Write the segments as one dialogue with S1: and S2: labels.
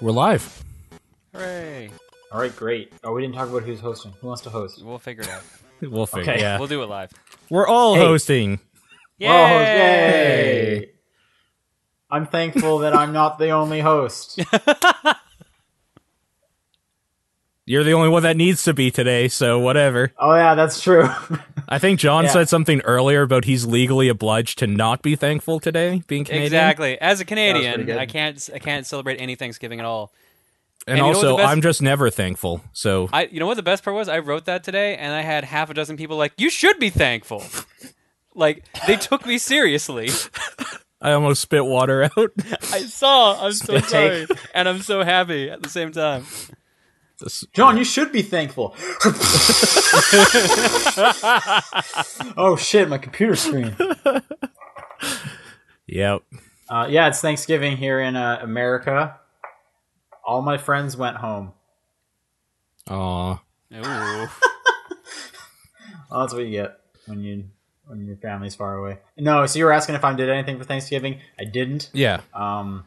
S1: We're live.
S2: Hooray!
S3: All right, great. Oh, we didn't talk about who's hosting. Who wants to host?
S2: We'll figure it out.
S1: We'll figure.
S3: Okay.
S1: Yeah,
S2: We'll do it live.
S1: we're all
S3: Hey.
S1: hosting.
S3: We're all hosts.
S2: Yay!
S3: Oh, Yay! I'm thankful that I'm not the only host.
S1: You're the only one that needs to be today, so whatever.
S3: oh yeah, that's true.
S1: I think John
S3: Yeah.
S1: said something earlier about he's legally obliged to not be thankful today, being Canadian.
S2: Exactly. As a Canadian,
S3: good.
S2: I can't I can't celebrate any Thanksgiving at all.
S1: And,
S2: And you know what
S1: also,
S2: the best-
S1: I'm just never thankful. So
S2: I you know what the best part was? I wrote that today and I had half a dozen people like, "You should be thankful." like they took me seriously.
S1: I almost spit water out.
S2: I saw. I'm so sorry,
S3: Take.
S2: and I'm so happy at the same time.
S3: John, you should be thankful. oh shit, my computer screen.
S1: yep.
S3: Uh, yeah, it's Thanksgiving here in uh, America. All my friends went home.
S1: Aw.
S2: Ooh.
S3: Oh, that's what you get when you when your family's far away. No, so you were asking if I did anything for Thanksgiving. I didn't.
S1: Yeah.
S3: Um,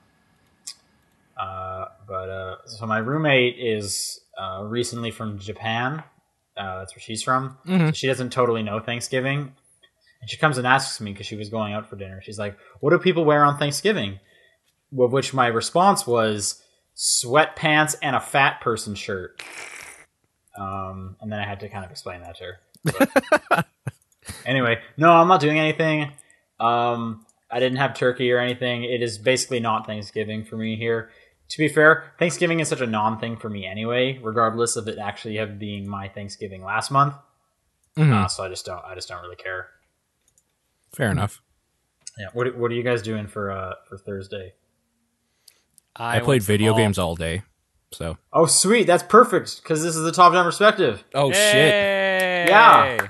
S3: uh, but uh, so my roommate is uh, recently from Japan. Uh, that's where she's from. So she doesn't totally know Thanksgiving, and she comes and asks me because she was going out for dinner. She's like, "What do people wear on Thanksgiving?" Of which my response was sweatpants and a fat person shirt. Um, and then I had to kind of explain that to her. But- anyway, no, I'm not doing anything. Um, I didn't have turkey or anything. It is basically not Thanksgiving for me here. To be fair, Thanksgiving is such a non thing for me anyway, regardless of it actually have being my Thanksgiving last month.
S1: Mhm.
S3: Uh, so I just don't, I just don't really care.
S1: Fair enough.
S3: Yeah. What, what are you guys doing for uh, for Thursday?
S1: I, played
S2: went
S1: video
S2: small.
S1: games all day. So.
S3: Oh, sweet, that's perfect because this is the top down perspective.
S1: Oh
S2: Yay!
S3: Yeah.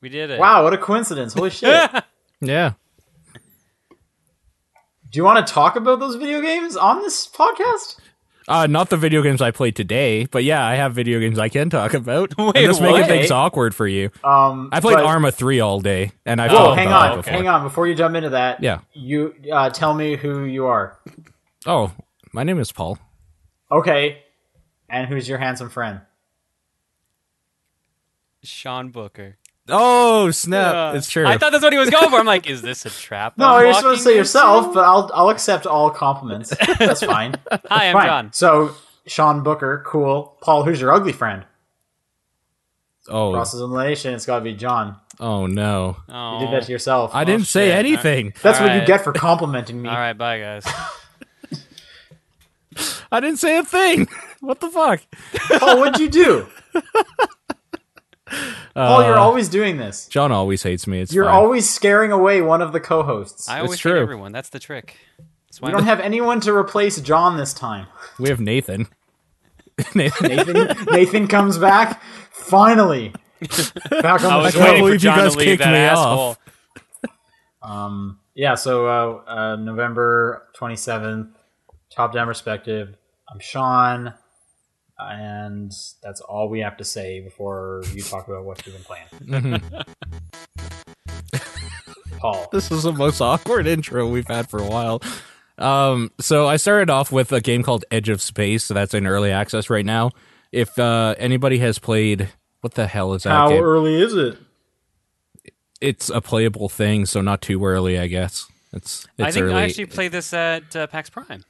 S2: We did it.
S3: Wow, what a coincidence! Holy shit!
S2: I
S1: Yeah.
S3: Do you want to talk about those video games on this podcast?
S1: Uh, not the video games I played today, but yeah, I have video games I can talk about.
S2: Wait,
S1: and this making
S3: what?
S1: things awkward for you.
S3: Um,
S1: I played
S3: but-
S1: Arma three all day, and I
S3: Whoa,
S1: felt
S3: hang
S1: about
S3: on,
S1: it before.
S3: hang on. Before you jump into that,
S1: Yeah.
S3: you uh, tell me who you are.
S1: Oh, my name is Paul.
S3: Okay, and who's your handsome friend?
S2: Sean Booker.
S1: Oh snap! it's true.
S2: I thought that's what he was going for. I'm like, is this a trap?
S3: No,
S2: I'm
S3: you're supposed to say
S2: walking
S3: yourself,
S2: into?
S3: but I'll I'll accept all compliments. That's fine.
S2: Hi, I'm
S3: fine.
S2: John.
S3: So Sean Booker, cool. Paul, who's your ugly friend?
S1: oh,
S3: Process of elimination. It's got to be John.
S1: oh no!
S2: Oh.
S3: You did that to yourself.
S1: I didn't say
S2: shit.
S1: anything.
S3: That's what
S2: Alright.
S3: you get for complimenting me.
S2: All right, bye guys.
S1: I didn't say a thing. what the fuck?
S3: Paul, what'd you do? Paul,
S2: Uh,
S3: you're always doing this.
S1: John always hates me. It's
S3: You're
S1: fine.
S3: always scaring away one of the co-hosts.
S2: I
S1: It's
S2: always
S1: true.
S2: hate everyone. That's the trick. That's why
S3: We don't
S2: I'm-
S3: have anyone to replace John this time.
S1: we have Nathan. Nathan.
S3: Nathan, Nathan comes back. Finally, back
S2: I
S3: on the
S2: was
S1: can't
S2: waiting for
S3: show.
S1: believe you
S2: John
S1: guys
S2: to leave
S1: kicked
S2: that
S1: me
S2: asshole.
S1: off.
S3: Um, yeah. So uh, uh, November twenty seventh, top down perspective. I'm Sean, and that's all we have to say before you talk about what you've been playing. Paul,
S1: this is the most awkward intro we've had for a while. Um, so I started off with a game called Edge of Space. So that's in early access right now. If uh, anybody has played, what the hell is that
S3: how
S1: game?
S3: early is it?
S1: It's a playable thing, so not too early, I guess. It's, it's
S2: I think
S1: early.
S2: I actually played this at uh, PAX Prime.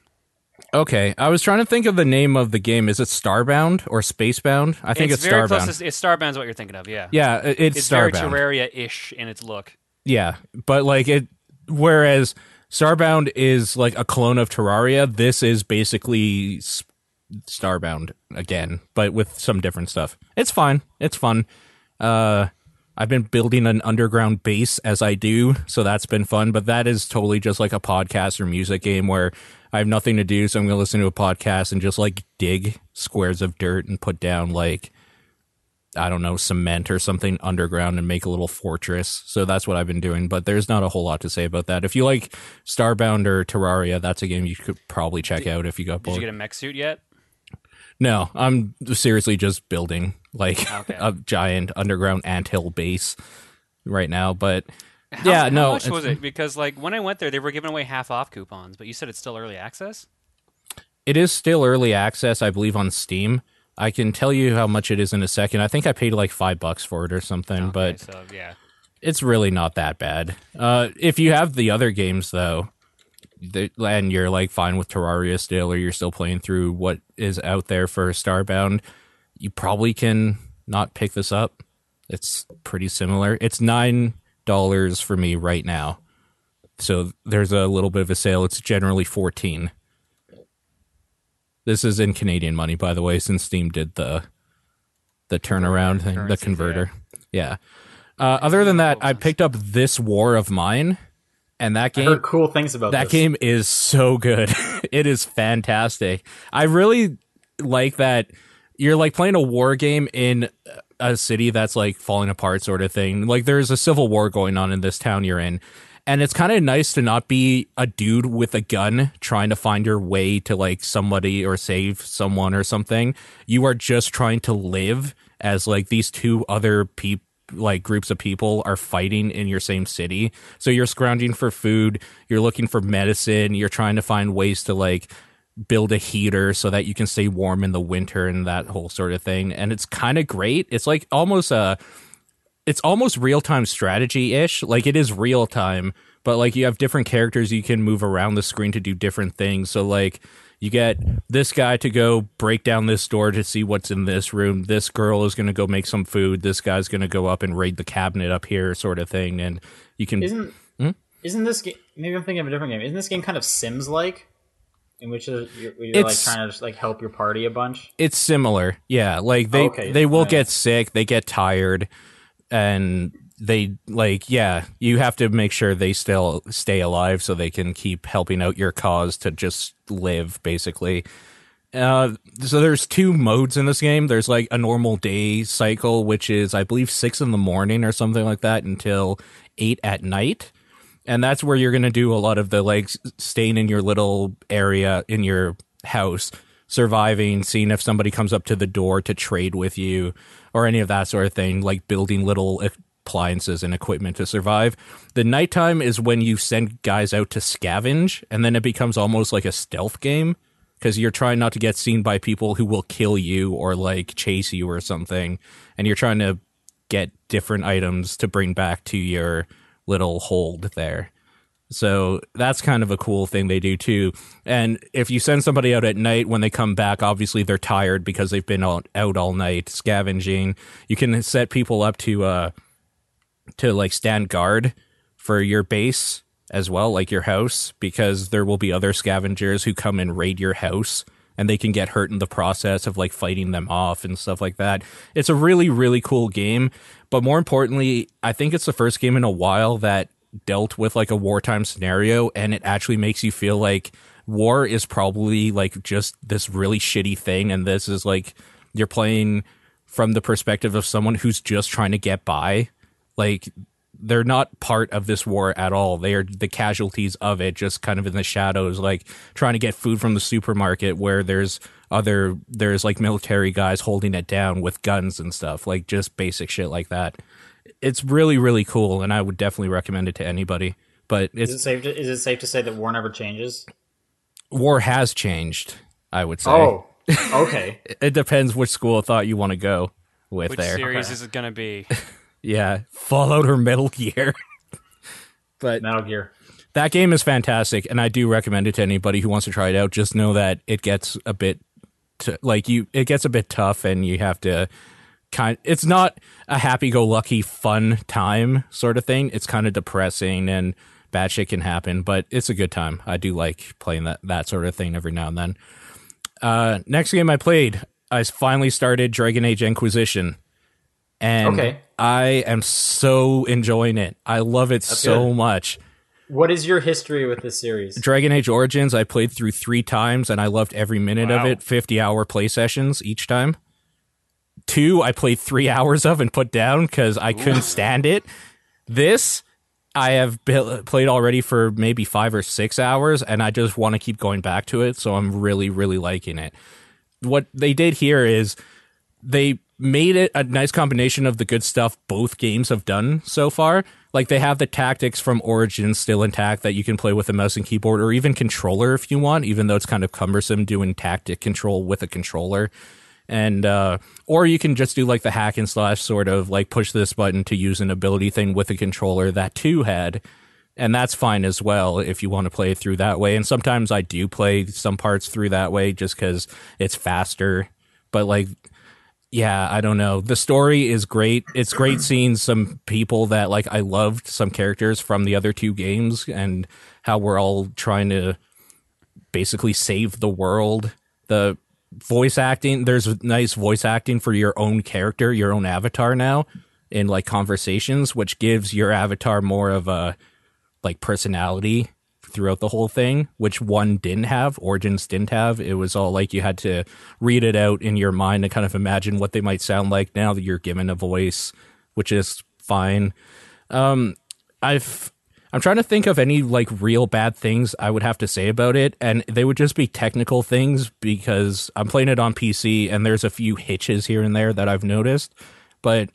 S1: Okay, I was trying to think of the name of the game. Is it Starbound or Spacebound? I think it's,
S2: very
S1: Starbound.
S2: close. To, it's Starbound's what you're thinking of. Yeah.
S1: yeah, i- it's,
S2: It's very
S1: Starbound.
S2: Terraria-ish in its look.
S1: Yeah, but like it. Whereas Starbound is like a clone of Terraria, this is basically S- Starbound again, but with some different stuff. It's fine. It's fun. Uh, I've been building an underground base as I do, so that's been fun. But that is totally just like a podcast or music game where I have nothing to do, so I'm gonna listen to a podcast and just like dig squares of dirt and put down like I don't know, cement or something underground and make a little fortress. So that's what I've been doing, but there's not a whole lot to say about that. If you like Starbound or Terraria, that's a game you could probably check out if you got
S2: Did
S1: bored.
S2: you get a mech suit yet?
S1: no, I'm seriously just building like
S2: Ah, Okay.
S1: a giant underground anthill base right now, but yeah,
S2: how,
S1: no.
S2: How much
S1: it's-
S2: was it? Because like when I went there, they were giving away half off coupons, but you said it's still early access.
S1: it is still early access, I believe, on Steam. I can tell you how much it is in a second. I think I paid like five bucks for it or something, but
S2: so yeah,
S1: it's really not that bad. Uh, if you have the other games though, th- and you're like fine with Terraria still, or you're still playing through what is out there for Starbound, you probably can not pick this up. It's pretty similar. It's nine dollars for me right now, so there's a little bit of a sale. It's generally fourteen. This is in Canadian money, by the way, since Steam did the the turnaround thing, the
S2: Currency, yeah.
S1: converter. Yeah. Uh, other than that, I picked up this War of Mine, and that
S3: I
S1: game
S3: heard cool things about
S1: that
S3: this.
S1: game is so good. it is fantastic. I really like that you're like playing a war game in a city that's like falling apart sort of thing. Like there's a civil war going on in this town you're in. And it's kind of nice to not be a dude with a gun trying to find your way to like somebody or save someone or something. You are just trying to live as like these two other people like groups of people are fighting in your same city. So you're scrounging for food, you're looking for medicine, you're trying to find ways to like build a heater so that you can stay warm in the winter and that whole sort of thing. And it's kind of great. It's like almost a it's almost real-time strategy-ish. Like it is real-time, but like you have different characters you can move around the screen to do different things. So like you get this guy to go break down this door to see what's in this room. This girl is going to go make some food. This guy's going to go up and raid the cabinet up here sort of thing and you can
S3: Isn't
S1: Hmm?
S3: isn't this game? Maybe I'm thinking of a different game. Isn't this game kind of Sims like, in which you're, you're you're, like
S1: It's-
S3: trying to just, like help your party a bunch?
S1: it's similar. Yeah, like they
S3: Okay,
S1: they will
S3: alright.
S1: get sick, they get tired, and they like yeah, you have to make sure they still stay alive so they can keep helping out your cause to just live basically. Uh, so there's two modes in this game. There's like a normal day cycle, which is I believe six in the morning or something like that until eight at night and that's where you're going to do a lot of the like s- staying in your little area in your house surviving seeing if somebody comes up to the door to trade with you or any of that sort of thing like building little appliances and equipment to survive the nighttime is when you send guys out to scavenge and then it becomes almost like a stealth game because you're trying not to get seen by people who will kill you or like chase you or something and you're trying to get different items to bring back to your little hold there. So that's kind of a cool thing they do too. And if you send somebody out at night when they come back, obviously they're tired because they've been out, out all night scavenging. You can set people up to uh to like stand guard for your base as well, like your house, because there will be other scavengers who come and raid your house and they can get hurt in the process of like fighting them off and stuff like that. It's a really, really cool game. But more importantly, I think it's the first game in a while that dealt with like a wartime scenario and it actually makes you feel like war is probably like just this really shitty thing. And this is like you're playing from the perspective of someone who's just trying to get by like they're not part of this war at all. They are the casualties of it, just kind of in the shadows, like trying to get food from the supermarket where there's other there's like military guys holding it down with guns and stuff, like just basic shit like that. It's really really cool, and I would definitely recommend it to anybody. But
S3: Is
S1: it's
S3: it safe? To, is it safe to say that war never changes?
S1: war has changed. I would say
S3: Oh, okay.
S1: it depends which school of thought you want to go with.
S2: which
S1: there,
S2: series
S3: Okay.
S2: is it gonna be?
S1: yeah, Fallout or Metal Gear. but
S3: Metal Gear.
S1: that game is fantastic and i do recommend it to anybody who wants to try it out just know that it gets a bit t- like you it gets a bit tough and you have to kind it's not a happy-go-lucky fun time sort of thing it's kind of depressing and bad shit can happen but it's a good time i do like playing that that sort of thing every now and then uh next game i played i finally started dragon age inquisition and
S3: Okay.
S1: i am so enjoying it i love it so
S3: good.
S1: much
S3: What is your history with this series?
S1: Dragon Age Origins, I played through three times and I loved every minute of
S3: Wow.
S1: it. 50 hour play sessions each time. Two, I played three hours of and put down because I couldn't stand it. This, I have bu- played already for maybe five or six hours and I just want to keep going back to it. So I'm really, really liking it. What they did here is they made it a nice combination of the good stuff both games have done so far. like they have the tactics from Origin still intact that you can play with a mouse and keyboard or even controller if you want, even though it's kind of cumbersome doing tactic control with a controller. And uh, or you can just do like the hack and slash sort of like push this button to use an ability thing with a controller that too had, and that's fine as well if you want to play it through that way. And sometimes I do play some parts through that way just because it's faster. But like yeah, I don't know. The story is great. It's great seeing some people that like I loved some characters from the other two games and how we're all trying to basically save the world. The voice acting, there's nice voice acting for your own character, your own avatar now in like conversations, which gives your avatar more of a like personality throughout the whole thing, which one didn't have, Origins didn't have. It was all like you had to read it out in your mind and kind of imagine what they might sound like now that you're given a voice, which is fine. Um, I've I'm trying to think of any like real bad things I would have to say about it, and they would just be technical things because I'm playing it on PC and there's a few hitches here and there that I've noticed, but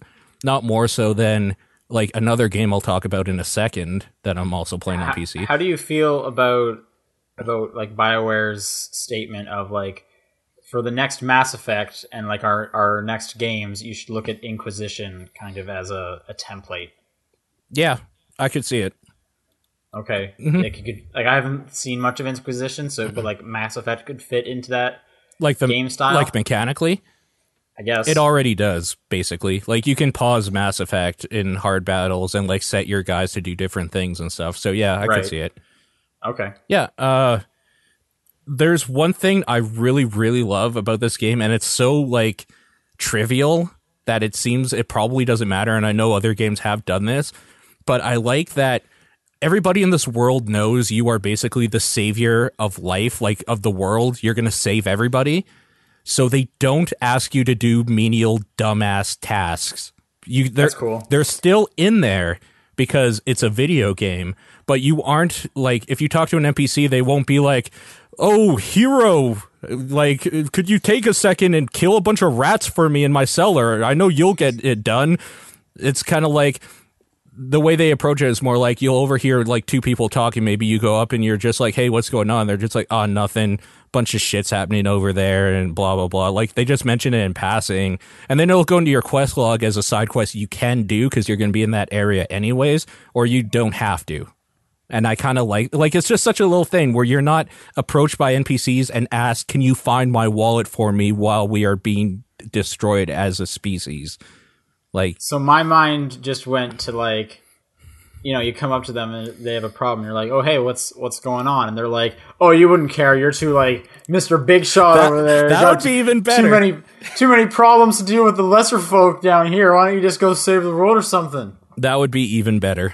S1: not more so than like another game I'll talk about in a second that I'm also playing on
S3: How-
S1: PC.
S3: How do you feel about about like BioWare's statement of like for the next Mass Effect and like our our next games, you should look at Inquisition kind of as a, a template.
S1: Yeah, I could see it.
S3: Okay,
S1: Mhm.
S3: like you could like I haven't seen much of Inquisition, so but like Mass Effect could fit into that,
S1: Like the
S3: Game style?
S1: like mechanically,
S3: I guess.
S1: it already does basically. Like you can pause Mass Effect in hard battles and like set your guys to do different things and stuff. So yeah, I
S3: Right.
S1: could see it.
S3: okay.
S1: Yeah. Uh, there's one thing I really, really love about this game, and it's so like trivial that it seems it probably doesn't matter. And I know other games have done this, but I like that everybody in this world knows you are basically the savior of life, like of the world. You're going to save everybody. So they don't ask you to do menial dumbass tasks. You they're,
S3: That's cool.
S1: They're still in there because it's a video game, but you aren't like if you talk to an NPC, they won't be like, "Oh, hero, like could you take a second and kill a bunch of rats for me in my cellar? I know you'll get it done." It's kind of like the way they approach it is more like you'll overhear like two people talking. Maybe you go up and you're just like, "Hey, what's going on?" They're just like, "Oh, nothing. Bunch of shits happening over there," and blah blah blah. Like they just mention it in passing, and then it'll go into your quest log as a side quest you can do because you're going to be in that area anyways, or you don't have to. And I kind of like like it's just such a little thing where you're not approached by NPCs and asked, "Can you find my wallet for me?" While we are being destroyed as a species, like
S3: So my mind just went to like, you know, you come up to them and they have a problem. You're like, oh hey, what's what's going on? And they're like, oh, you wouldn't care. You're too like Mr. Big Shot over there.
S1: that
S3: Got
S1: would be even
S3: Too
S1: better."
S3: many too many problems to deal with the lesser folk down here. Why don't you just go save the world or something?
S1: That would be even better.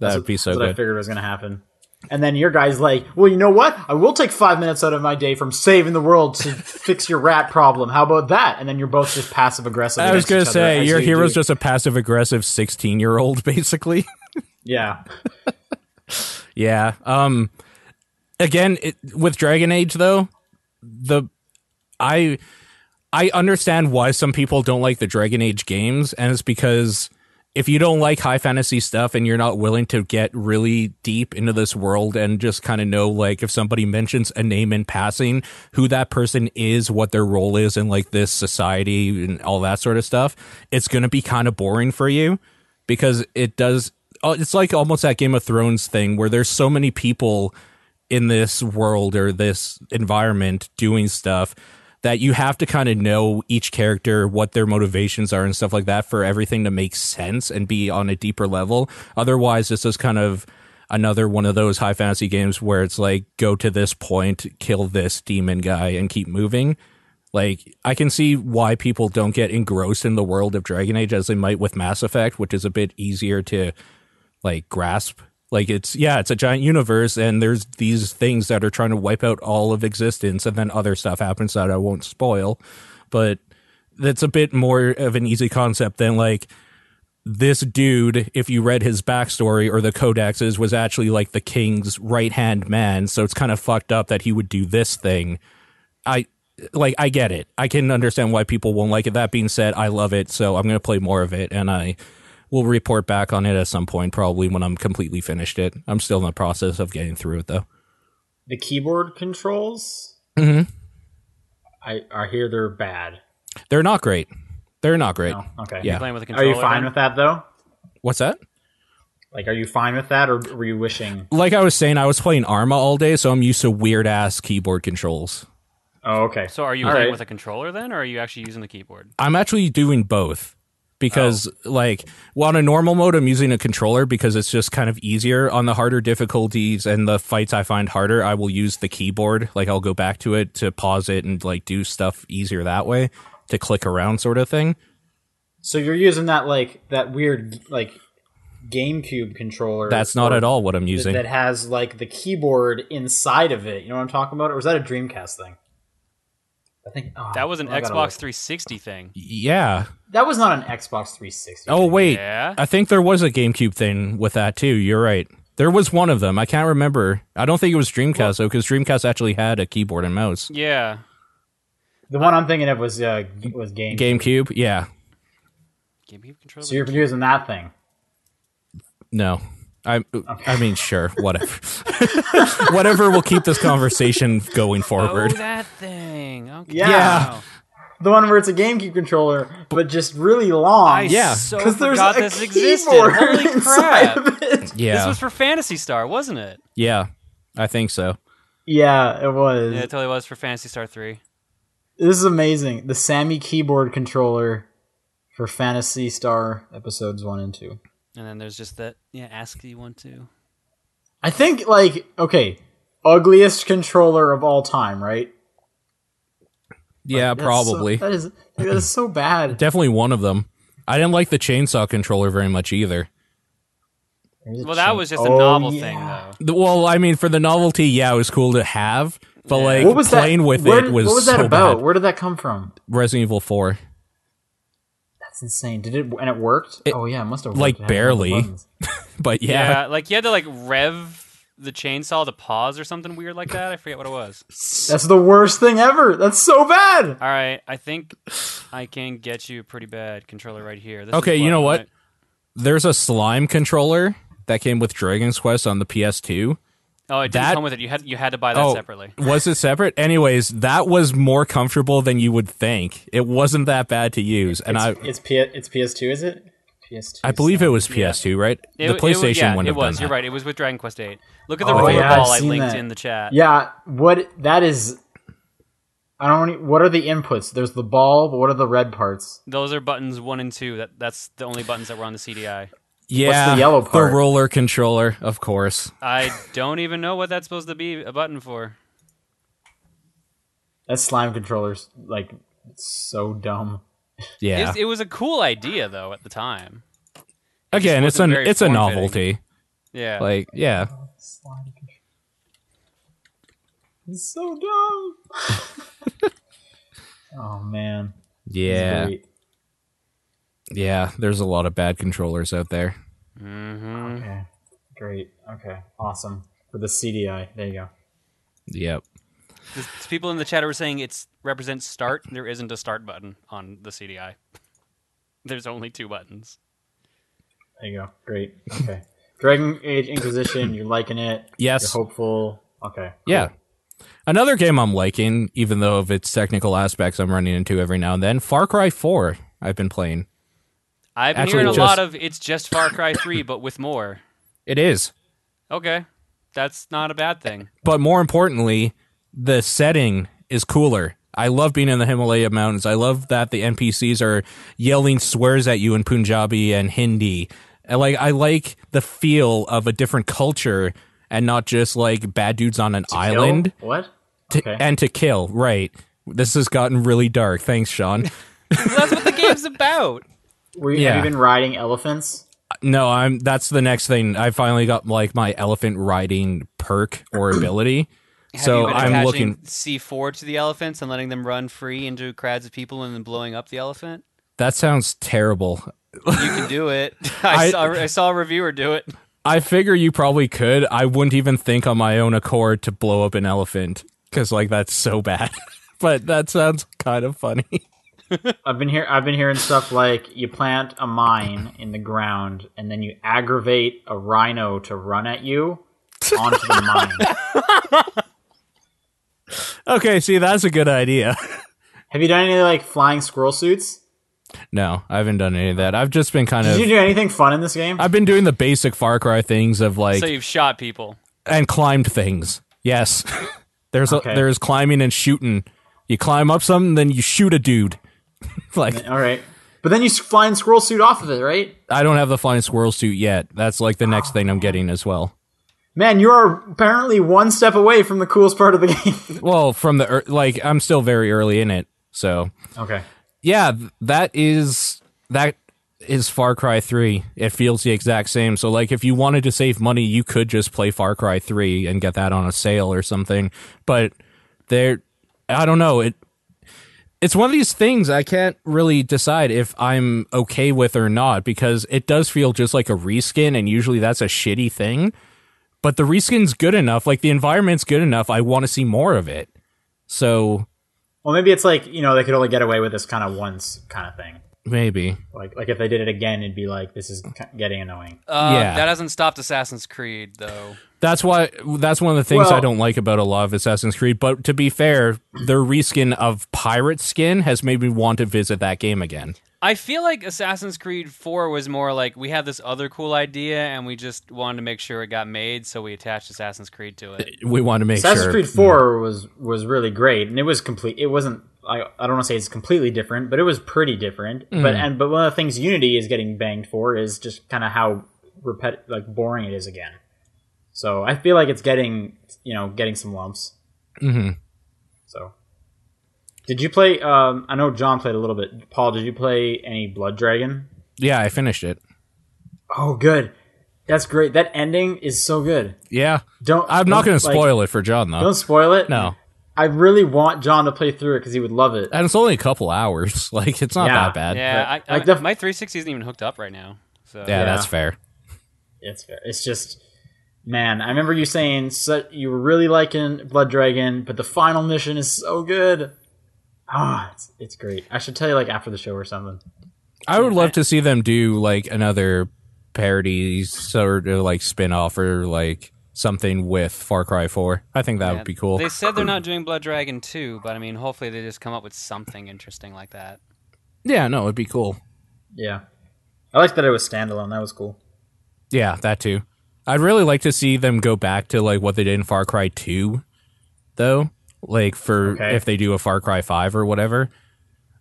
S1: that would be so
S3: That's what I
S1: good.
S3: figured was gonna happen. And then your guy's like, well, you know what? I will take five minutes out of my day from saving the world to fix your rat problem. How about that? And then you're both just passive aggressive.
S1: I was
S3: going
S1: gonna
S3: to
S1: say your hero's just a passive aggressive sixteen year old, basically.
S3: yeah.
S1: yeah. Um. Again, it, with Dragon Age though, the I I understand why some people don't like the Dragon Age games, and it's because if you don't like high fantasy stuff and you're not willing to get really deep into this world and just kind of know like if somebody mentions a name in passing, who that person is, what their role is in like this society and all that sort of stuff, it's going to be kind of boring for you because it does oh, it's like almost that Game of Thrones thing where there's so many people in this world or this environment doing stuff that you have to kind of know each character what their motivations are and stuff like that for everything to make sense and be on a deeper level otherwise this is kind of another one of those high fantasy games where it's like go to this point kill this demon guy and keep moving like i can see why people don't get engrossed in the world of dragon age as they might with mass effect which is a bit easier to like grasp like it's yeah it's a giant universe and there's these things that are trying to wipe out all of existence and then other stuff happens that i won't spoil but that's a bit more of an easy concept than like this dude if you read his backstory or the codexes was actually like the king's right hand man so it's kind of fucked up that he would do this thing i like i get it i can understand why people won't like it that being said i love it so i'm going to play more of it and i we'll report back on it at some point, probably when I'm completely finished it. I'm still in the process of getting through it though.
S3: The keyboard controls.
S1: Mm-hmm.
S3: I I hear they're bad.
S1: They're not great. They're not great.
S3: No? Okay.
S1: Yeah.
S2: Playing with a
S3: Are
S2: controller.
S3: you fine
S2: then?
S3: with that though?
S1: What's that?
S3: Like, are you fine with that, or were you wishing?
S1: Like I was saying, I was playing Arma all day, so I'm used to weird ass keyboard controls.
S3: Oh, okay.
S2: So are you
S3: All
S2: playing
S3: right.
S2: with a controller then, or are you actually using the keyboard?
S1: I'm actually doing both because,
S3: Oh.
S1: like, well, on a normal mode, I'm using a controller because it's just kind of easier. On the harder difficulties and the fights I find harder, I will use the keyboard. Like, I'll go back to it to pause it and, like, do stuff easier that way to click around, sort of thing.
S3: So you're using that like that weird like GameCube controller.
S1: That's not
S3: or-
S1: at all what I'm
S3: that-
S1: using.
S3: That has like the keyboard inside of it. You know what I'm talking about? Or was that a Dreamcast thing? I think oh,
S2: That was an
S3: I gotta
S2: Xbox
S3: look.
S2: 360 thing.
S1: yeah.
S3: That was not an Xbox 360.
S1: Oh, wait.
S2: Yeah.
S1: I think there was a GameCube thing with that, too. You're right. There was one of them. I can't remember. I don't think it was Dreamcast, though, because Dreamcast actually had a keyboard and mouse.
S2: Yeah.
S3: the one I'm thinking of was uh, was Game.
S1: GameCube? Yeah.
S2: GameCube controller.
S3: So you're using that thing.
S1: No. I I mean sure, whatever. whatever will keep this conversation going
S2: oh,
S1: forward.
S2: that thing. Okay.
S3: Yeah.
S1: Yeah.
S3: The one where it's a GameCube controller, but just really long.
S2: I
S1: Yeah.
S2: so
S3: because there's
S2: forgot
S3: a
S2: this existed.
S3: keyboard
S2: Holy
S3: inside
S2: crap!
S3: of it.
S1: yeah.
S2: This was for Fantasy Star, wasn't it?
S1: yeah. I think so.
S3: Yeah, it was.
S2: Yeah, it totally was for Fantasy Star Three.
S3: This is amazing. The Sammy keyboard controller for Fantasy Star episodes one and two.
S2: And then there's just that yeah ASCII one too.
S3: I think like okay, ugliest controller of all time, right?
S1: Yeah,
S3: That's
S1: probably.
S3: so, that is that is so bad.
S1: Definitely one of them. I didn't like the chainsaw controller very much either.
S2: Well, that was just a
S3: Oh,
S2: novel
S3: yeah.
S2: thing though.
S1: The- Well, I mean, for the novelty, yeah, it was cool to have, but
S2: Yeah.
S1: like
S3: What was
S1: playing
S3: that?
S1: with
S3: where-
S1: it was,
S3: what was that
S1: so
S3: about?
S1: bad.
S3: Where did that come from?
S1: Resident Evil Four.
S3: That's insane. Did it and it worked? oh yeah, it must have worked.
S1: like,
S3: It had a couple
S1: barely.
S3: buttons.
S1: But
S2: Yeah.
S1: yeah,
S2: like you had to like rev the chainsaw to pause or something weird like that. I forget what it was.
S3: That's the worst thing ever. That's so bad.
S2: All right, I think I can get you a pretty bad controller right here. This is
S1: Okay, you know what?
S2: I-
S1: there's a slime controller that came with Dragon's Quest on the PS2.
S2: Oh, it didn't
S1: That-
S2: come with it. You had you had to buy that
S1: Oh.
S2: separately.
S1: Was it separate? Anyways, that was more comfortable than you would think. It wasn't that bad to use, and I
S3: It's P- it's PS2, is it? PS2.
S1: I believe it was PS2, right?
S2: It,
S1: the
S2: it was-
S1: PlayStation
S2: yeah,
S1: wouldn't
S2: it
S1: have
S2: was.
S1: done
S2: You're
S1: that.
S2: right. It was with Dragon Quest Eight. Look at the
S1: Oh,
S2: remote
S1: yeah,
S3: I've
S2: ball I
S3: seen
S2: linked
S3: that.
S2: in the chat.
S3: Yeah, what that is. I don't. Even, what are the inputs? There's the ball, but what are the red parts?
S2: Those are buttons one and two. That that's the only buttons that were on the CDI.
S1: Yeah,
S3: What's the yellow part?
S1: roller controller, of course.
S2: I don't even know what that's supposed to be a button for.
S3: That slime controller's like so dumb.
S1: Yeah.
S2: It's- It was a cool idea though at the time.
S1: Again,
S2: just
S1: it's an
S2: wasn't very
S1: it's a
S2: form-fitting.
S1: novelty.
S2: Yeah.
S1: Like, yeah.
S3: Slime control. It's so dumb. oh man. It's
S1: Yeah.
S3: great.
S1: Yeah, there's a lot of bad controllers out there.
S2: hmm
S3: Okay. Great. Okay. Awesome. For the CDI. There you go.
S1: Yep.
S2: The, the people in the chat were saying it's represents start. There isn't a start button on the CDI. There's only two buttons.
S3: There you go. Great. Okay. Dragon Age Inquisition. You're liking it.
S1: Yes.
S3: You're hopeful. Okay.
S1: Yeah. Another game I'm liking, even though of its technical aspects I'm running into every now and then, Far Cry 4 I've been playing.
S2: I've been
S1: Actually,
S2: hearing a
S1: just-
S2: lot of it's just Far Cry 3, but with more.
S1: It is.
S2: Okay. That's not a bad thing.
S1: but more importantly, the setting is cooler. I love being in the Himalaya mountains. I love that the NPCs are yelling swears at you in Punjabi and Hindi. And like I like the feel of a different culture and not just like bad dudes on an
S3: Kill?
S1: island
S3: What?
S1: to-
S3: okay.
S1: and to kill. Right. This has gotten really dark. Thanks, Sean.
S2: That's what the game's about.
S3: Were you,
S1: yeah.
S3: Have you been riding elephants?
S1: no, I'm that's the next thing. I finally got like my elephant riding perk or ability.
S2: Have you
S1: so
S2: been
S1: I'm
S2: attaching
S1: looking
S2: C4 to the elephants and letting them run free into crowds of people and then blowing up the elephant.
S1: that sounds terrible.
S2: You can do it. I,
S1: I-
S2: saw, I saw a reviewer do it.
S1: I figure you probably could. I wouldn't even think on my own accord to blow up an elephant because, like, that's so bad. but that sounds kind of funny.
S3: I've been here. I've been hearing stuff like you plant a mine in the ground and then you aggravate a rhino to run at you onto the mine.
S1: Okay, see, that's a good idea.
S3: Have you done any like flying squirrel suits?
S1: No, I haven't done any of that. I've just been kind
S3: Did you
S1: of.
S3: do anything fun in this game?
S1: I've been doing the basic Far Cry things of like
S2: so you've shot people.
S1: and climbed things. Yes, there's
S3: Okay.
S1: a, there's climbing and shooting. You climb up something, then you shoot a dude. like
S3: All right, but then you s- flying squirrel suit off of it, right?
S1: I don't have the flying squirrel suit yet. That's like the next thing I'm getting as well.
S3: Man, you are apparently one step away from the coolest part of the game.
S1: Well, from the ear- like I'm still very early in it, so
S3: okay.
S1: yeah, th- that is that is Far Cry 3. It feels the exact same. So like if you wanted to save money, you could just play Far Cry 3 and get that on a sale or something. But there I don't know, it it's one of these things I can't really decide if I'm okay with or not because it does feel just like a reskin and usually that's a shitty thing. But the reskin's good enough, like the environment's good enough. I want to see more of it. So
S3: Well, maybe it's like you know they could only get away with this kind of once kind of thing.
S1: maybe.
S3: Like like if they did it again, it'd be like this is ki- getting annoying.
S2: Uh,
S1: Yeah.
S2: That hasn't stopped Assassin's Creed though.
S1: That's why. That's one of the things
S3: Well-
S1: I don't like about a lot of Assassin's Creed. But to be fair, their reskin of pirate skin has made me want to visit that game again.
S2: I feel like Assassin's Creed 4 was more like we had this other cool idea and we just wanted to make sure it got made, so we attached Assassin's Creed to it.
S1: We want to make
S3: Assassin's
S1: sure.
S3: Creed Four was was really great, and it was complete. It wasn't. I, I don't want to say it's completely different, but it was pretty different.
S1: Mm.
S3: But and but one of the things Unity is getting banged for is just kind of how repet like boring it is again. So I feel like it's getting you know getting some lumps.
S1: Mhm.
S3: So did you play? Um, I know John played a little bit. Paul, did you play any Blood Dragon?
S1: Yeah, I finished it.
S3: Oh, good. That's great. That ending is so good.
S1: Yeah,
S3: Don't.
S1: I'm not
S3: don't,
S1: going to
S3: like,
S1: spoil it for John though.
S3: Don't spoil it.
S1: No,
S3: I really want John to play through it because he would love it.
S1: and it's only a couple hours. Like it's not
S3: Yeah.
S1: that bad.
S2: Yeah, I,
S3: Right.
S2: I,
S3: Like the-
S2: my 360 isn't even hooked up right now. So
S1: Yeah,
S3: Yeah.
S1: that's fair.
S3: It's fair. It's just, man, I remember you saying so, you were really liking Blood Dragon, but the final mission is so good. Ah, it's, it's great. I should tell you like after the show or something.
S1: I would love to see them do like another parody sort of like spin off or like something with Far Cry 4. I think that
S2: Yeah.
S1: would be cool.
S2: They said they're not doing Blood Dragon 2, but I mean, hopefully they just come up with something interesting like that.
S1: yeah, no, it'd be cool.
S3: Yeah, I liked that it was standalone. That was cool.
S1: Yeah, that too. I'd really like to see them go back to like what they did in Far Cry 2 though, like for
S3: Okay.
S1: if they do a Far Cry 5 or whatever.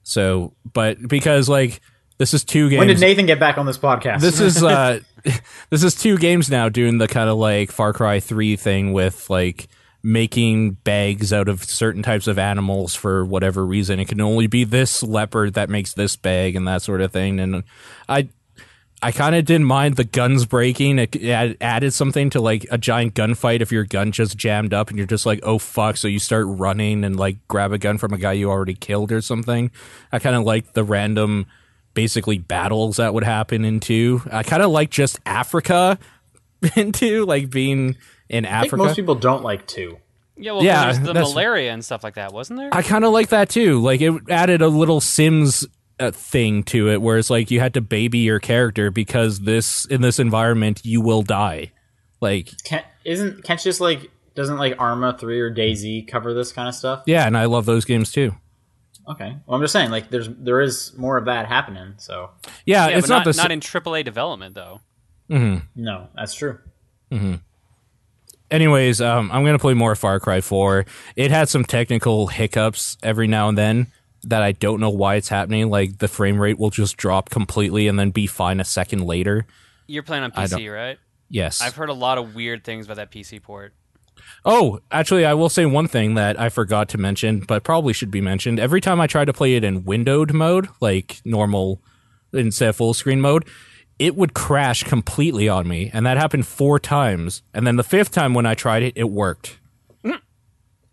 S1: So, but because like this is two games
S3: When did Nathan get back on this podcast?
S1: this is uh this is two games now doing the kind of like Far Cry 3 thing with like making bags out of certain types of animals for whatever reason it can only be this leopard that makes this bag and that sort of thing and i i kind of didn't mind the guns breaking it, it added something to like a giant gunfight if your gun just jammed up and you're just like oh fuck so you start running and like grab a gun from a guy you already killed or something i kind of liked the random basically battles that would happen in two. I kind of like just Africa in two, like being in
S3: I think
S1: Africa.
S3: most people don't like two.
S2: Yeah, well,
S1: Yeah,
S2: there's the
S1: that's-
S2: malaria and stuff like that, wasn't there?
S1: I kind of like that too. Like it added a little Sims uh, thing to it, where it's like you had to baby your character because this in this environment you will die. Like
S3: Can, isn't can't you just like doesn't like Arma three or Daisy cover this kind of stuff?
S1: yeah, and I love those games too.
S3: Okay, well I'm just saying like there's there is more of that happening. So
S1: Yeah,
S2: yeah,
S1: it's
S2: but
S1: not,
S2: not,
S1: the s-
S2: not in AAA development, though.
S3: no, that's true.
S1: anyways, um, I'm gonna play more Far Cry 4. It had some technical hiccups every now and then that I don't know why it's happening. Like the frame rate will just drop completely and then be fine a second later.
S2: You're playing on
S1: don't-
S2: PC, right?
S1: Yes.
S2: I've heard a lot of weird things about that PC port.
S1: oh, actually, I will say one thing that I forgot to mention, but probably should be mentioned. Every time I try to play it in windowed mode, like normal instead of full screen mode, it would crash completely on me, and that happened four times. And then the fifth time when I tried it, it worked.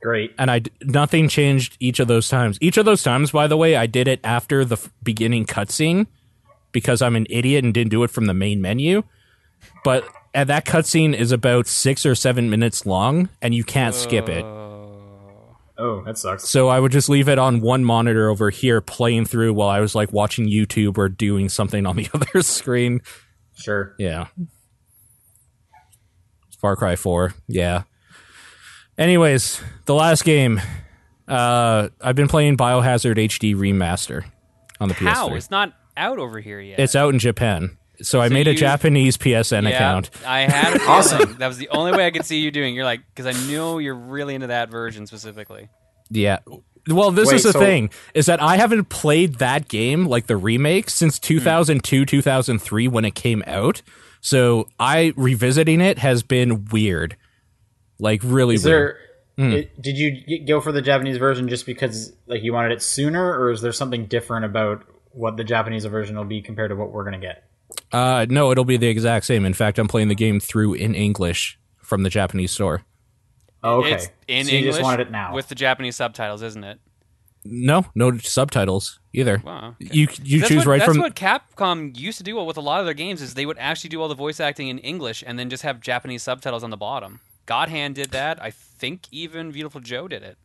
S3: Great.
S1: and I d- nothing changed each of those times. Each of those times, by the way, I did it after the f- beginning cutscene because I'm an idiot and didn't do it from the main menu. But and that cutscene is about six or seven minutes long, and you can't skip it.
S3: Oh, that sucks.
S1: So I would just leave it on one monitor over here playing through while I was like watching YouTube or doing something on the other screen.
S3: Sure.
S1: Yeah. Far Cry 4. Yeah. Anyways, the last game. Uh, I've been playing Biohazard HD Remaster on the
S2: How?
S1: PS3.
S2: It's not out over here yet.
S1: It's out in Japan. So I
S2: So
S1: made a
S2: you-
S1: Japanese PSN
S2: Yeah,
S1: account.
S2: I had a
S3: Awesome.
S2: awesome. That was the only way I could see you doing. You're like, because I know you're really into that version specifically.
S1: Yeah. Well, this
S3: Wait,
S1: is the
S3: so-
S1: thing is that I haven't played that game like the remake since
S3: Hmm.
S1: 2002, 2003 when it came out. So I revisiting it has been weird. Like really
S3: Is
S1: weird.
S3: there? i- did you g- go for the Japanese version just because like you wanted it sooner, or is there something different about what the Japanese version will be compared to what we're gonna get?
S1: Uh no, it'll be the exact same. In fact, I'm playing the game through in English from the Japanese store.
S3: Oh, okay.
S2: It's in
S3: so you
S2: English.
S3: just wanted it now.
S2: with the Japanese subtitles, isn't it?
S1: No, no subtitles either.
S2: Wow.
S1: You you
S2: That's
S1: choose
S2: what,
S1: right
S2: that's
S1: from
S2: what Capcom used to do with a lot of their games is they would actually do all the voice acting in English and then just have Japanese subtitles on the bottom. Godhand did that. I think even Beautiful Joe did it.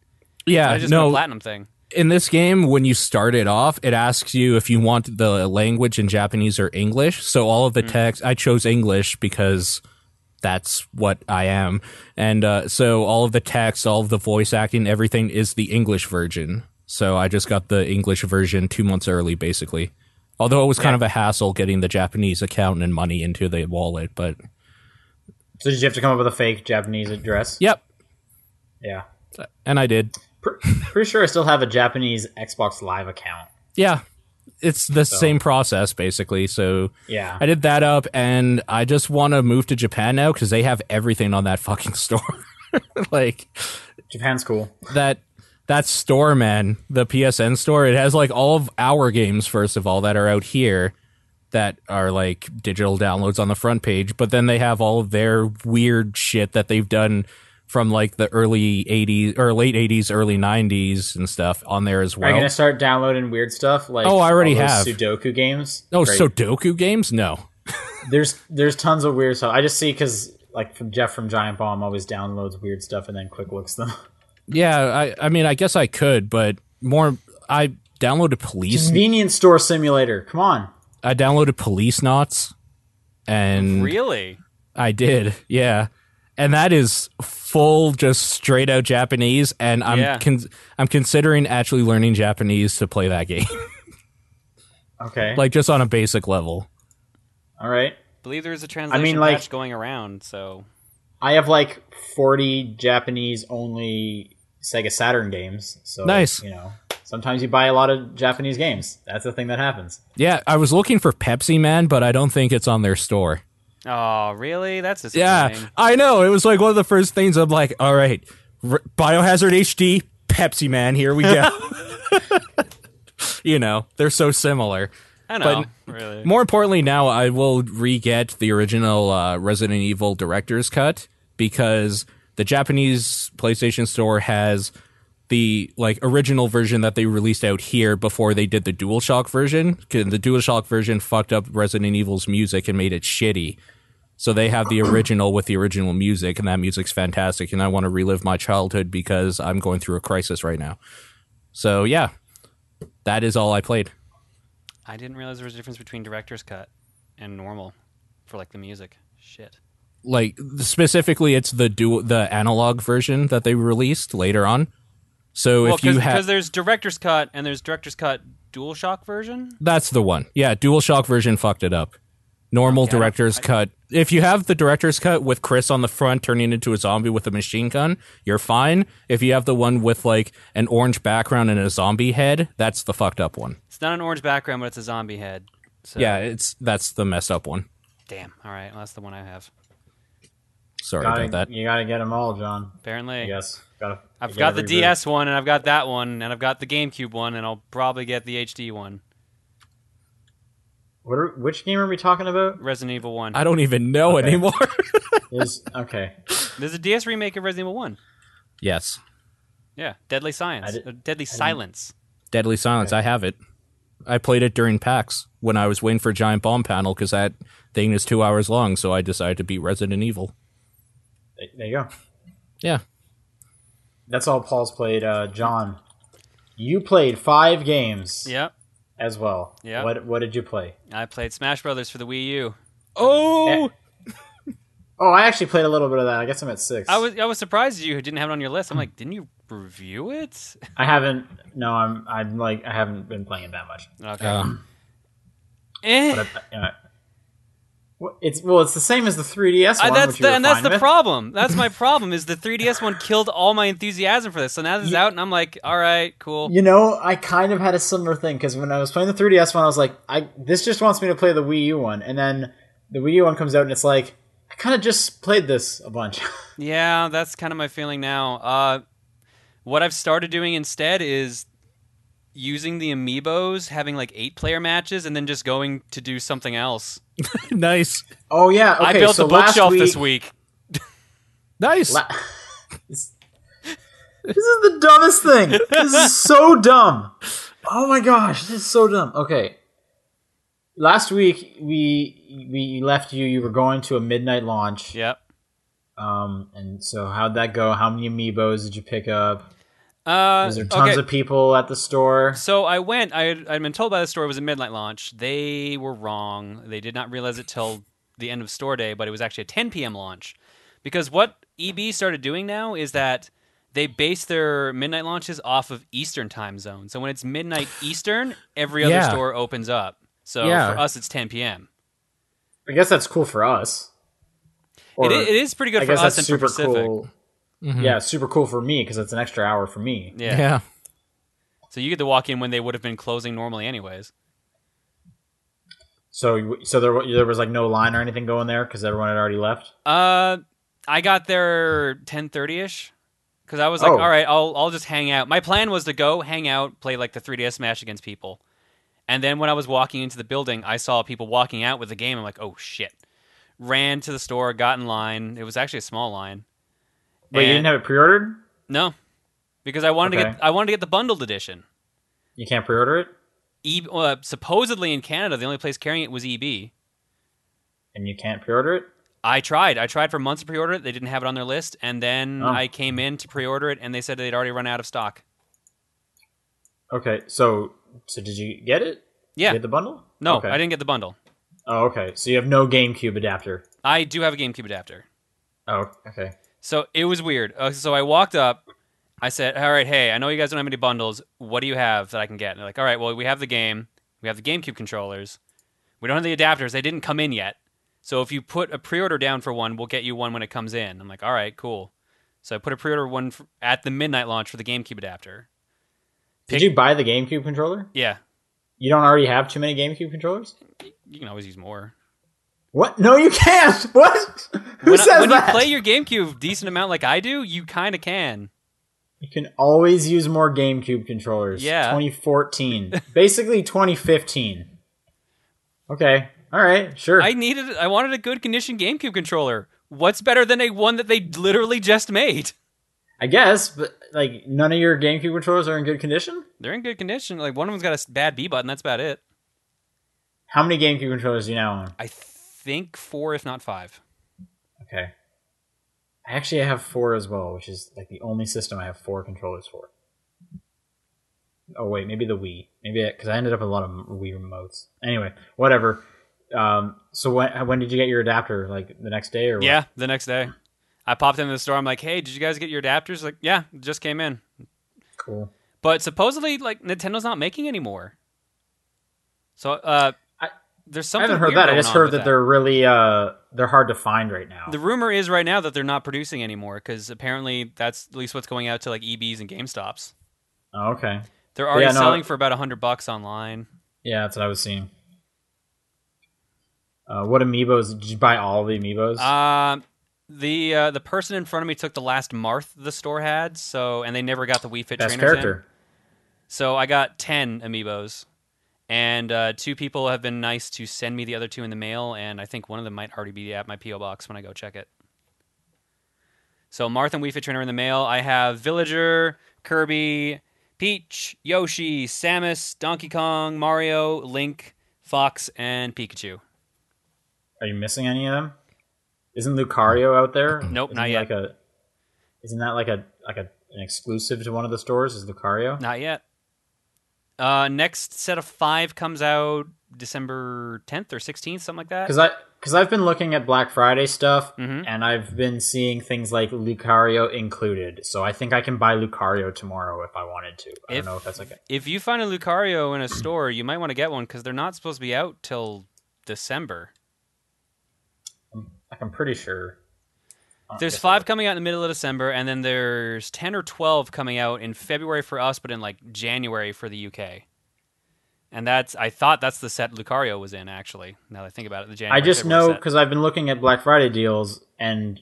S1: Yeah,
S2: I just
S1: Uh, no.
S2: a platinum thing.
S1: in this game, when you start it off, it asks you if you want the language in Japanese or English. So all of the text, I chose English because that's what I am. And uh, so all of the text, all of the voice acting, everything is the English version. So I just got the English version two months early, basically. Although it was kind of a hassle getting the Japanese account and money into the wallet, but
S3: so did you have to come up with a fake Japanese address?
S1: yep,
S3: Yeah.
S1: and I did.
S3: Pre- pretty sure I still have a Japanese Xbox Live account.
S1: Yeah, it's the same process basically. So
S3: Yeah.
S1: I did that up, and I just want to move to Japan now because they have everything on that fucking store. like
S3: Japan's cool.
S1: that that store, man, the PSN store. It has like all of our games first of all that are out here that are like digital downloads on the front page, but then they have all of their weird shit that they've done from like the early 80s or late 80s early 90s and stuff on there as
S3: Are you
S1: well.
S3: gonna start downloading weird stuff like
S1: Oh, I already
S3: all
S1: have.
S3: those Sudoku games?
S1: Oh,
S3: Great.
S1: Sudoku games? No.
S3: there's there's tons of weird stuff. I just see because like from Jeff from Giant Bomb always downloads weird stuff and then quick looks them.
S1: Yeah, I I mean I guess I could, but more I downloaded police
S3: Convenience store simulator. Come on.
S1: I downloaded police knots and
S2: Really?
S1: I did. Yeah. And that is full just straight out Japanese and I'm
S2: Yeah.
S1: con- I'm considering actually learning Japanese to play that game.
S3: Okay.
S1: like just on a basic level.
S3: All right.
S2: believe there is a translation
S3: like-
S2: patch going around, so
S3: I have like 40 Japanese only Sega Saturn games. So
S1: Nice.
S3: You know, sometimes you buy a lot of Japanese games. That's the thing that happens.
S1: Yeah, I was looking for Pepsi Man, but I don't think it's on their store.
S2: Oh, really? That's disappointing.
S1: Yeah, I know. It was like one of the first things I'm like, all right, R- Biohazard HD, Pepsi Man, here we go. you know, they're so similar.
S2: I know. really.
S1: More importantly, now I will re get the original uh, Resident Evil Director's Cut because the Japanese PlayStation Store has the like original version that they released out here before they did the DualShock version. 'Cause The DualShock version fucked up Resident Evil's music and made it shitty. So they have the original with the original music, and that music's fantastic. And I want to relive my childhood because I'm going through a crisis right now. So yeah, that is all I played.
S2: I didn't realize there was a difference between director's cut and normal for like the music. Shit.
S1: like specifically it's the du- the analog version that they released later on so
S2: well,
S1: if you
S2: because
S1: have
S2: there's director's cut and there's director's cut DualShock version.
S1: that's the one yeah dualshock version fucked it up normal
S2: I don't-
S1: director's cut if you have the director's cut with chris on the front turning into a zombie with a machine gun you're fine if you have the one with like an orange background and a zombie head that's the fucked up one
S2: It's not an orange background, but it's a zombie head. So,
S1: yeah it's that's the messed up one
S2: Damn. All right. Well, that's the one I have.
S1: sorry
S3: Gotta-
S1: about that
S3: You gotta get them all, John.
S2: Apparently,
S3: I guess. Gotta,
S2: I've
S3: you
S2: got
S3: gotta
S2: the
S3: reboot.
S2: DS one and I've got that one and I've got the GameCube one and I'll probably get the HD one.
S3: What are, which game are we talking about?
S2: Resident Evil One.
S1: i don't even know
S3: Okay.
S1: anymore
S3: There's, okay.
S2: There's a DS remake of Resident Evil One.
S1: yes
S2: Yeah, Deadly Science.
S3: did-
S2: Uh, Deadly Silence.
S1: Deadly Silence. I have it. I played it during PAX when I was waiting for Giant Bomb Panel because that thing is two hours long. So I decided to beat Resident Evil.
S3: There- There you go.
S1: Yeah.
S3: That's all Paul's played. Uh, John, you played five games
S2: Yep.
S3: as well.
S2: Yeah.
S3: What What did you play?
S2: I played Smash Brothers for the Wii U. Eh,
S1: Oh,
S3: Oh, I actually played a little bit of that. I guess I'm at six.
S2: I was I was surprised you didn't have it on your list. I'm like, didn't you review it?
S3: I haven't. No, I'm. I'm like. I haven't been playing it that much.
S2: Okay.
S1: Um,
S2: Eh.
S3: But I, you know, well, it's well. It's the same as the 3ds
S2: I-
S3: one.
S2: that's
S3: which you
S2: the,
S3: were
S2: and that's
S3: fine
S2: the
S3: with.
S2: problem. That's my problem is the 3DS one killed all my enthusiasm for this. So now this is out, and I'm like, all right, cool.
S3: You know, I kind of had a similar thing because when I was playing the 3DS one, I was like, I this just wants me to play the Wii U one, and then the Wii U one comes out, and it's like, I kind of just played this a bunch.
S2: Yeah, that's kind of my feeling now. Uh, what I've started doing instead is using the amiibos, having like eight player matches, and then just going to do something else.
S1: nice,
S3: oh yeah, okay,
S2: I built
S3: so
S2: a
S3: last
S2: bookshelf
S3: week,
S2: this week.
S1: nice.
S3: La- this, this is the dumbest thing. This is so dumb. Oh my gosh, this is so dumb. Okay. Last week we we left you. You were going to a midnight launch.
S2: Yep.
S3: Um, and so how'd that go? How many amiibos did you pick up?
S2: Uh,
S3: Was there tons
S2: okay.
S3: of people at the store?
S2: So I went. I had, I'd been told by the store it was a midnight launch. They were wrong. They did not realize it till the end of store day, but it was actually a 10 p.m. launch. Because what EB started doing now is that they base their midnight launches off of Eastern time zone. So when it's midnight Eastern, every other
S1: Yeah.
S2: store opens up. So
S1: Yeah.
S2: for us, it's 10 p.m.
S3: I guess that's cool for us.
S2: It,
S3: Or-
S2: i- it is pretty
S3: I
S2: good for
S3: guess
S2: us
S3: that's
S2: and for
S3: super
S2: Pacific.
S3: cool. Yeah, super cool for me because it's an extra hour for me.
S2: Yeah.
S1: yeah.
S2: So you get to walk in when they would have been closing normally, anyways.
S3: So you- so there wa- there was like no line or anything going there because everyone had already left.
S2: Uh, I got there ten thirty ish, because I was like,
S3: Oh.
S2: all right, I'll I'll just hang out. My plan was to go hang out, play like the 3DS Smash against people, and then when I was walking into the building, I saw people walking out with the game. I'm like, oh shit! Ran to the store, got in line. It was actually a small line.
S3: Wait, you
S2: And-
S3: didn't have it pre-ordered?
S2: no, because I wanted to
S3: Okay.
S2: get I wanted to get the bundled edition.
S3: You can't pre-order it,
S2: E- uh, supposedly in Canada, the only place carrying it was E EB.
S3: and you can't pre-order it.
S2: I tried. I tried for months to pre-order it. They didn't have it on their list, and then
S3: Oh.
S2: I came in to pre-order it, and they said they'd already run out of stock.
S3: Okay, so so did you get it?
S2: Yeah.
S3: you get the bundle.
S2: No,
S3: okay.
S2: I didn't get the bundle.
S3: Oh, okay. So you have no GameCube adapter.
S2: I do have a GameCube adapter.
S3: Oh, okay.
S2: So it was weird. Uh, so I walked up. I said, "All right, hey, I know you guys don't have any bundles. What do you have that I can get?" And they're like, "All right, well, we have the game. We have the GameCube controllers. We don't have the adapters. They didn't come in yet. So if you put a pre-order down for one, we'll get you one when it comes in." I'm like, "All right, cool." So I put a pre-order one f at the midnight launch for the GameCube adapter.
S3: Did you buy the GameCube controller?
S2: Yeah,
S3: You don't already have too many GameCube controllers.
S2: you can always use more.
S3: What? No, you can't. What? Who
S2: when I-
S3: says
S2: when
S3: that?
S2: you play your GameCube decent amount like I do, you kind of can.
S3: You can always use more GameCube controllers.
S2: Yeah.
S3: 2014. Basically 2015. Okay. All right. Sure.
S2: I needed I wanted a good condition GameCube controller. What's better than a one that they literally just made?
S3: I guess, but like none of your GameCube controllers are in good condition?
S2: They're in good condition. Like one of them's got a s- bad B button, that's about it.
S3: How many GameCube controllers do you now own?
S2: I think 4 if not 5.
S3: Okay. I actually have four as well, which is like the only system I have four controllers for. Oh wait, maybe the Wii. Maybe because I ended up with a lot of Wii remotes. Anyway, whatever. Um, so when when did you get your adapter? Like the next day or what?
S2: Yeah, the next day. I popped into the store. I'm like, "Hey, did you guys get your adapters?" Like, "Yeah, it just came in."
S3: Cool.
S2: But supposedly like Nintendo's not making anymore. So, uh
S3: I-
S2: there's
S3: I
S2: something
S3: haven't heard
S2: weird
S3: that. I
S2: going
S3: just
S2: on
S3: heard
S2: with
S3: that, they're really uh they're hard to find right now.
S2: The rumor is right now that they're not producing anymore because apparently that's at least what's going out to like EBs and GameStops.
S3: Oh, okay.
S2: They're already
S3: Yeah, no.
S2: selling for about hundred bucks online.
S3: Yeah, that's what I was seeing. Uh, what amiibos? Did you buy all the amiibos?
S2: Um, the uh, the person in front of me took the last Marth the store had, so and they never got the Wii Fit
S3: Best
S2: trainers in.
S3: character.
S2: So I got ten amiibos, and uh, two people have been nice to send me the other two in the mail, and I think one of them might already be at my PO box when I go check it. So Marth and Wii Fit Trainer in the mail. I have Villager, Kirby, Peach, Yoshi, Samus, Donkey Kong, Mario, Link, Fox, and Pikachu.
S3: Are you missing any of them? Isn't Lucario out there?
S2: Nope,
S3: Isn't
S2: not
S3: he
S2: yet.
S3: Like a, isn't that like a like a an exclusive to one of the stores? Is Lucario?
S2: Not yet. Uh, next set of five comes out December 10th or 16th, something like that.
S3: Because I because I've been looking at Black Friday stuff
S2: Mhm.
S3: and I've been seeing things like Lucario included. So I think I can buy Lucario tomorrow if I wanted to. I
S2: If-
S3: don't know if that's like a,
S2: If you find a Lucario in a store, you might want to get one because they're not supposed to be out till December.
S3: like I'm pretty sure. Oh, I
S2: There's
S3: guess-
S2: five coming out in the middle of December, and then there's 10 or 12 coming out in February for us, but in like January for the UK. And that's, I thought that's the set Lucario was in, actually. Now that I think about it, the January.
S3: I just
S2: February
S3: know
S2: set.
S3: because I've been looking at Black Friday deals and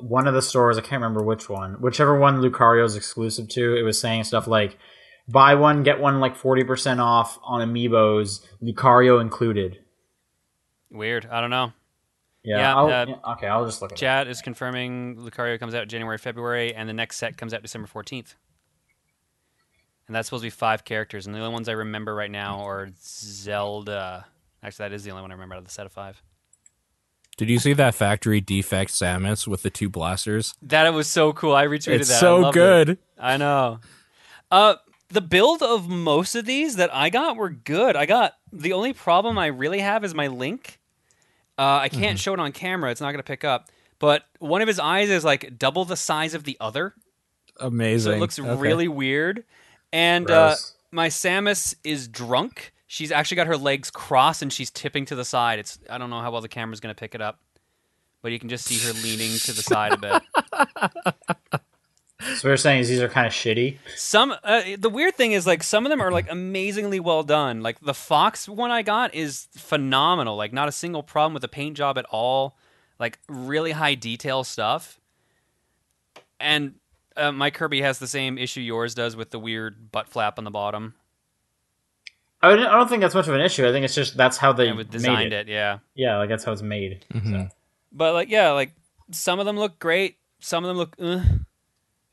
S3: one of the stores I can't remember which one, whichever one Lucario's exclusive to, it was saying stuff like buy one get one like forty percent off on Amiibos, Lucario included.
S2: Weird. I don't know.
S3: Yeah,
S2: Yeah,
S3: I'll,
S2: uh,
S3: yeah, okay, I'll just look at it.
S2: Chat is confirming Lucario comes out January, February, and the next set comes out December 14th. And that's supposed to be five characters, and the only ones I remember right now are Zelda. Actually, that is the only one I remember out of the set of five.
S1: Did you see that factory defect Samus with the two blasters?
S2: That was so cool. I retweeted
S1: it's
S2: that. I
S1: so
S2: loved it.
S1: good.
S2: I know. Uh, the build of most of these that I got were good. I got the only problem I really have is my link. Uh, I
S1: Mm-hmm.
S2: can't show it on camera; it's not going to pick up. But one of his eyes is like double the size of the other, so
S1: Amazing.
S2: it looks
S1: Okay.
S2: really weird. And uh,
S3: Gross.
S2: my Samus is drunk. She's actually got her legs crossed and she's tipping to the side. It's I don't know how well the camera's going to pick it up, but you can just see her leaning to the side a bit.
S3: So what you're saying is these are kind of shitty.
S2: Some uh, the weird thing is like some of them are like amazingly well done. Like the fox one I got is phenomenal. Like not a single problem with the paint job at all. Like really high detail stuff. And uh, my Kirby has the same issue yours does with the weird butt flap on the bottom.
S3: I don't, I don't think that's much of an issue. I think it's just that's how they
S2: I would designed
S3: made it.
S2: it. Yeah.
S3: Yeah, like that's how it's made.
S1: Mhm.
S3: So.
S2: But like yeah, like some of them look great. Some of them look. Uh.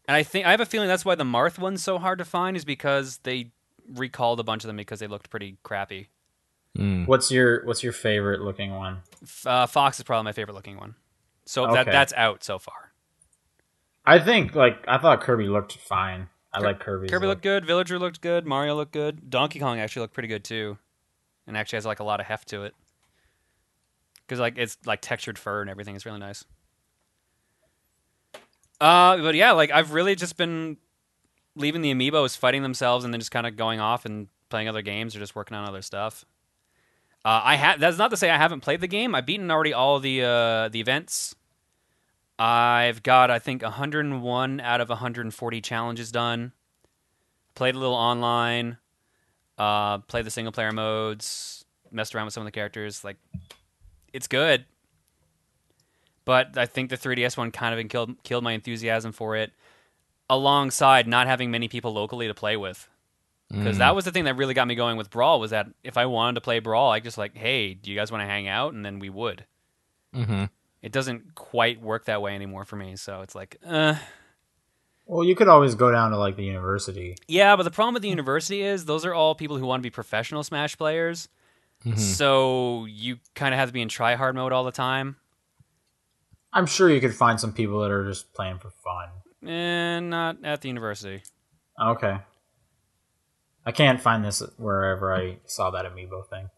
S2: And I think I have a feeling that's why the Marth one's so hard to find is because they recalled a bunch of them because they looked pretty crappy.
S1: Mm.
S3: What's your What's your favorite looking one?
S2: F- uh, Fox is probably my favorite looking one. So that
S3: Okay.
S2: that's out so far.
S3: I think like I thought Kirby looked fine. I
S2: Kir-
S3: like Kirby.
S2: Kirby looked good. Villager looked good. Mario looked good. Donkey Kong actually looked pretty good too, and actually has like a lot of heft to it. Because like it's like textured fur and everything is really nice. Uh, but yeah, like I've really just been leaving the amiibos fighting themselves and then just kind of going off and playing other games or just working on other stuff. Uh, I ha- that's not to say I haven't played the game. I've beaten already all the uh, the events. I've got I think 101 out of 140 challenges done. Played a little online. Uh, played the single player modes. Messed around with some of the characters. Like, it's good. But I think the 3DS one kind of killed killed my enthusiasm for it, alongside not having many people locally to play with. Because
S1: Mm.
S2: that was the thing that really got me going with Brawl was that if I wanted to play Brawl, I just like, hey, do you guys want to hang out? And then we would
S1: Mhm.
S2: it doesn't quite work that way anymore for me. So it's like, uh,
S3: Well, you could always go down to like the university.
S2: yeah, but the problem with the university is those are all people who want to be professional Smash players.
S1: Mhm.
S2: So you kind of have to be in try hard mode all the time.
S3: I'm sure you could find some people that are just playing for fun.
S2: And Eh, not at the university.
S3: Okay. I can't find this wherever I saw that amiibo thing.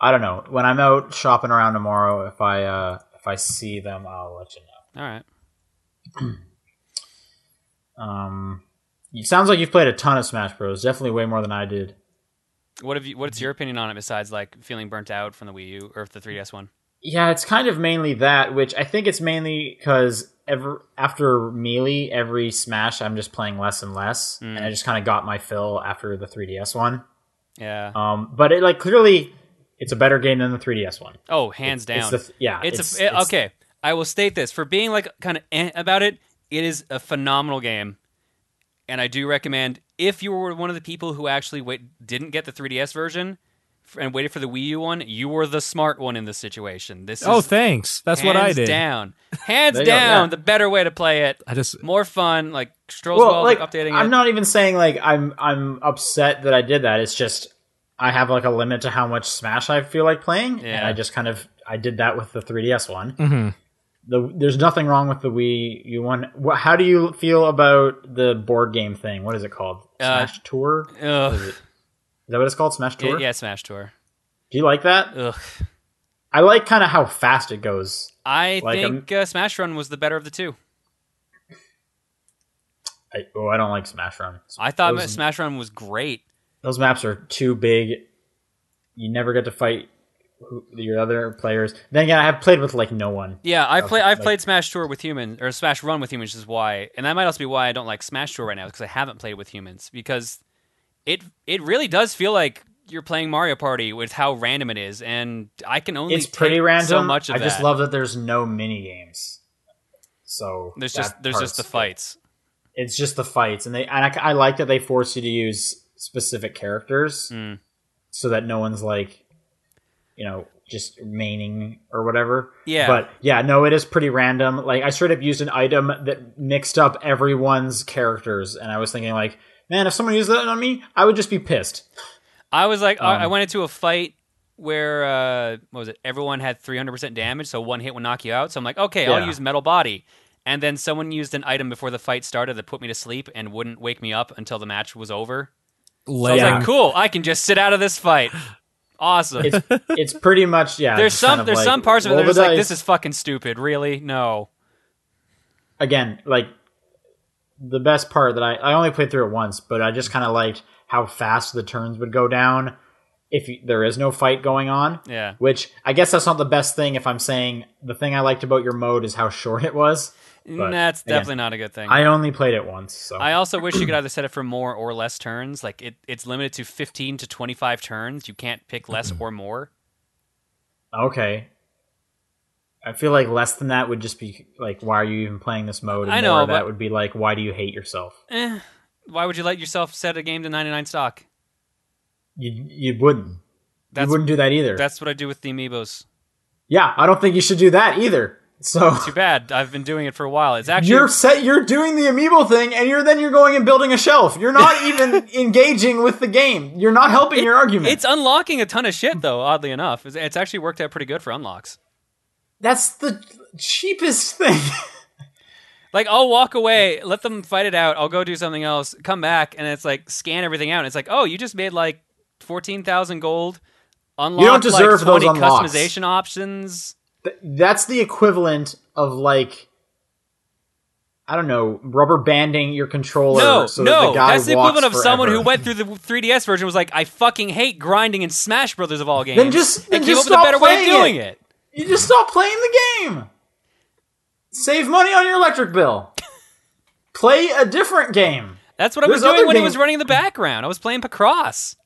S3: I don't know. When I'm out shopping around tomorrow, if I uh, if I see them, I'll let you know.
S2: All right.
S3: Um, it sounds like you've played a ton of Smash Bros. Definitely way more than I did.
S2: What have you? What's your opinion on it besides like feeling burnt out from the Wii U or the 3DS one?
S3: Yeah, it's kind of mainly that, which I think it's mainly because ever after Melee, every Smash, I'm just playing less and less,
S2: Mm.
S3: and I just kind of got my fill after the 3DS one.
S2: Yeah.
S3: Um, but it like clearly, it's a better game than the 3DS one.
S2: Oh, hands down.
S3: It's the th- yeah,
S2: it's, a, it- okay. I will state this for being like kind of eh about it. It is a phenomenal game, and I do recommend if you were one of the people who actually wait, didn't get the 3DS version f- and waited for the Wii U one. You were the smart one in this situation. This is
S1: Oh, thanks. That's what I
S2: hands
S1: did.
S2: Down, hands
S3: There
S2: down,
S3: you go, yeah.
S2: the better way to play it.
S1: I just
S2: More fun, like Strolls
S3: Well, like
S2: updating
S3: I'm
S2: it.
S3: not even saying like I'm I'm upset that I did that. It's just I have like a limit to how much Smash I feel like playing, and
S2: Yeah.
S3: I just kind of I did that with the 3DS one.
S1: Mhm.
S3: the there's nothing wrong with the Wii U one. Wha- How do you feel about the board game thing? What is it called?
S2: Uh,
S3: Smash Tour? Is
S2: Ugh.
S3: that what it's called? Smash
S2: Yeah,
S3: Tour?
S2: yeah, Smash Tour.
S3: Do you like that?
S2: Ugh.
S3: I like kind of how fast it goes.
S2: I
S3: Like, um,
S2: think uh, Smash Run was the better of the two.
S3: I, oh, I don't like Smash Run.
S2: I thought
S3: Those-
S2: Smash Run was great.
S3: those maps are too big. You never get to fight who, your other players. Then again, I have played with like no one.
S2: Yeah, I play.
S3: Okay,
S2: I've
S3: like-
S2: played Smash Tour with humans or Smash Run with humans, which is why, and that might also be why I don't like Smash Tour right now because I haven't played with humans because it it really does feel like you're playing Mario Party with how random it is, and I can only
S3: It's pretty
S2: take
S3: random.
S2: So much of
S3: I just
S2: that.
S3: love that there's no mini games. So
S2: There's
S3: that
S2: just there's just the
S3: part's-
S2: fights.
S3: It's just the fights, and they and I, I like that they force you to use specific characters
S2: Mm.
S3: so that no one's like, you know, just maining or whatever.
S2: Yeah,
S3: But yeah, no, it is pretty random. Like I straight up used an item that mixed up everyone's characters, and I was thinking like, man, if someone used that on me, I would just be pissed.
S2: I was like, I,
S3: Um,
S2: I went into a fight where uh, what was it? Everyone had 300% damage, so one hit would knock you out. So I'm like, okay, I'll
S3: Yeah.
S2: use Metal Body. And then someone used an item before the fight started that put me to sleep and wouldn't wake me up until the match was over. So I was
S1: Letting-
S2: like, cool, I can just sit out of this fight. Awesome.
S3: It's it's pretty much yeah.
S2: there's
S3: just kind
S2: some
S3: of
S2: there's
S3: like,
S2: some parts of it
S3: roll
S2: that
S3: the
S2: was like,
S3: dice.
S2: this is fucking stupid. Really? No.
S3: again like the best part that I I only played through it once, but I just kind of liked how fast the turns would go down if you, there is no fight going on.
S2: Yeah.
S3: Which I guess that's not the best thing if I'm saying the thing I liked about your mode is how short it was. But,
S2: That's
S3: again,
S2: definitely not a good thing.
S3: I only played it once, so
S2: I also wish you could either set it for more or less turns. Like it, it's limited to 15 to 25 turns. You can't pick less or more.
S3: Okay. I feel like less than that would just be like, why are you even playing this mode? And
S2: I know,
S3: more of that
S2: but-
S3: would be like, why do you hate yourself?
S2: eh, why would you let yourself set a game to 99 stock?
S3: You you wouldn't.
S2: That's
S3: you wouldn't do that either.
S2: that's what I do with the amiibos.
S3: yeah, I don't think you should do that either. So
S2: Too bad. I've been doing it for a while. It's actually
S3: you're set. You're doing the amiibo thing, and you're then you're going and building a shelf. You're not even engaging with the game. You're not helping your argument.
S2: it's unlocking a ton of shit though, oddly enough. It's, it's actually worked out pretty good for unlocks.
S3: that's the cheapest thing.
S2: Like I'll walk away, let them fight it out. I'll go do something else, come back and it's like scan everything out. And it's like, "Oh, you just made like 14,000 gold. Unlock like,
S3: deserve those
S2: 20
S3: unlocks.
S2: customization options."
S3: Th- that's the equivalent of like I don't know, rubber banding your controller.
S2: No,
S3: so that
S2: no,
S3: the guy
S2: that's the
S3: walks
S2: equivalent of someone
S3: forever.
S2: who went through the 3DS version and was like, "I fucking hate grinding in Smash Brothers of all games."
S3: just- then
S2: and came up
S3: just
S2: with a
S3: stop
S2: better way of
S3: playing
S2: doing
S3: it.
S2: it.
S3: You just stop playing the game. Save money on your electric bill. Play a different game.
S2: That's what I was
S3: There's
S2: doing
S3: other
S2: when it was
S3: games-
S2: running in the background. I was playing Pacross.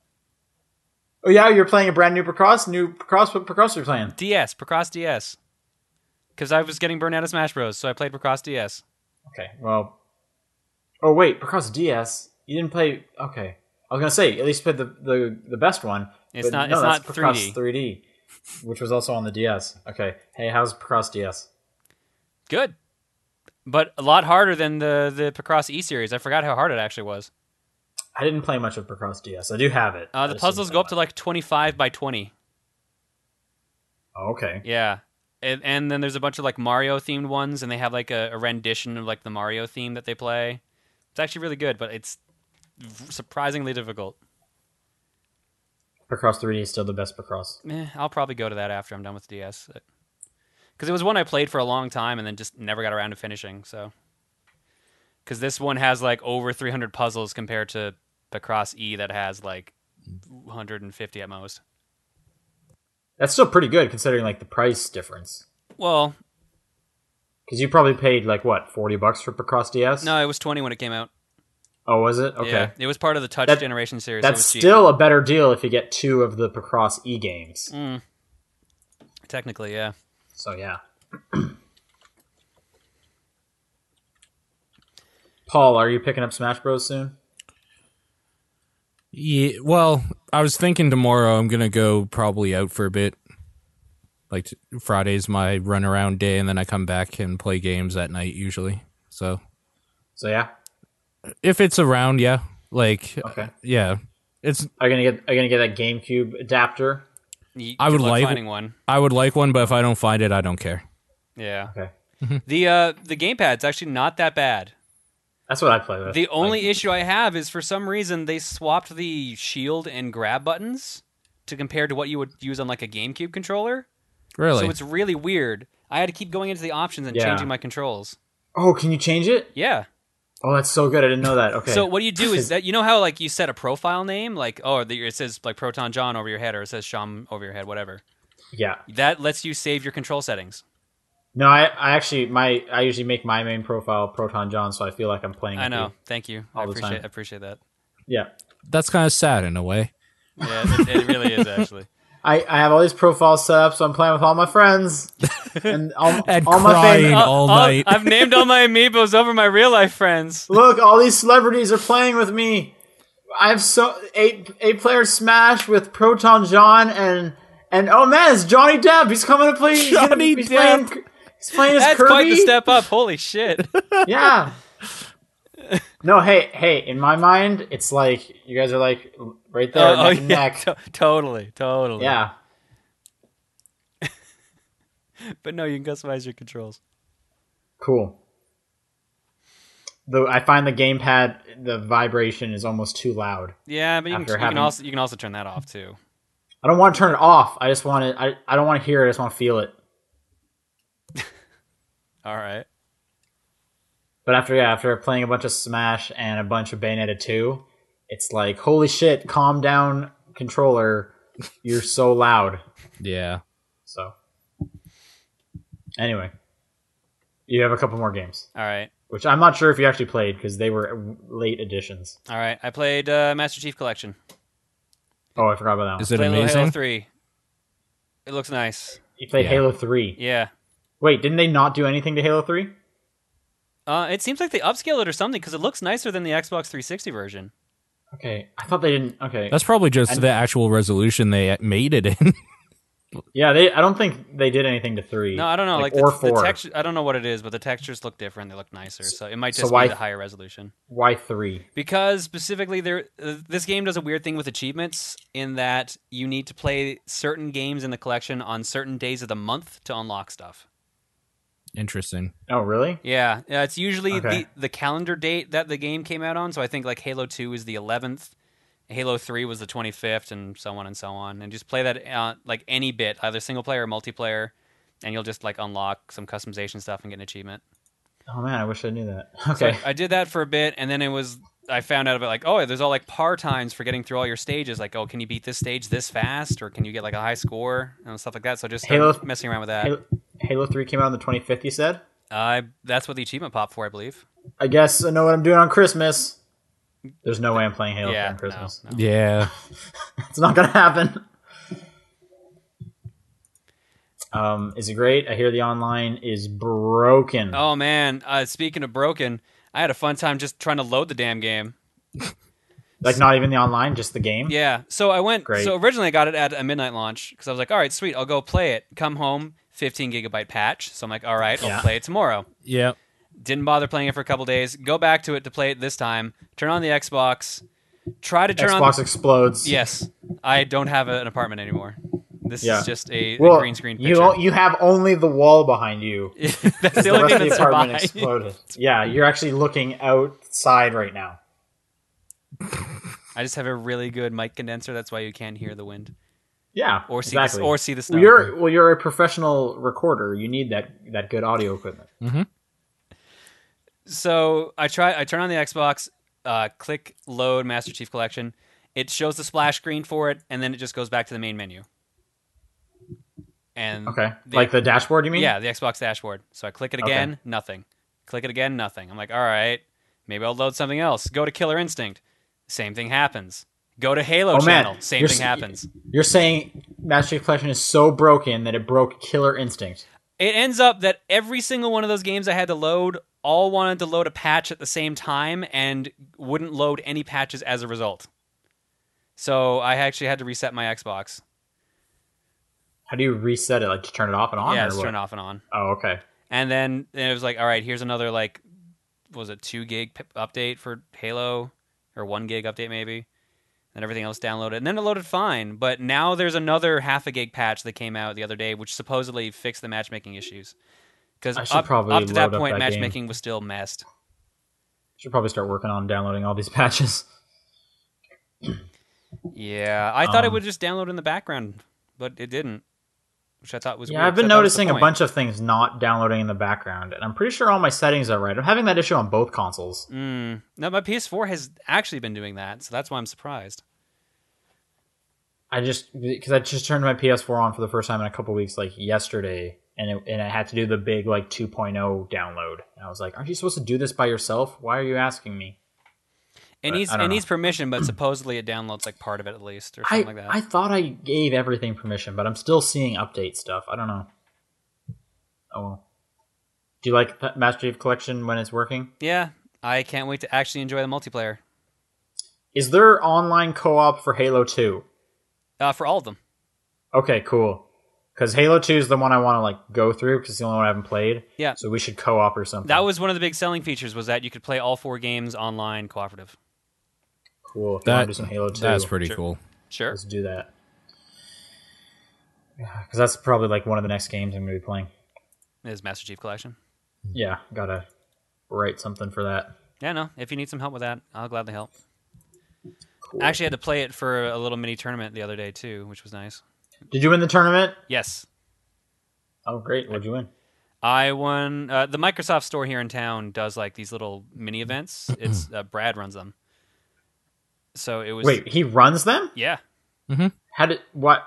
S3: Oh yeah, you're playing a brand new Precross. New Precross. What Precross are you playing?
S2: DS, Pacross DS. Because I was getting burned out of Smash Bros, so I played Pacross DS.
S3: Okay. Well. Oh wait, Precross DS. You didn't play. Okay. I was gonna say at least play the the, the best one.
S2: It's
S3: but
S2: not-
S3: No,
S2: it's
S3: that's
S2: not
S3: Precross
S2: 3D.
S3: 3D, which was also on the DS. Okay. Hey, how's Precross DS?
S2: Good. But a lot harder than the, the Pacross E series. I forgot how hard it actually was.
S3: I didn't play much of Precross DS. I do have it.
S2: Uh, the
S3: I just
S2: puzzles
S3: didn't
S2: go
S3: play
S2: up to like 25 by 20.
S3: much. Oh, okay.
S2: Yeah. And, and then there's a bunch of like Mario themed ones, and they have like a, a rendition of like the Mario theme that they play. It's actually really good, but it's v- surprisingly difficult.
S3: Precross 3D is still the best Precross.
S2: Eh, I'll probably go to that after I'm done with DS. Because it was one I played for a long time and then just never got around to finishing. So, because this one has like over 300 puzzles compared to Pacross E that has like 150 at most.
S3: That's still pretty good considering like the price difference.
S2: Well,
S3: Because you probably paid like what forty bucks for Precross DS.
S2: no, it was 20 when it came out.
S3: Oh, was it? Okay.
S2: Yeah, it was part of the Touch
S3: That-
S2: Generation series. so it
S3: That's
S2: was cheap.
S3: still a better deal if you get two of the Precross e games.
S2: Mm. Technically, yeah.
S3: So yeah. Paul, are you picking up Smash Bros soon?
S1: Yeah, well, I was thinking tomorrow I'm gonna go probably out for a bit. Like t- Friday's my runaround day, and then I come back and play games at night usually. So
S3: So yeah.
S1: if it's around, yeah, like
S3: Okay.
S1: yeah, it's
S3: Are you gonna get are you gonna get that GameCube adapter?
S2: You,
S1: I
S2: good
S1: would
S2: luck
S1: like-
S2: finding one.
S1: I would like one, but if I don't find it, I don't care.
S2: Yeah.
S3: Okay.
S2: The uh, the gamepad's actually not that bad.
S3: That's what I play with.
S2: The only issue I have is for some reason they swapped the shield and grab buttons to compare to what you would use on like a GameCube controller.
S1: Really?
S2: So it's really weird. I had to keep going into the options and
S3: Yeah.
S2: changing my controls.
S3: oh, can you change it?
S2: Yeah.
S3: Oh, that's so good. I didn't know that. Okay.
S2: So what you do is that you know how like you set a profile name like oh the, it says like Proton John over your head or it says Sham over your head whatever.
S3: yeah.
S2: That lets you save your control settings.
S3: No, I, I actually my I usually make my main profile Proton John, so I feel like I'm playing.
S2: I
S3: with
S2: know.
S3: you.
S2: Thank you. I
S3: All the
S2: appreciate
S3: time.
S2: I appreciate that.
S3: Yeah.
S1: That's kind of sad in a way.
S2: Yeah, it, it really is actually.
S3: I, I have all these profiles set up, so I'm playing with all my friends and all,
S1: And
S3: all my
S1: crying.
S3: favorite.
S1: all night.
S2: Uh, I've named all my amiibos over my real life friends.
S3: Look, all these celebrities are playing with me. I have so eight eight player Smash with Proton John and and oh man, it's Johnny Depp. He's coming to play. he's gonna-
S1: Johnny
S3: he's
S1: Depp.
S3: Playing, he's playing his
S2: That's
S3: Kirby.
S2: quite the step up. Holy shit!
S3: Yeah. No, hey, hey. In my mind, it's like you guys are like right there, neck and neck.
S2: to- Oh, totally, totally.
S3: Oh, Yeah.
S2: but no, you can customize your controls.
S3: Cool. Though I find the gamepad, the vibration is almost too loud.
S2: Yeah, but you can,
S3: After
S2: you can
S3: having-
S2: also you can also turn that off too.
S3: I don't want to turn it off. I just want to. I, I don't want to hear it. I just want to feel it.
S2: All right.
S3: But after yeah, after playing a bunch of Smash and a bunch of Bayonetta two, it's like holy shit, calm down, controller. You're so loud.
S1: yeah.
S3: So anyway, you have a couple more games,
S2: All right.
S3: which I'm not sure if you actually played because they were late additions.
S2: All right. I played uh, Master Chief Collection.
S3: Oh, I forgot about that. One.
S1: Is it
S2: played a little Halo
S1: amazing?
S2: Three. It looks nice.
S3: You played
S1: Yeah.
S3: Halo three.
S2: Yeah.
S3: Wait, didn't they not do anything to Halo three?
S2: Uh, it seems like they upscale it or something because it looks nicer than the Xbox 360 version.
S3: Okay, I thought they didn't. Okay,
S1: That's probably just
S3: And-
S1: the actual resolution they made it in.
S3: yeah, they. I don't think they did anything to three.
S2: No, I don't know. Like,
S3: or
S2: the,
S3: four.
S2: the texture, I don't know what it is, but the textures look different. They look nicer, so it might
S3: so
S2: just
S3: why-
S2: be the higher resolution.
S3: Why three?
S2: Because specifically, there uh, this game does a weird thing with achievements in that you need to play certain games in the collection on certain days of the month to unlock stuff.
S1: Interesting.
S3: Oh, really?
S2: Yeah, yeah it's usually
S3: Okay.
S2: the the calendar date that the game came out on. So I think like Halo Two is the eleventh, Halo Three was the twenty fifth, and so on and so on. And just play that uh, like any bit, either single player or multiplayer, and you'll just like unlock some customization stuff and get an achievement.
S3: Oh man, I wish I knew that.
S2: So
S3: Okay,
S2: I- I did that for a bit, and then it was I found out about like oh there's all like par times for getting through all your stages. Like oh can you beat this stage this fast, or can you get like a high score and stuff like that. So I just started
S3: Halo-
S2: messing around with that.
S3: Halo, Halo three came out on the twenty fifth. You said.
S2: I that's what the achievement popped for, I believe.
S3: I guess I know what I'm doing on Christmas. There's no way I'm playing Halo
S2: yeah,
S3: on Christmas.
S2: no, no.
S1: Yeah.
S3: It's not gonna happen. Um, is it great? I hear the online is broken.
S2: Oh man, uh, speaking of broken, I had a fun time just trying to load the damn game.
S3: Like not even the online, just the game.
S2: Yeah, so I went.
S3: Great.
S2: So originally I got it at a midnight launch because I was like, all right, sweet, I'll go play it. Come home, 15 gigabyte patch. So I'm like, all right, I'll
S3: Yeah.
S2: play it tomorrow.
S1: Yeah.
S2: Didn't bother playing it for a couple days. Go back to it to play it this time. Turn on the Xbox. Try to turn on.
S3: Xbox explodes.
S2: Yes, I don't have a- an apartment anymore. This
S3: Yeah.
S2: is just a, a
S3: Well,
S2: green screen
S3: you
S2: picture.
S3: you have only the wall behind you.
S2: That's the
S3: the
S2: only
S3: rest
S2: thing
S3: of the
S2: that
S3: apartment
S2: survived.
S3: exploded. Yeah, you're actually looking outside right now.
S2: I just have a really good mic condenser. That's why you can't hear the wind
S3: Yeah,
S2: or see
S3: exactly.
S2: the, or see the snow.
S3: Well, you're well, you're a professional recorder. You need that that good audio equipment.
S2: so I try. I turn on the Xbox, uh, click load Master Chief Collection. It shows the splash screen for it, and then it just goes back to the main menu. And
S3: Okay,
S2: the-
S3: like the dashboard. You mean?
S2: yeah, the Xbox dashboard. So I click it
S3: Okay.
S2: again, nothing. Click it again, nothing. I'm like, all right, maybe I'll load something else. Go to Killer Instinct. Same thing happens. Go to Halo
S3: Oh, man,
S2: Channel. Same
S3: you're
S2: thing
S3: s-
S2: happens.
S3: You're saying Master Chief Collection is so broken that it broke Killer Instinct.
S2: it ends up that every single one of those games I had to load all wanted to load a patch at the same time and wouldn't load any patches as a result. So I actually had to reset my Xbox.
S3: How do you reset it? Like to turn it off and on?
S2: yeah,
S3: or
S2: it's
S3: what?
S2: turn off and on.
S3: Oh, okay.
S2: And then and it was like, all right, here's another like, what was it two gig p- update for Halo or one gig update maybe? And everything else downloaded, and then it loaded fine. But now there's another half a gig patch that came out the other day, which supposedly fixed the matchmaking issues. Because
S3: I should
S2: up,
S3: probably
S2: up to that
S3: load up
S2: point,
S3: that game.
S2: matchmaking was still messed.
S3: Should probably start working on downloading all these patches.
S2: Yeah, I thought it
S3: Um,
S2: would just download in the background, but it didn't, which I thought was
S3: Yeah,
S2: weird,
S3: I've been
S2: 'cause I thought it was the
S3: noticing a
S2: point.
S3: bunch of things not downloading in the background, and I'm pretty sure all my settings are right. I'm having that issue on both consoles.
S2: Mm. No, my PS4 has actually been doing that, so that's why I'm surprised.
S3: I just because I just turned my PS4 on for the first time in a couple weeks, like yesterday, and it, and I had to do the big like 2.0 download, and I was like, "Aren't you supposed to do this by yourself? Why are you asking me?"
S2: It
S3: But
S2: needs
S3: I
S2: it
S3: don't know.
S2: needs permission, but supposedly it downloads like part of it at least, or
S3: I
S2: something like that.
S3: I thought I gave everything permission, but I'm still seeing update stuff. I don't know. Oh, well. do you like P- Master Chief Collection when it's working?
S2: yeah, I can't wait to actually enjoy the multiplayer
S3: Is there online co-op for Halo Two?
S2: uh, for all of them.
S3: Okay, cool. Because Halo Two is the one I want to like go through because it's the only one I haven't played.
S2: Yeah.
S3: So we should co-op or something.
S2: That was one of the big selling features was that you could play all four games online cooperative.
S3: cool. If you wanna
S1: That,
S3: do some Halo Two.
S1: that's pretty
S2: Sure.
S1: cool.
S2: Sure.
S3: Let's do that. Because that's probably like one of the next games I'm gonna be playing.
S2: Is Master Chief Collection.
S3: Yeah, gotta write something for that.
S2: Yeah, no. If you need some help with that, I'll gladly help.
S3: Cool.
S2: I actually had to play it for a little mini tournament the other day too, which was nice.
S3: did you win the tournament?
S2: Yes,
S3: Oh, great! What'd you win?
S2: I won. Uh, the Microsoft store here in town does like these little mini events. It's uh, Brad runs them. So it was
S3: Wait, he runs them?
S2: Yeah,
S3: How did what?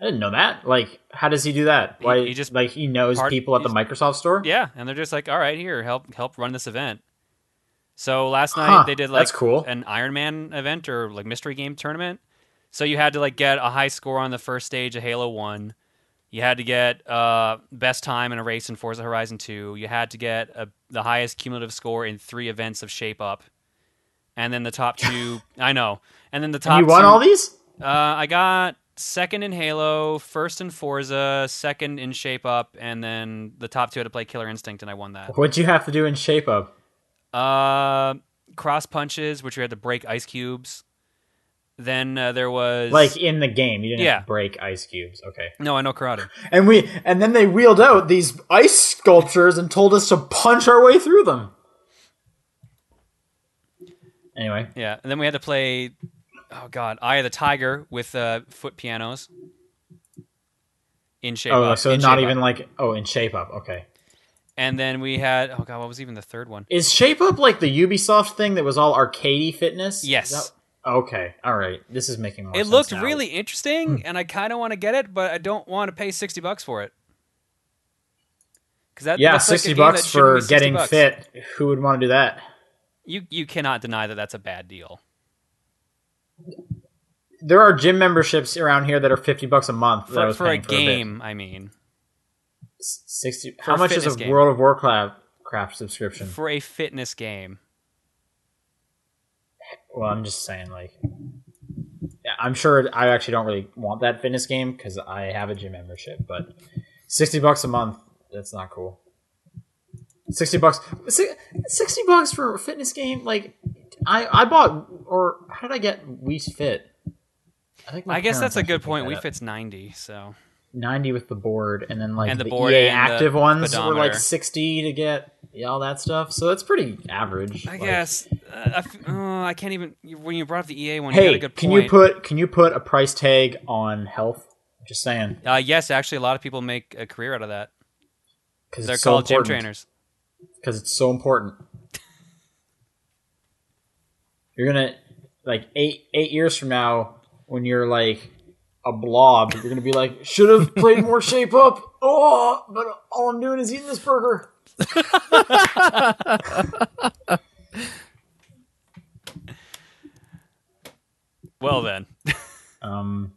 S3: I didn't know that. Like, how does he do that?
S2: He-
S3: Why?
S2: he just-
S3: like he knows
S2: part-
S3: people at the
S2: he's-
S3: Microsoft store.
S2: yeah, and they're just like, all right, here, help help run this event. So last night
S3: Huh,
S2: they did like
S3: that's cool.
S2: an Iron Man event or like mystery game tournament. So you had to like get a high score on the first stage of Halo One. You had to get uh, best time in a race in Forza Horizon Two. You had to get a, the highest cumulative score in three events of Shape Up, and then the top two. I know, and then the top.
S3: And you won
S2: two,
S3: all these?
S2: Uh, I got second in Halo, first in Forza, second in Shape Up, and then the top two had to play Killer Instinct, and I won that.
S3: What'd you have to do in shape up?
S2: Uh, cross punches, which we had to break ice cubes. Then uh, there was
S3: Like in the game, you didn't
S2: Yeah.
S3: have to break ice cubes. Okay.
S2: no, I know karate.
S3: And we and then they wheeled out these ice sculptures and told us to punch our way through them. Anyway,
S2: Yeah, and then we had to play. Oh God, Eye of the Tiger with uh, foot pianos. In shape.
S3: oh,
S2: Up,
S3: so
S2: in Shape
S3: not
S2: Up.
S3: even like oh, in shape up. Okay,
S2: And then we had oh God, what was even the third one?
S3: is shape up like the Ubisoft thing that was all arcadey fitness? Is
S2: Yes.
S3: that- okay. All right. This is Hmm. making more.
S2: It
S3: sense
S2: looked
S3: now.
S2: really interesting, and I kind of want to get it, but I don't want to pay sixty bucks for it. Because that
S3: Yeah,
S2: looks like a
S3: sixty
S2: game
S3: bucks
S2: that shouldn't
S3: for
S2: be 60
S3: getting
S2: bucks.
S3: fit. Who would want to do that?
S2: You you cannot deny that that's a bad deal.
S3: There are gym memberships around here that are fifty bucks a month. that I
S2: for,
S3: was
S2: for a
S3: paying bit.
S2: game. I mean,
S3: S- sixty.
S2: For
S3: how
S2: a
S3: much is
S2: fitness
S3: a
S2: game.
S3: World of Warcraft craft subscription?
S2: for a fitness game.
S3: Well, I'm just saying, like, yeah, I'm sure I actually don't really want that fitness game because I have a gym membership, but sixty bucks a month, that's not cool. Sixty bucks, si- sixty bucks for a fitness game. Like, I I bought or how did I get We Fit? I think
S2: I guess that's a good point. We
S3: We Fit
S2: fits ninety, so
S3: ninety with the board, and then like
S2: And the
S3: the,
S2: board
S3: EA
S2: and the
S3: active ones were like
S2: speedometer.
S3: sixty to get yeah, all that stuff. So that's pretty average.
S2: I
S3: like-
S2: guess uh, I, f- oh, I can't even. When you brought up the EA one, you got
S3: Hey,
S2: a good
S3: can
S2: point.
S3: you put can you put a price tag on health? Just saying,
S2: Uh, yes, actually, a lot of people make a career out of that.
S3: because
S2: They're
S3: it's so
S2: called gym
S3: important.
S2: trainers.
S3: Because it's so important. You're gonna like eight eight years from now, when you're like a blob, you're gonna be like, should have played more shape up. Oh, but all I'm doing is eating this burger.
S2: Well then,
S3: Um.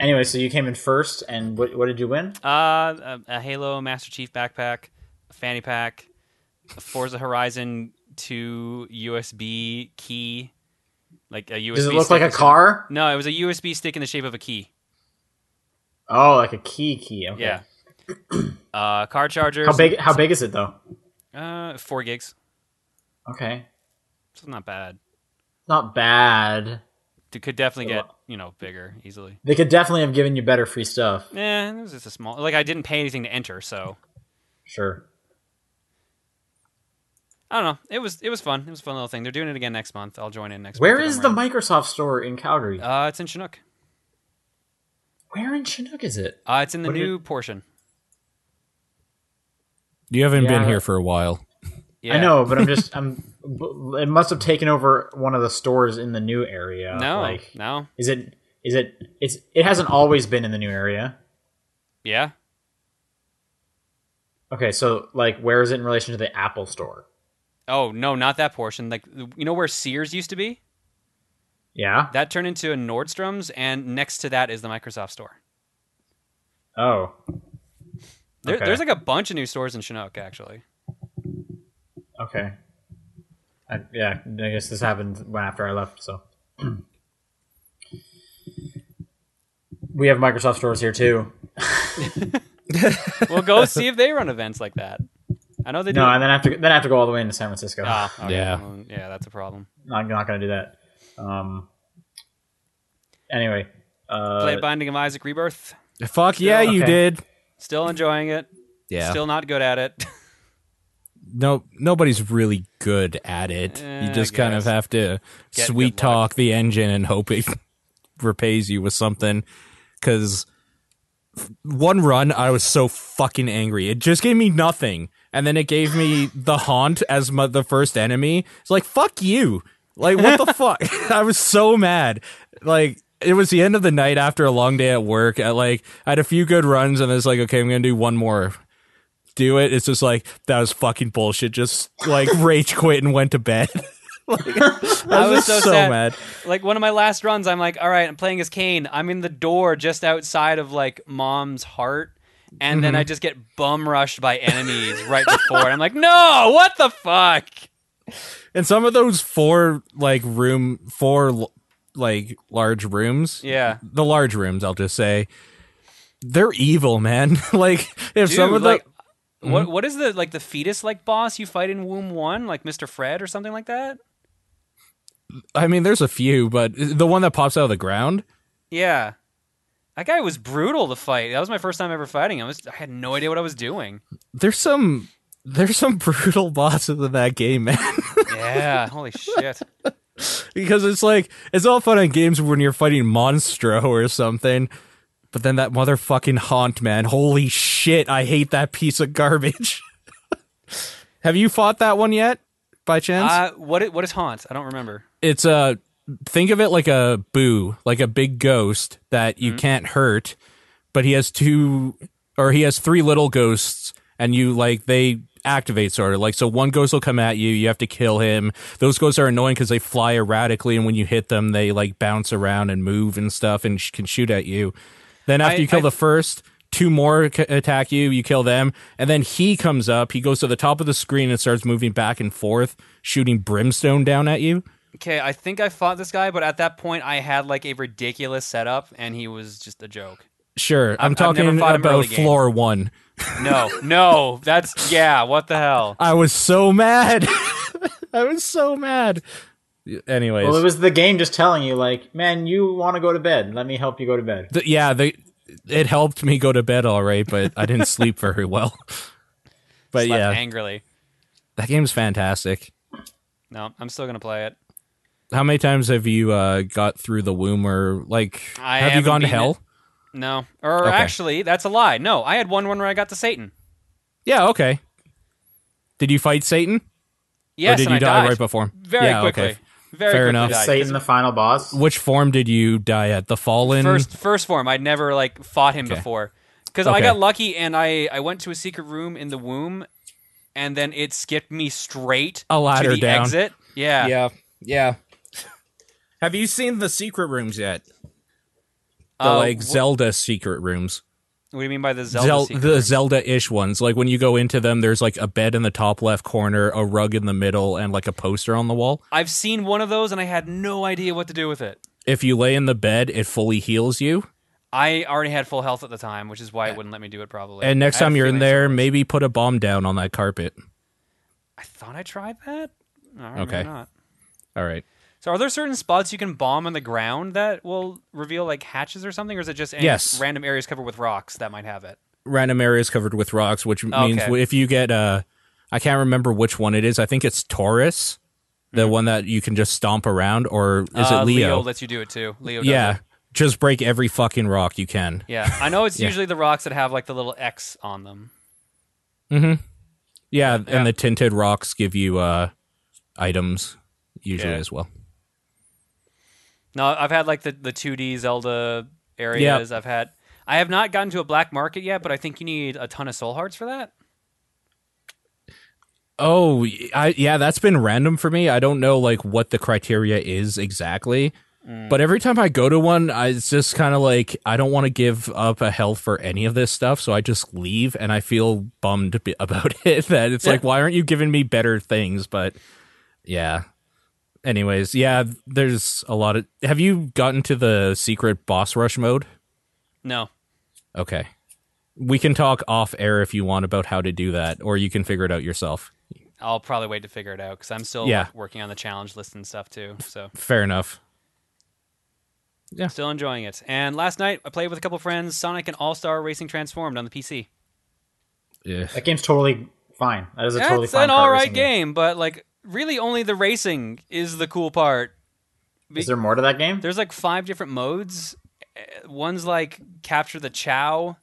S3: Anyway, so you came in first, and what what did you win?
S2: uh, a, a Halo Master Chief backpack, a fanny pack, a Forza Horizon two USB key, like a USB.
S3: Does it look
S2: stick
S3: like a
S2: in the-
S3: car?
S2: No, it was a USB stick in the shape of a key.
S3: Oh, like a key key. Okay.
S2: Yeah. Uh, car chargers.
S3: How big? How big is it though?
S2: Uh, four gigs.
S3: Okay.
S2: So not bad.
S3: Not bad.
S2: It could definitely
S3: So,
S2: get you know bigger easily. Eh,
S3: They could definitely have given you better free stuff.
S2: Yeah, it was just a small. Like I didn't pay anything to enter, so
S3: Sure.
S2: I don't know. It was it was fun. It was a fun little thing. They're doing it again next month. I'll join in next.
S3: Where
S2: month if
S3: is
S2: I'm
S3: the
S2: around.
S3: Microsoft store in Calgary?
S2: Uh, it's in Chinook.
S3: Where in Chinook is it?
S2: Uh, it's in the
S3: What do you-
S2: new portion.
S1: You haven't been
S3: Yeah.
S1: here for a while.
S2: Yeah.
S3: I know, but I'm just I'm. b- It must have taken over one of the stores in the new area.
S2: No,
S3: like
S2: no.
S3: is it is it it's it hasn't always been in the new area.
S2: Yeah.
S3: Okay, so like where is it in relation to the Apple store?
S2: Oh no, not that portion. Like you know where Sears used to be?
S3: Yeah.
S2: That turned into a Nordstrom's, and next to that is the Microsoft store.
S3: Oh,
S2: There,
S3: Okay.
S2: There's like a bunch of new stores in Chinook, actually.
S3: okay. I, yeah, I guess this happened when after I left. So we have Microsoft stores here too.
S2: We'll go see if they run events like that. I know they do.
S3: No, and then I have to then I have to go all the way into San Francisco.
S2: Ah, okay.
S1: Yeah.
S2: Well, yeah, that's a problem.
S3: I'm not gonna do that. Um. Anyway,
S2: Play
S3: uh,
S2: Binding of Isaac Rebirth.
S1: Fuck yeah,
S3: Yeah,
S1: you
S3: okay.
S1: did.
S2: Still enjoying it.
S1: Yeah.
S2: Still not good at it.
S1: no, nobody's really good at it.
S2: Eh,
S1: you
S2: I
S1: just kind of
S2: guess.
S1: have to
S2: Get
S1: sweet
S2: good luck.
S1: talk the engine and hope it repays you with something. Because one run, I was so fucking angry. It just gave me nothing, and then it gave me the haunt as my, the first enemy. It's like fuck you. Like what the fuck? I was so mad. Like. It was the end of the night after a long day at work. I like I had a few good runs and I was like, okay, I'm gonna do one more do it. It's just like that was fucking bullshit. Just like rage quit and went to bed. like, I,
S2: was
S1: was
S2: so
S1: so
S2: sad.
S1: mad.
S2: like one of my last runs, I'm like, all right, I'm playing as Kane. I'm in the door just outside of like mom's heart. And then I just get bum rushed by enemies right before. I'm like, no, what the fuck?
S1: And some of those four like room four l- like large rooms,
S2: Yeah.
S1: the large rooms, I'll just say, they're evil, man. like if
S2: Dude,
S1: some of
S2: like,
S1: the
S2: what what is the like the fetus like boss you fight in womb one like Mr. Fred or something like that?
S1: I mean, there's a few, but the one that pops out of the ground,
S2: Yeah, that guy was brutal to fight. That was my first time ever fighting him. I, was, I had no idea what I was doing.
S1: there's some there's some brutal bosses in that game, man.
S2: Yeah, holy shit.
S1: because it's like it's all fun and games when you're fighting Monstro or something, but then that motherfucking haunt man, holy shit, I hate that piece of garbage. Have you fought that one yet, by chance?
S2: Uh, what i- what is haunt? I don't remember.
S1: it's a think of it like a boo, like a big ghost that
S2: Mm-hmm.
S1: you can't hurt, but he has two or he has three little ghosts, and you like they activate sort of like so one ghost will come at you you have to kill him those ghosts are annoying because they fly erratically and when you hit them they like bounce around and move and stuff and sh- can shoot at you then after
S2: I-
S1: you kill
S2: I-
S1: the first two more c- attack you you kill them and then he comes up he goes to the top of the screen and starts moving back and forth shooting brimstone down at you
S2: Okay, I think I fought this guy, but at that point I had like a ridiculous setup, and he was just a joke.
S1: Sure, I'm,
S2: I've never
S1: talking
S2: fought him
S1: about
S2: early games.
S1: floor one.
S2: No, no, that's yeah. What the hell?
S1: I was so mad. I was so mad. Anyways,
S3: well, it was the game just telling you, like, man, you want to go to bed. Let me help you go to bed.
S1: th- yeah, they, it helped me go to bed all right, but I didn't sleep very well. But
S2: Slept
S1: yeah,
S2: angrily.
S1: that game's fantastic.
S2: No, I'm still gonna play it.
S1: How many times have you uh, got through the womb or like
S2: I
S1: have you
S2: haven't
S1: gone to
S2: beaten
S1: hell?
S2: it. No, or
S1: Okay.
S2: actually, that's a lie. No, I had one one where I got to Satan.
S1: Yeah, okay. Did you fight Satan?
S2: Yes,
S1: or did
S2: and
S1: you
S2: I
S1: die
S2: died
S1: right before?
S2: very
S1: yeah,
S2: quickly.
S1: Okay.
S2: Very
S1: Fair
S2: quickly
S1: enough.
S3: Is
S2: died.
S3: Satan the final boss?
S1: Which form did you die at? The fallen.
S2: first first form. I'd never like fought him
S1: Okay.
S2: before because I
S1: Okay.
S2: got lucky and I I went to a secret room in the womb, and then it skipped me straight
S1: A ladder
S2: to the
S1: down.
S2: exit. Yeah.
S1: Yeah, yeah. Have you seen the secret rooms yet? The
S2: Uh,
S1: like
S2: wh-
S1: Zelda secret rooms,
S2: What do you mean by the Zelda?
S1: Zel-
S2: secret
S1: the
S2: room?
S1: Zelda-ish ones. Like when you go into them, there's like a bed in the top left corner, a rug in the middle, and like a poster on the wall.
S2: I've seen one of those and I had no idea what to do with it.
S1: If you lay in the bed, it fully heals you.
S2: I already had full health at the time, which is why it wouldn't let me do it probably.
S1: And next
S2: I had
S1: time
S2: a
S1: you're in
S2: feeling
S1: there, maybe put a bomb down on that carpet.
S2: I thought I tried that. All right,
S1: Okay.
S2: maybe not.
S1: All right.
S2: So, are there certain spots you can bomb on the ground that will reveal like hatches or something, or is it just any
S1: Yes.
S2: random areas covered with rocks that might have it?
S1: random areas covered with rocks, which means
S2: Okay.
S1: if you get uh I can't remember which one it is. I think it's Taurus, the one that you can just stomp around, or is
S2: Mm-hmm. Uh,
S1: it Leo?
S2: lets you do it too. Leo. Does
S1: yeah,
S2: it.
S1: just break every fucking rock you can.
S2: Yeah. I know it's
S1: Yeah.
S2: usually the rocks that have like the little X on them.
S1: Yeah,
S2: Yeah.
S1: and the tinted rocks give you uh items usually
S2: Yeah.
S1: as well.
S2: No, I've had like the the 2D Zelda areas. I've had. I have not gotten to a black market yet, but I think you need a ton of soul hearts for that.
S1: Oh, I yeah, that's been random for me. I don't know like what the criteria is exactly. But every time I go to one, I, it's just kind of like I don't want to give up a health for any of this stuff, so I just leave, and I feel bummed b- about it. That it's like, why aren't you giving me better things? But yeah. Anyways, yeah, there's a lot of. Have you gotten to the secret boss rush mode?
S2: No.
S1: Okay, we can talk off air if you want about how to do that, or you can figure it out yourself.
S2: I'll probably wait to figure it out because I'm still
S1: Yeah.
S2: like, working on the challenge list and stuff too. So
S1: Fair enough.
S2: still enjoying it. And last night I played with a couple friends Sonic and All Star Racing Transformed on the PC.
S1: Yeah.
S3: That game's totally fine. That is a
S2: That's
S3: totally fine.
S2: an
S3: kart
S2: all
S3: racing
S2: right
S3: game.
S2: game, but like really only the racing is the cool part.
S3: Is there more to that game?
S2: There's like five different modes. Uh, One's like capture the chow,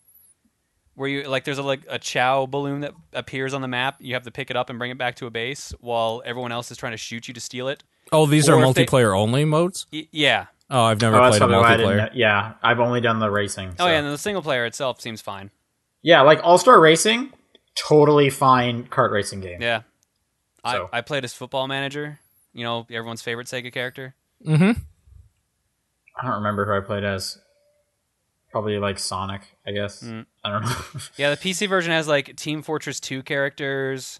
S2: where you like there's a like a chow balloon that appears on the map. You have to pick it up and bring it back to a base while everyone else is trying to shoot you to steal it.
S1: Oh, these
S2: Or
S1: are
S2: if they-
S1: multiplayer only modes.
S2: Y- yeah.
S1: Oh, I've never
S3: oh, that's
S1: played a
S3: probably why I didn't.
S1: multiplayer.
S3: Know. Yeah, I've only done the racing.
S2: Oh
S3: so.
S2: yeah, and the single player itself seems fine.
S3: Yeah, like All Star Racing, totally fine kart racing game.
S2: Yeah.
S3: So-
S2: I, I played as football manager, you know, everyone's favorite Sega character.
S1: Mm-hmm.
S3: I don't remember who I played as. Probably like Sonic, I guess. I don't know.
S2: Yeah, the PC version has like Team Fortress 2 characters,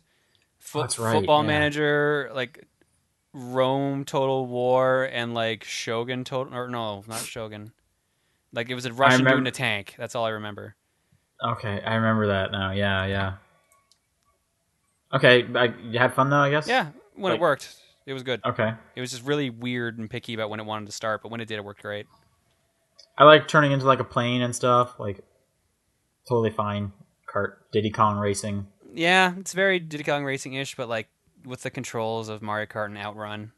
S2: fo-
S3: That's right,
S2: football
S3: yeah.
S2: manager, like Rome Total War, and like Shogun Total. Or no, not Shogun. Like it was a Russian dude in
S3: remember-
S2: a tank. That's all I remember.
S3: okay, I remember that now. Yeah, yeah. Okay, I, you had fun though, I guess.
S2: Yeah, when it
S3: Like- Oh.
S2: worked, it was good.
S3: Okay,
S2: It was just really weird and picky about when it wanted to start, but when it did, it worked great.
S3: I like turning into like a plane and stuff. Like, totally fine kart Diddy Kong racing.
S2: Yeah, it's very Diddy Kong Racing ish, but like with the controls of Mario Kart and Outrun.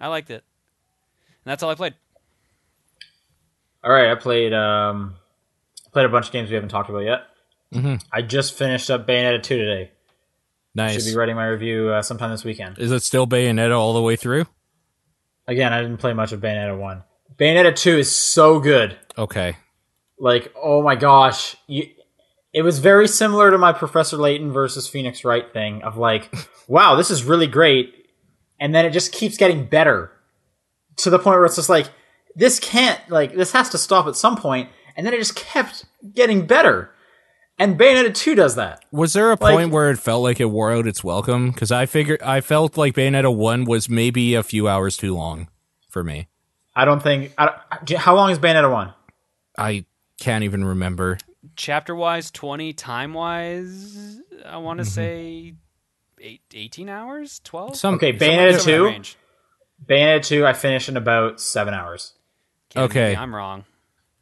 S2: I liked it. And that's all I played.
S3: All right, I played um, played a bunch of games we haven't talked about yet.
S1: Mhm.
S3: I just finished up Bayonetta two today. Should
S1: Nice.
S3: be writing my review uh, sometime this weekend.
S1: Is it still Bayonetta all the way through?
S3: Again, I didn't play much of Bayonetta 1. Bayonetta 2 is so good.
S1: Okay.
S3: Like, oh my gosh. You, it was very similar to my Professor Layton versus Phoenix Wright thing of like, wow, this is really great. And then it just keeps getting better to the point where it's just like, this can't, like, this has to stop at some point. And then it just kept getting better. And Bayonetta 2 does that.
S1: Was there a
S3: Like-
S1: point where it felt like it wore out its welcome? Because I figured I felt like Bayonetta one was maybe a few hours too long for me.
S3: I don't think. I don't, how long is Bayonetta 1?
S1: I can't even remember.
S2: Chapter wise, 20, time wise, I want to say eight, 18 hours? 12?
S1: Some
S3: Okay,
S1: somewhere-
S3: Bayonetta
S2: Somewhere in that
S3: 2?
S2: range.
S3: Bayonetta 2, I finished in about seven hours.
S2: Kidding me,
S1: Okay.
S2: I'm wrong.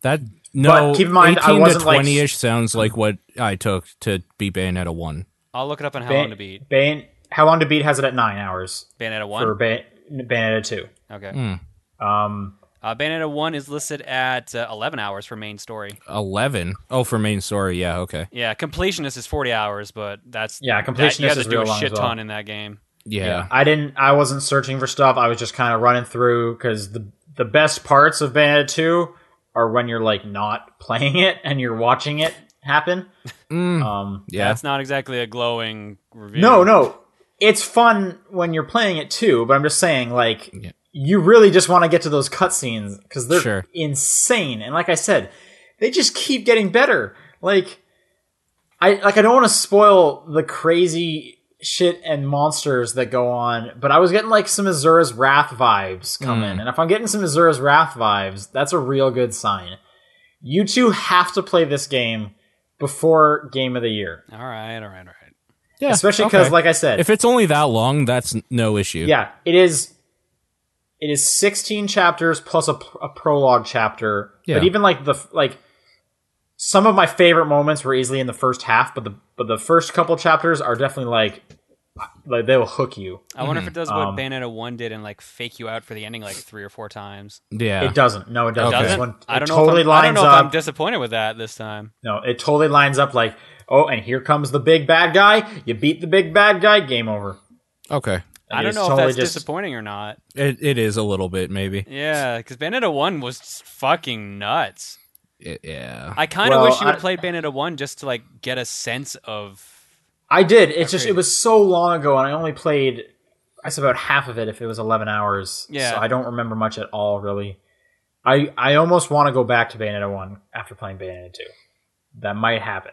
S1: That no.
S3: But keep in mind, I
S1: eighteen to
S3: wasn't, like,
S1: twenty ish sounds like what I took to be Bayonetta one.
S2: I'll look it up on how
S3: Bay-
S2: long to beat.
S3: Bayon- how long to beat has it at nine hours
S2: Bayonetta 1?
S3: for Mm. Bay- Bayonetta two.
S2: okay.
S3: Um,
S2: Uh, Bayonetta 1 is listed at uh, 11 hours for main story.
S1: Eleven. Oh, for main story. Yeah. Okay.
S2: Yeah, completionist is 40 hours, but that's.
S3: Yeah,
S2: that- You
S3: completionist
S2: have to
S3: is
S2: do
S3: real
S2: a
S3: long as
S2: shit
S3: well.
S2: ton in that game.
S1: Yeah.
S3: I didn't. I wasn't searching for stuff. I was just kind of running through because the the best parts of Bayonetta two are when you're like not playing it and you're watching it happen. Um,
S1: Mm. Yeah.
S2: That's not exactly a glowing review.
S3: no, no, it's fun when you're playing it too. But I'm just saying, like,
S1: Yeah.
S3: you really just want to get to those cutscenes because they're
S1: Sure.
S3: insane. And like I said, they just keep getting better. Like I like I don't want to spoil the crazy shit and monsters that go on, but I was getting like some Azura's Wrath vibes coming.
S1: Mm.
S3: And if I'm getting some Azura's Wrath vibes, that's a real good sign. You two have to play this game before game of the year.
S2: All right, all right, all right.
S1: Yeah,
S3: Especially because,
S1: okay.
S3: like I said,
S1: if it's only that long, that's n- no issue.
S3: yeah it is it is 16 chapters plus a, a prologue chapter
S1: Yeah.
S3: but even like the like some of my favorite moments were easily in the first half, but the but the first couple chapters are definitely like like they'll hook you.
S2: I wonder if it does what
S3: Um,
S2: Bayonetta one did and like fake you out for the ending like three or four times.
S1: Yeah.
S3: It doesn't. No, it doesn't.
S1: Okay.
S3: This
S2: Doesn't
S3: one-
S2: I
S3: it
S2: don't know.
S3: totally
S2: if I'm, I don't
S3: lines
S2: know if I'm
S3: up.
S2: disappointed with that this time.
S3: No, it totally lines up. Like, oh, and here comes the big bad guy. You beat the big bad guy. Game over.
S1: Okay.
S2: I
S3: It
S2: don't
S3: is
S2: know
S3: totally
S2: if that's
S3: just-
S2: disappointing or not.
S1: It, it is a little bit maybe.
S2: Yeah, because Bayonetta one was fucking nuts.
S1: It- yeah.
S2: I kind of
S3: Well,
S2: wish you would
S3: I-
S2: have played Bayonetta one just to like get a sense of
S3: I did. It's just
S2: Okay.
S3: it was so long ago, and I only played. I guess about half of it if it was eleven hours.
S2: Yeah.
S3: so I don't remember much at all really. I I almost want to go back to Bayonetta one after playing Bayonetta two. That might happen.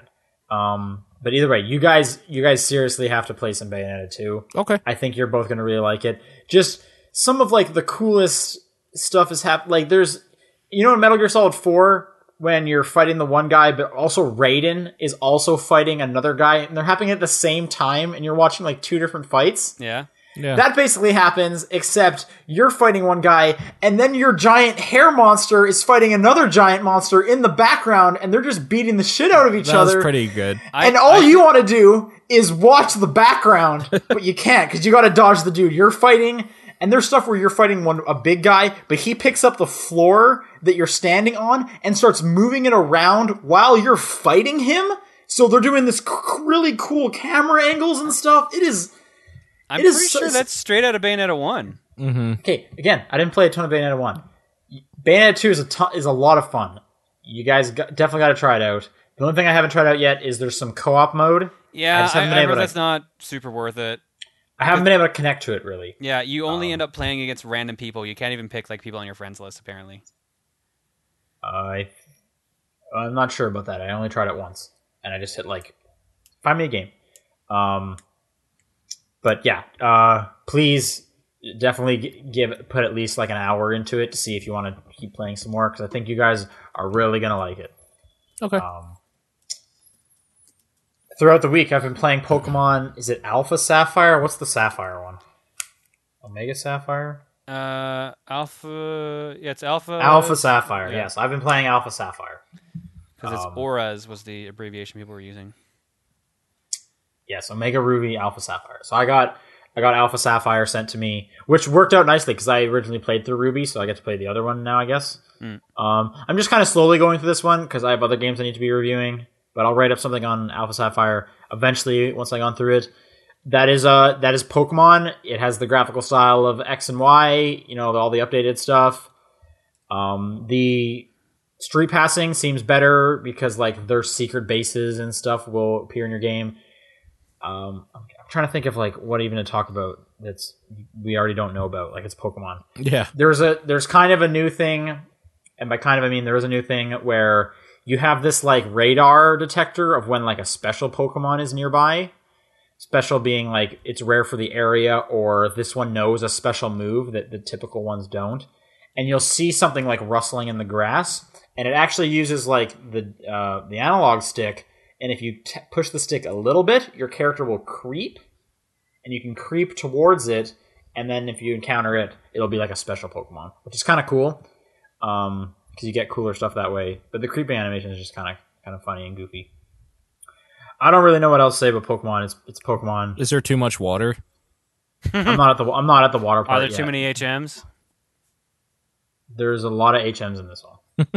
S3: Um, but either way, you guys you guys seriously have to play some Bayonetta two.
S1: okay.
S3: I think you're both gonna really like it. Just some of like the coolest stuff is happening. Like there's, you know, in Metal Gear Solid Four when you're fighting the one guy, but also Raiden is also fighting another guy, and they're happening at the same time, and you're watching like two different fights.
S2: yeah.
S1: Yeah.
S3: That basically happens, except you're fighting one guy, and then your giant hair monster is fighting another giant monster in the background, and they're just beating the shit out of each
S1: that was
S3: other
S1: pretty good.
S2: I-
S3: and all you want to do is watch the background, but you can't because you got to dodge the dude you're fighting. And there's stuff where you're fighting one a big guy, but he picks up the floor that you're standing on and starts moving it around while you're fighting him. So they're doing this c- really cool camera angles and stuff. It is
S2: I'm
S3: It is
S2: pretty
S3: so-
S2: sure that's straight out of Bayonetta one.
S3: okay. Again, I didn't play a ton of Bayonetta one. Bayonetta two is a ton, is a lot of fun. You guys got, definitely got to try it out. The only thing I haven't tried out yet is there's some co-op mode. I
S2: Yeah,
S3: just
S2: I, I,
S3: haven't been able
S2: remember
S3: to-
S2: that's not super worth it.
S3: I haven't been able to connect to it really.
S2: Yeah, you
S3: Um,
S2: only end up playing against random people. You can't even pick like people on your friends list apparently.
S3: I I'm not sure about that. I only tried it once, and I just hit like find me a game. Um, but yeah, uh, please definitely g- give put at least like an hour into it to see if you want to keep playing some more because I think you guys are really gonna like it.
S1: Okay.
S3: Um, throughout the week, I've been playing Pokemon. Is it Alpha Sapphire? What's the Sapphire one? Omega Sapphire.
S2: Uh, Alpha. Yeah, it's Alpha.
S3: Alpha Sapphire.
S2: yeah.
S3: Yes, I've been playing Alpha Sapphire.
S2: because it's
S3: um,
S2: auras was the abbreviation people were using.
S3: Yes, Omega Ruby, Alpha Sapphire. So I got I got Alpha Sapphire sent to me, which worked out nicely because I originally played through Ruby, so I get to play the other one now, I guess.
S2: Mm.
S3: Um, I'm just kind of slowly going through this one because I have other games I need to be reviewing, but I'll write up something on Alpha Sapphire eventually once I gone through it. That is uh that is Pokemon. It has the graphical style of X and Y, you know, all the updated stuff. Um, the street passing seems better because like their secret bases and stuff will appear in your game. Um, I'm I'm trying to think of like what even to talk about that's we already don't know about. Like it's Pokemon.
S1: Yeah.
S3: There's a there's kind of a new thing, and by kind of I mean there is a new thing where you have this like radar detector of when like a special Pokemon is nearby. Special being like it's rare for the area, or this one knows a special move that the typical ones don't. And you'll see something like rustling in the grass, and it actually uses like the uh, the analog stick. And if you t- push the stick a little bit, your character will creep, and you can creep towards it. And then if you encounter it, it'll be like a special Pokemon, which is kind of cool because you get cooler stuff that way. But the creeping animation is just kind of kind of funny and goofy. I don't really know what else to say about Pokemon. It's it's Pokemon.
S1: Is there too much water?
S3: I'm not at the I'm not at the water park.
S2: Mm-hmm. Are there
S3: yet.
S2: too many HMs?
S3: There's a lot of HMs in this one.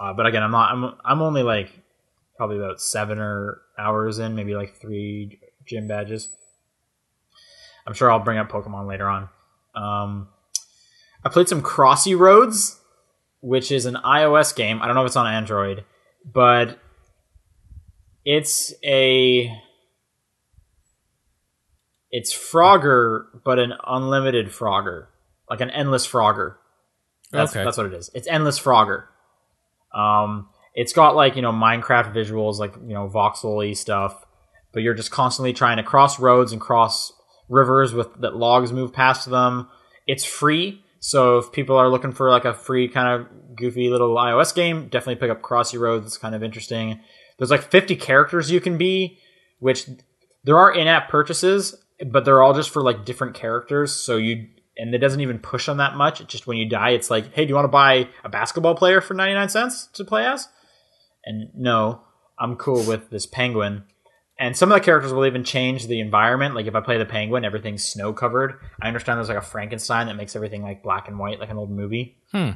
S3: uh, but again, I'm not. I'm I'm only like probably about seven or hours in, maybe like three gym badges. I'm sure I'll bring up Pokemon later on. Um, I played some Crossy Roads, which is an iOS game. I don't know if it's on Android, but it's a it's Frogger, but an unlimited Frogger, like an endless Frogger. That's,
S1: Okay.
S3: that's what it is. It's endless Frogger. Um, it's got like you know Minecraft visuals, like you know voxel-y stuff, but you're just constantly trying to cross roads and cross rivers with that logs move past them. It's free, so if people are looking for like a free kind of goofy little iOS game, definitely pick up Crossy Roads. It's kind of interesting. There's like 50 characters you can be, which there are in-app purchases, but they're all just for like different characters. So you and it doesn't even push on that much. It's just when you die, it's like, hey, do you want to buy a basketball player for 99 cents to play as? and no, I'm cool with this penguin. And some of the characters will even change the environment. Like if I play the penguin, everything's snow covered. I understand there's like a Frankenstein that makes everything like black and white, like an old movie.
S1: Hmm.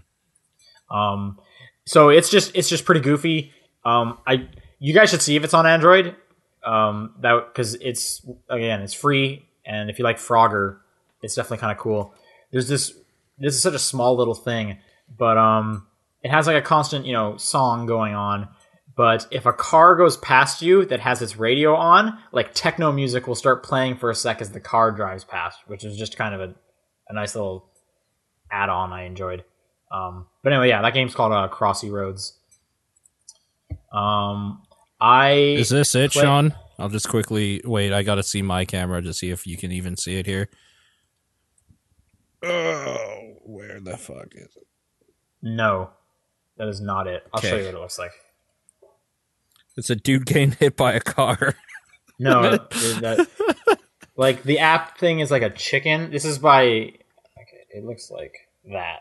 S3: Um, so it's just it's just pretty goofy. Um, I you guys should see if it's on Android. Um, that because it's again it's free, and if you like Frogger, it's definitely kind of cool. There's this this is such a small little thing, but um, it has like a constant you know song going on. But if a car goes past you that has its radio on, like techno music will start playing for a sec as the car drives past, which is just kind of a, a nice little add on I enjoyed. Um, but anyway, yeah, that game's called uh, Crossy Roads. Um, I
S1: Is this it,
S3: play-
S1: Sean? I'll just quickly wait. I got to see my camera to see if you can even see it here. Oh, where the fuck is it?
S3: no, that is not it. I'll show
S1: Okay.
S3: you what it looks like.
S1: It's a dude getting hit by a car.
S3: No, dude, that, like the app thing is like a chicken. This is by. Okay, it looks like that.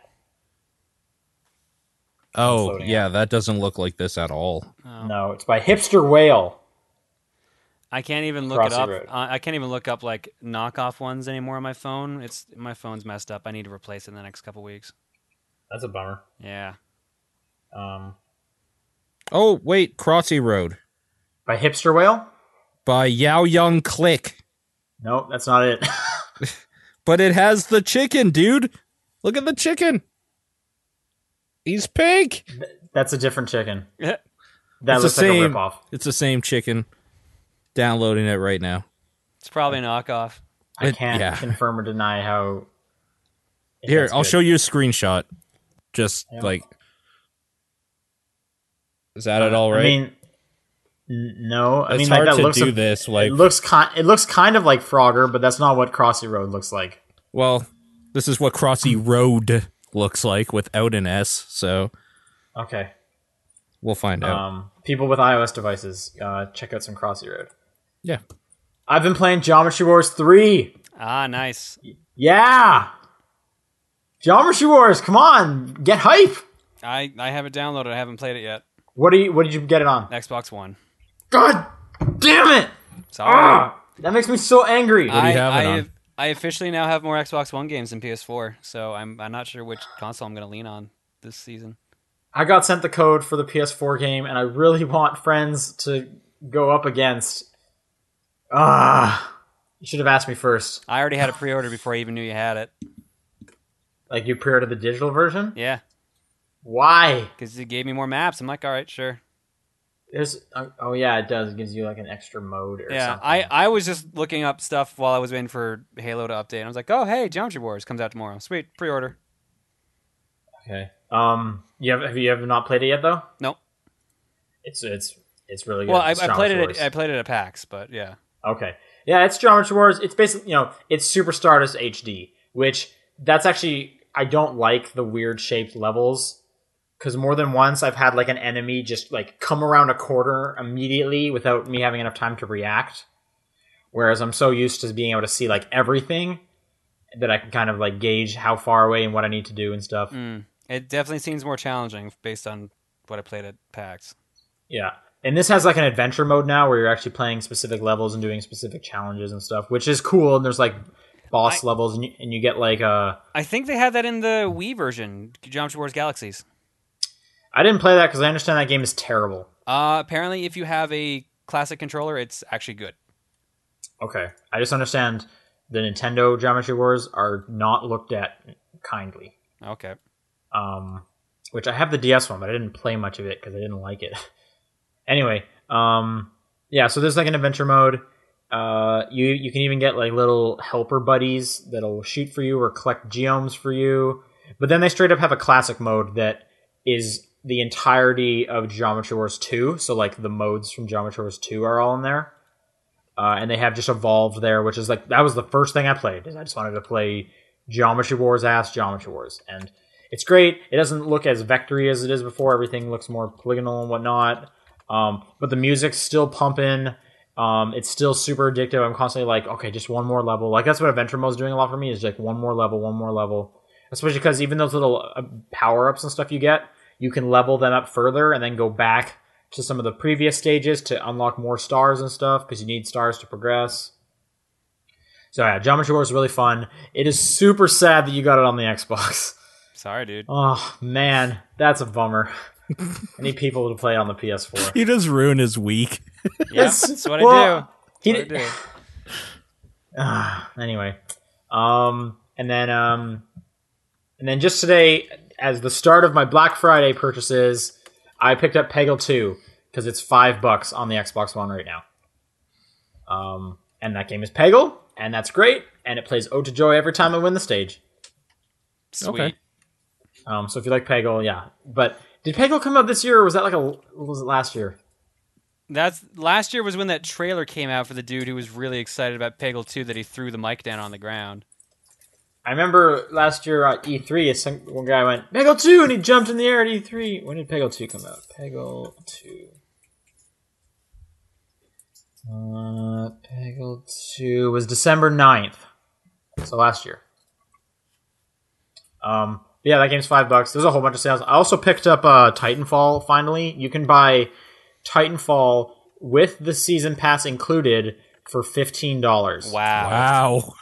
S1: Oh,
S3: floating
S1: yeah, that doesn't look like this at all.
S2: Oh.
S3: No, it's by Hipster Whale.
S2: I can't even look it
S3: Crossy
S2: up.
S3: Road.
S2: Uh, I can't even look up like knockoff ones anymore on my phone. It's my phone's messed up. I need to replace it in the next couple weeks.
S3: That's a bummer.
S2: Yeah.
S3: Um,
S1: Oh, wait, Crossy Road
S3: by Hipster Whale?
S1: by Yao Young Click.
S3: Nope, that's not it.
S1: But it has the chicken, dude. Look at the chicken. He's pink.
S3: that's a different chicken.
S2: Yeah.
S3: That
S1: It's the
S3: looks like a
S1: same.
S3: ripoff.
S1: It's the same chicken. Downloading it right now.
S2: It's probably a knockoff.
S3: I
S1: It-
S3: can't
S1: yeah.
S3: confirm or deny how. if
S1: Here,
S3: that's
S1: I'll
S3: good.
S1: show you a screenshot. Just
S3: Yeah.
S1: like Is that at all right?
S3: Uh, I mean, n- no. I
S1: it's
S3: mean, like,
S1: hard
S3: that
S1: to
S3: looks
S1: do
S3: a-
S1: this like
S3: it looks kind. It looks kind of like Frogger, but that's not what Crossy Road looks like.
S1: well, this is what Crossy Road looks like without an S, so
S3: Okay.
S1: we'll find out.
S3: Um, people with iOS devices, uh, check out some Crossy Road.
S1: yeah.
S3: I've been playing Geometry Wars three.
S2: Ah, nice.
S3: Yeah. Geometry Wars, come on, get hype.
S2: I I have it downloaded. I haven't played it yet.
S3: What do you? What did you get it on?
S2: Xbox One.
S3: God damn it!
S2: Sorry.
S3: Ah, that makes me so angry.
S1: do you
S2: I,
S1: have it
S2: I,
S1: on?
S2: I officially now have more Xbox One games than PS4, so I'm I'm not sure which console I'm going to lean on this season.
S3: I got sent the code for the PS4 game, and I really want friends to go up against. Ah, you should have asked me first.
S2: I already had a pre-order before I even knew you had it.
S3: Like you pre-ordered the digital version.
S2: Yeah,
S3: Why?
S2: because it gave me more maps. I'm like, all right, sure.
S3: There's. Uh, oh yeah, it does. It gives you like an extra mode or
S2: yeah,
S3: something.
S2: I, I was just looking up stuff while I was waiting for Halo to update. and I was like, oh hey, Geometry Wars comes out tomorrow. Sweet, pre-order.
S3: Okay. Um. You have, have you have not played it yet though?
S2: Nope.
S3: It's it's it's really good.
S2: Well, I,
S3: It's
S2: I played
S3: Geometry
S2: it.
S3: Wars.
S2: At, I played it at PAX, but yeah,
S3: Okay. Yeah, it's Geometry Wars. It's basically, you know, it's Super Stardust HD, which that's actually I don't like the weird shaped levels cuz more than once I've had like an enemy just like come around a corner immediately without me having enough time to react. Whereas I'm so used to being able to see like everything that I can kind of like gauge how far away and what I need to do and stuff.
S2: mm. it definitely seems more challenging based on what I played at PAX.
S3: Yeah. And this has like an adventure mode now where you're actually playing specific levels and doing specific challenges and stuff, which is cool. And there's like boss levels and you, and you get like uh
S2: I think they had that in the Wii version, Geometry Wars Galaxies.
S3: I didn't play that because I understand that game is terrible.
S2: Uh, apparently, if you have a classic controller, it's actually good.
S3: Okay. I just understand the Nintendo Geometry Wars are not looked at kindly.
S2: Okay.
S3: Um, which I have the DS one, but I didn't play much of it because I didn't like it. anyway, um, yeah, so there's like an adventure mode. Uh, you you can even get like little helper buddies that'll shoot for you or collect geomes for you. But then they straight up have a classic mode that is the entirety of Geometry Wars 2. So like the modes from Geometry Wars 2 are all in there. Uh, and they have just evolved there, which is like that was the first thing I played. Is I just wanted to play Geometry Wars ass Geometry Wars, and it's great. It doesn't look as vectory as it is before. Everything looks more polygonal and whatnot. Um, but the music's still pumping. Um, it's still super addictive. I'm constantly like, okay, just one more level. Like that's what Adventure Mode's doing a lot for me is like one more level, one more level. Especially because even those little uh, power ups and stuff you get, you can level them up further and then go back to some of the previous stages to unlock more stars and stuff because you need stars to progress. So yeah, Geometry Wars is really fun. It is super sad that you got it on the Xbox.
S2: Sorry, dude.
S3: Oh man, that's a bummer. I need people to play on the PS4.
S1: He does ruin his week.
S2: Yeah,
S3: Yes.
S2: that's what I do.
S3: Well,
S2: That's
S3: he
S2: what I
S3: did-
S2: do.
S3: Ah, anyway, um, and then um, and then just today, as the start of my Black Friday purchases, I picked up Peggle Two because it's five bucks on the Xbox One right now. Um, and that game is Peggle, and that's great, and it plays Ode to Joy every time I win the stage.
S2: Sweet.
S1: Okay.
S3: Um, so if you like Peggle, yeah. But did Peggle come out this year, or was that like a was it last year?
S2: That's last year was when that trailer came out for the dude who was really excited about Peggle 2 that he threw the mic down on the ground.
S3: I remember last year at E3, a some one guy went Peggle two, and he jumped in the air at E3. When did Peggle two come out? Peggle two. Uh, Peggle two was December 9th, so last year. Um, yeah, that game's five bucks. There's a whole bunch of sales. I also picked up uh, Titanfall. Finally, you can buy Titanfall with the season pass included for fifteen dollars.
S2: Wow.
S1: Wow.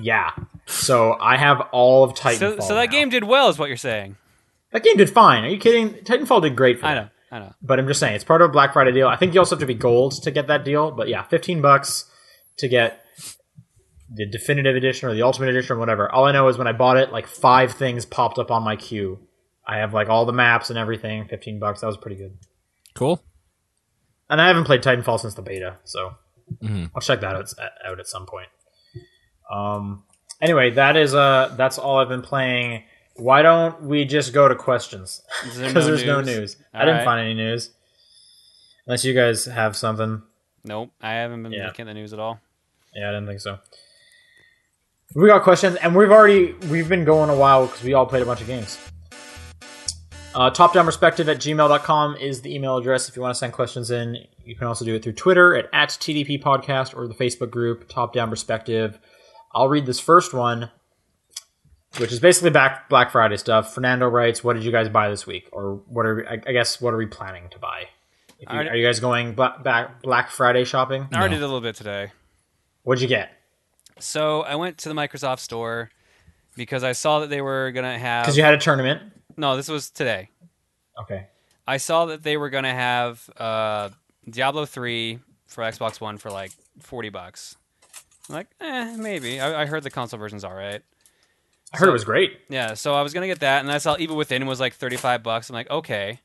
S3: Yeah. So I have all of Titanfall.
S2: So, so that
S3: now.
S2: game did well, is what you're saying.
S3: That game did fine. Are you kidding? Titanfall did great for
S2: I
S3: them.
S2: know. I know.
S3: But I'm just saying, it's part of a Black Friday deal. I think you also have to be gold to get that deal. But yeah, 15 bucks to get the definitive edition or the ultimate edition or whatever. All I know is when I bought it, like five things popped up on my queue. I have like all the maps and everything. 15 bucks. That was pretty good.
S1: Cool.
S3: And I haven't played Titanfall since the beta, so
S1: Mhm.
S3: I'll check that out, out at some point. Um. Anyway, that is uh that's all I've been playing. Why don't we just go to questions?
S2: Is there
S3: Because
S2: no
S3: there's no
S2: news?
S3: news. I
S2: All
S3: didn't
S2: right.
S3: find any news. Unless you guys have something.
S2: Nope. I haven't been
S3: Yeah.
S2: looking at the news at all.
S3: Yeah, I didn't think so. We got questions, and we've already we've been going a while because we all played a bunch of games. Uh, topdownperspective at gmail.com is the email address if you want to send questions in. You can also do it through Twitter at, at TDP Podcast or the Facebook group Top Down Perspective. I'll read this first one, which is basically back Black Friday stuff. Fernando writes, "What did you guys buy this week? Or what are we, I, I guess what are we planning to buy? If you,
S2: Alright.
S3: are you guys going black, back Black Friday shopping?
S2: I already did a little bit today.
S3: What'd you get?
S2: So I went to the Microsoft store because I saw that they were going to have.
S3: Because you had a tournament.
S2: no, this was today.
S3: Okay.
S2: I saw that they were going to have uh, Diablo 3 for Xbox One for like 40 bucks. I'm like, eh, maybe. I, I heard the console version's all right.
S3: I heard
S2: So-
S3: it was great.
S2: Yeah, so I was gonna get that, and I saw Evil Within was like thirty five bucks. I'm like, okay.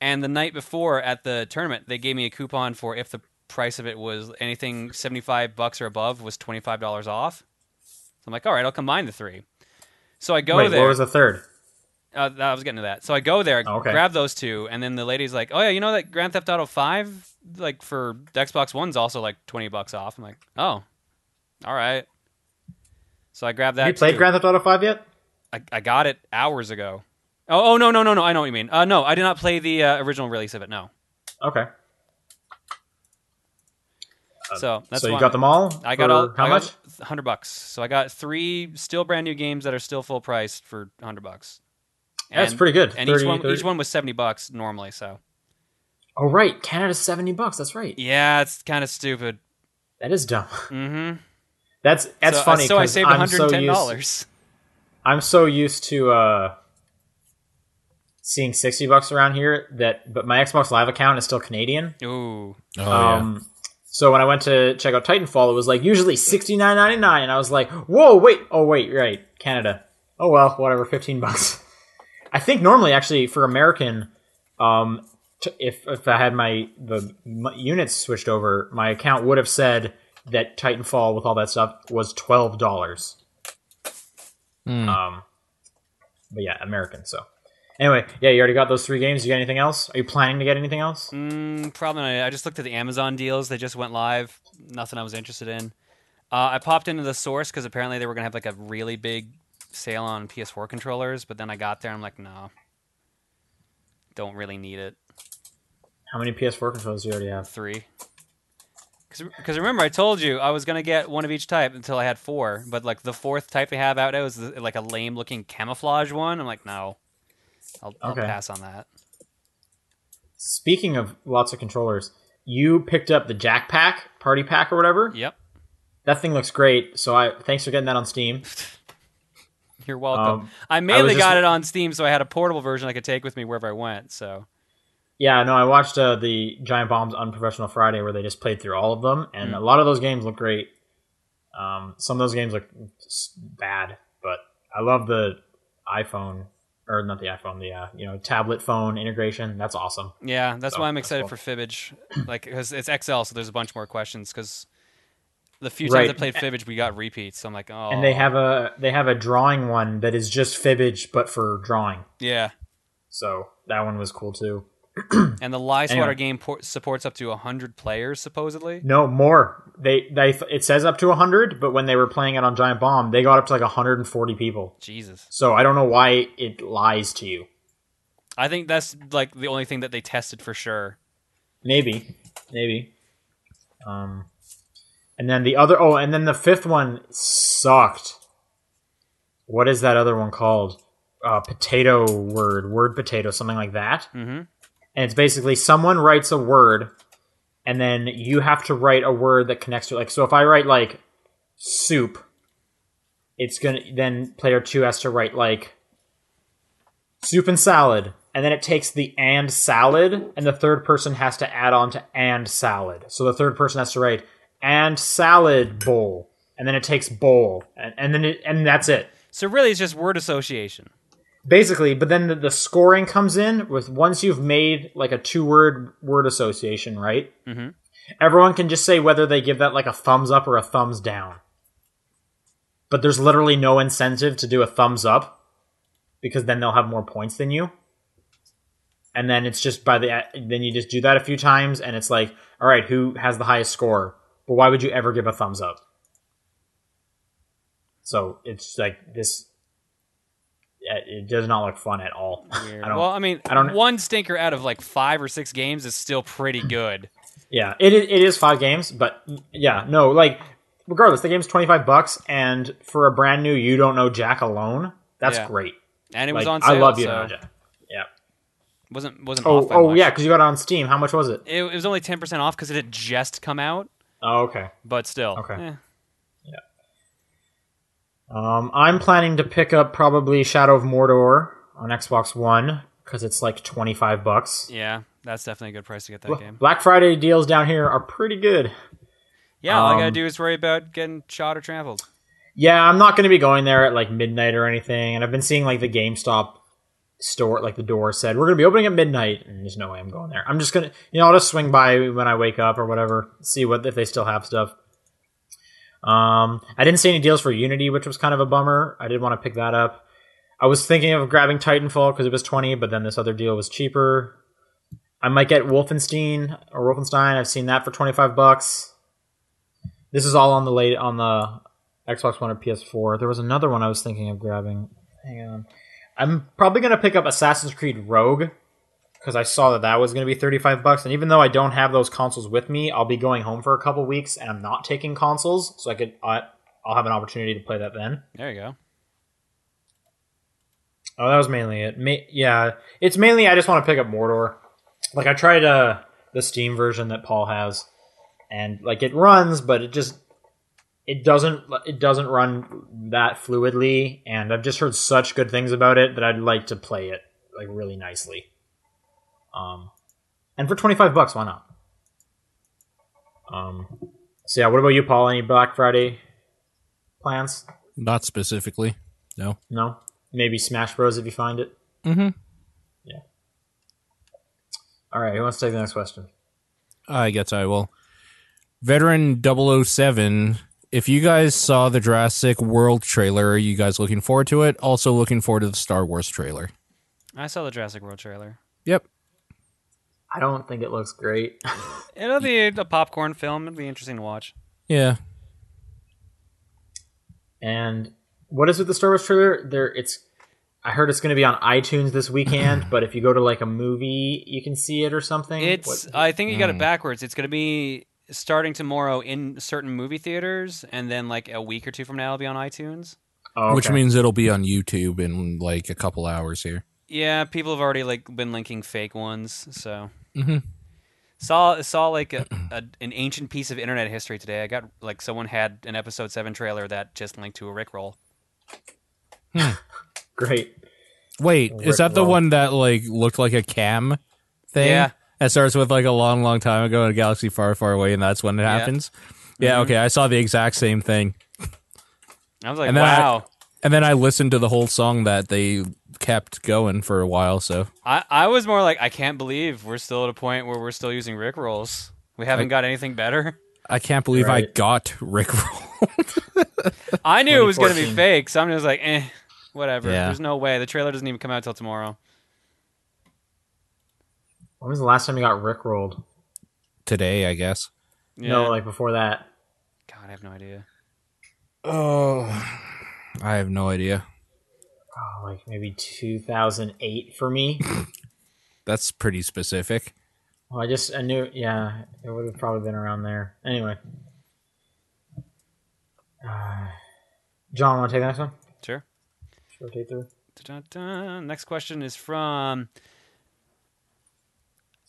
S2: And the night before at the tournament, they gave me a coupon for if the price of it was anything seventy five bucks or above was twenty five dollars off. So I'm like, all right, I'll combine the three. So I go
S3: Wait,
S2: there.
S3: what was the third?
S2: Uh, I was getting to that. So I go there,
S3: Oh, okay.
S2: grab those two, and then the lady's like, "Oh yeah, you know that Grand Theft Auto Five, like for the Xbox One's also like twenty bucks off." I'm like, "Oh, all right." So I grabbed that.
S3: Have you played
S2: too.
S3: Grand Theft Auto Five yet?
S2: I, I got it hours ago. Oh, oh no no no no! I know what you mean. Uh, no, I did not play the uh, original release of it. No,
S3: Okay,
S2: so that's
S3: Uh, so you
S2: why-
S3: got them all.
S2: I got
S3: for
S2: all.
S3: How
S2: I got
S3: much?
S2: Hundred bucks. So I got three still brand new games that are still full priced for hundred bucks.
S3: That's pretty good.
S2: And
S3: 30,
S2: each one
S3: 30.
S2: each one was seventy bucks normally. So
S3: Oh right, Canada's seventy bucks. That's right.
S2: yeah, it's kind of stupid.
S3: That is dumb.
S2: Mm-hmm.
S3: That's that's
S2: so, uh,
S3: funny.
S2: So I
S3: 'cause
S2: saved one
S3: I'm
S2: hundred
S3: so
S2: and ten
S3: used.
S2: dollars.
S3: I'm so used to uh, seeing sixty bucks around here that, but my Xbox Live account is still Canadian.
S2: Ooh,
S1: Oh,
S3: um, So when I went to check out Titanfall, it was like usually sixty nine ninety nine, and I was like, "Whoa, wait, oh wait, right, Canada. Oh well, whatever, fifteen bucks." I think normally, actually, for American, um, t- if if I had my the m- units switched over, my account would have said that Titanfall with all that stuff was twelve dollars.
S1: Hmm.
S3: Um, but yeah, American. So anyway, yeah, you already got those three games. You got anything else? Are you planning to get anything else?
S1: Hmm.
S2: Mm, probably not. I just looked at the Amazon deals. They just went live. Nothing I was interested in. Uh, I popped into the source because apparently they were gonna have like a really big sale on PS4 controllers, but then I got there. I'm like, no, don't really need it.
S3: How many PS4 controllers do you already have?
S2: Three. Because remember, I told you I was gonna get one of each type until I had four. But like the fourth type they have out now is the, like a lame-looking camouflage one. I'm like, no, I'll, I'll
S3: Okay.
S2: pass on that.
S3: Speaking of lots of controllers, you picked up the Jack Pack, Party Pack, or whatever.
S2: Yep.
S3: That thing looks great. So I thanks for getting that on Steam.
S2: You're welcome.
S3: Um,
S2: I mainly
S3: just-
S2: got it on Steam, so I had a portable version I could take with me wherever I went. So
S3: Yeah, no, I watched uh, the Giant Bomb's Unprofessional Friday where they just played through all of them, and a lot of those games look great. Um, some of those games look s- bad, but I love the iPhone or not the iPhone, the uh, you know tablet phone integration. That's awesome.
S2: yeah, that's
S3: So,
S2: why I'm
S3: Oh, that's
S2: excited for
S3: cool.
S2: Fibbage, like because it's XL, so there's a bunch more questions. Because the few times I
S3: Right.
S2: played Fibbage, we got repeats. So I'm like, oh,
S3: And they have a they have a drawing one that is just fibbage but for drawing.
S2: yeah.
S3: So that one was cool too.
S2: And the Lie Swatter
S3: Anyway.
S2: game por- supports up to hundred players supposedly.
S3: No more. They they it says up to hundred, but when they were playing it on Giant Bomb, they got up to like hundred and forty people.
S2: Jesus,
S3: So I don't know why it lies to you.
S2: I think that's like the only thing that they tested for sure.
S3: Maybe, maybe. Um, and then the other. Oh, and then the fifth one sucked. What is that other one called? Uh, potato word, word potato, something like that.
S2: Mm-hmm.
S3: And it's basically someone writes a word, and then you have to write a word that connects to it. Like, so if I write like soup, it's gonna then player two has to write like soup and salad, and then it takes the and salad, and the third person has to add on to and salad. So the third person has to write and salad bowl, and then it takes bowl, and, and then it, and that's it
S2: So really, it's just word association.
S3: basically but then the, the scoring comes in with once you've made like a two word word association right
S2: Mhm.
S3: everyone can just say whether they give that like a thumbs up or a thumbs down but there's literally no incentive to do a thumbs up because then they'll have more points than you and then it's just by the then you just do that a few times and it's like all right who has the highest score but why would you ever give a thumbs up so it's like this it it does not look fun at all
S2: Weird.
S3: i don't
S2: well, I mean,
S3: I don't-
S2: one stinker out of like five or six games is still pretty good.
S3: Yeah, it is, it is five games, but yeah, no, like regardless, the game's twenty five bucks, and for a brand new you don't know Jack alone, that's
S2: Yeah.
S3: great.
S2: And it
S3: like,
S2: was on sale.
S3: I love you
S2: so
S3: don't know Jack. Yeah.
S2: Wasn't wasn't
S3: Oh,
S2: off by
S3: oh
S2: much.
S3: yeah, because you got it on Steam. How much was it?
S2: It, it was only ten percent off because it had just come out,
S3: Oh, okay.
S2: but still.
S3: Okay.
S2: eh.
S3: Um, I'm planning to pick up probably Shadow of Mordor on Xbox One because it's like twenty five bucks.
S2: Yeah, that's definitely a good price to get that
S3: Bl-
S2: game.
S3: Black Friday deals down here are pretty good.
S2: Yeah, all I gotta
S3: um,
S2: do is worry about getting shot or trampled.
S3: Yeah, I'm not going to be going there at like midnight or anything. And I've been seeing like the GameStop store, like the door said, we're going to be opening at midnight. And there's no way I'm going there. I'm just going to, you know, I'll just swing by when I wake up or whatever, see what if they still have stuff. Um, I didn't see any deals for Unity, which was kind of a bummer. I did want to pick that up. I was thinking of grabbing Titanfall because it was 20, but then this other deal was cheaper. I might get Wolfenstein or Wolfenstein. I've seen that for 25 bucks. This is all on the late on the Xbox One or PS4. There was another one I was thinking of grabbing. Hang on. I'm probably going to pick up Assassin's Creed Rogue because I saw that that was going to be 35 bucks and even though I don't have those consoles with me, I'll be going home for a couple weeks and I'm not taking consoles, so I could I, I'll have an opportunity to play that then.
S2: There you go.
S3: Oh, that was mainly it. Ma- yeah, it's mainly I just want to pick up Mordor. Like I tried uh the Steam version that Paul has, and like it runs, but it just it doesn't it doesn't run that fluidly. And I've just heard such good things about it that I'd like to play it like really nicely. Um, and for twenty five bucks, why not? Um, so yeah, what about you, Paul? Any Black Friday plans?
S1: Not specifically. No.
S3: No, maybe Smash Bros. if you find it.
S1: Mm-hmm.
S3: All right, who wants to take the next question?
S1: I guess I will. Veteran 007, if you guys saw the Jurassic World trailer, are you guys looking forward to it? Also looking forward to the Star Wars trailer.
S2: I saw the Jurassic World trailer.
S1: Yep.
S3: I don't think it looks great.
S2: It'll be a popcorn film. It'll be interesting to watch.
S1: Yeah.
S3: and what is with the Star Wars trailer? There, it's. I heard it's going to be on iTunes this weekend, but if you go to like a movie, you can see it or something.
S2: It's.
S3: What-
S2: I think you got it
S1: Mm.
S2: backwards. It's gonna be starting tomorrow in certain movie theaters, and then like a week or two from now, it'll be on iTunes.
S3: Oh,
S1: Which
S3: okay.
S1: means it'll be on YouTube in like a couple hours here.
S2: Yeah, people have already like been linking fake ones, so
S1: Mm-hmm.
S2: Saw saw like a, a, an ancient piece of internet history today. I got like someone had an episode seven trailer that just linked to a Rickroll.
S3: Great.
S1: Wait, is that the
S3: Rickroll.
S1: one that like looked like a cam thing?
S2: Yeah.
S1: That starts with like a long, long time ago in a galaxy far, far away, and that's when it
S2: Yeah. Mm-hmm.
S1: happens. Yeah, okay. I saw the exact same thing.
S2: I was like,
S1: And then I-
S2: wow.
S1: And then I listened to the whole song that they kept going for a while, so
S2: I, I was more like, I can't believe we're still at a point where we're still using Rickrolls. We haven't got anything better.
S1: I can't believe I
S3: Right.
S1: got Rickroll.
S2: I knew it was going to be
S3: 2014.
S2: fake, so I'm just like, eh, whatever.
S1: Yeah.
S2: There's no way. The trailer doesn't even come out till tomorrow.
S3: When was the last time you got rickrolled?
S1: Today, I guess.
S2: Yeah.
S3: No, like before that.
S2: God, I have no idea.
S1: Oh, I have no idea.
S3: Oh, like maybe 2008 for me.
S1: That's pretty specific.
S3: well, I just I knew. Yeah, it would have probably been around there. Anyway. Uh, John, want to take the next one?
S2: Sure.
S3: Just Rotate through.
S2: Da-da-da. Next question is from.
S1: Um,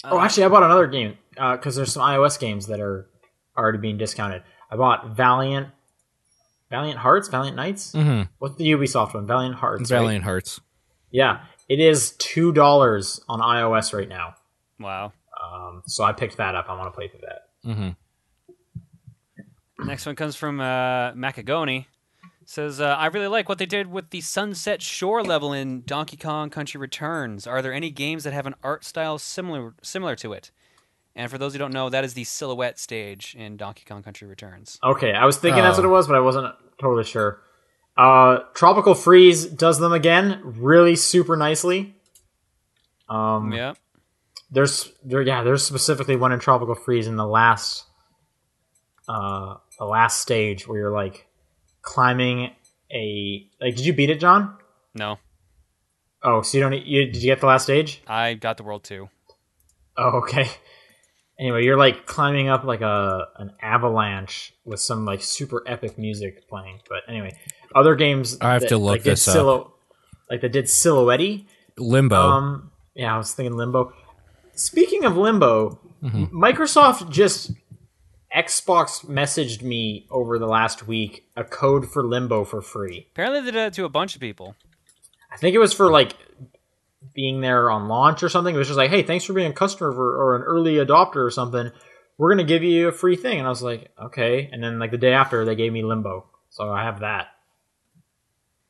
S3: Oh, actually, I bought another game because there's some iOS games that are already being discounted. I bought Valiant, Valiant Hearts, Valiant Knights.
S1: Mm-hmm.
S3: What's the Ubisoft one? Valiant Hearts. right?
S1: Valiant Hearts.
S3: Yeah, it is two dollars on iOS right now.
S2: Wow.
S3: Um, so I picked that up. I want to play through that.
S1: Mm-hmm.
S2: Next one comes from uh, Macagoni. Says, uh, I really like what they did with the Sunset Shore level in Donkey Kong Country Returns. Are there any games that have an art style similar similar to it? And for those who don't know, that is the silhouette stage in Donkey Kong Country Returns.
S3: Okay, I was thinking that's
S1: Oh.
S3: what it was, but I wasn't totally sure. Uh, Tropical Freeze does them again, really super nicely. Um,
S2: Yeah.
S3: there's there, yeah, there's specifically one in Tropical Freeze in the last, uh, the last stage where you're like climbing a like. Did you beat it, John?
S2: No,
S3: Oh, so you don't you, did you get the last stage?
S2: I got the world two.
S3: Oh, okay. Anyway, you're like climbing up like a an avalanche with some like super epic music playing. But anyway, other games
S1: I have to look
S3: like, did
S1: this up.
S3: silhou- Like they did Silhouette.
S1: Limbo.
S3: Um, yeah, I was thinking Limbo. Speaking of Limbo, Microsoft just Xbox messaged me over the last week a code for Limbo for free.
S2: Apparently, they did that to a bunch of people.
S3: I think it was for like being there on launch or something. It was just like, hey, thanks for being a customer for, or an early adopter or something. We're gonna give you a free thing, and I was like, okay. And then like the day after, they gave me Limbo, so I have that.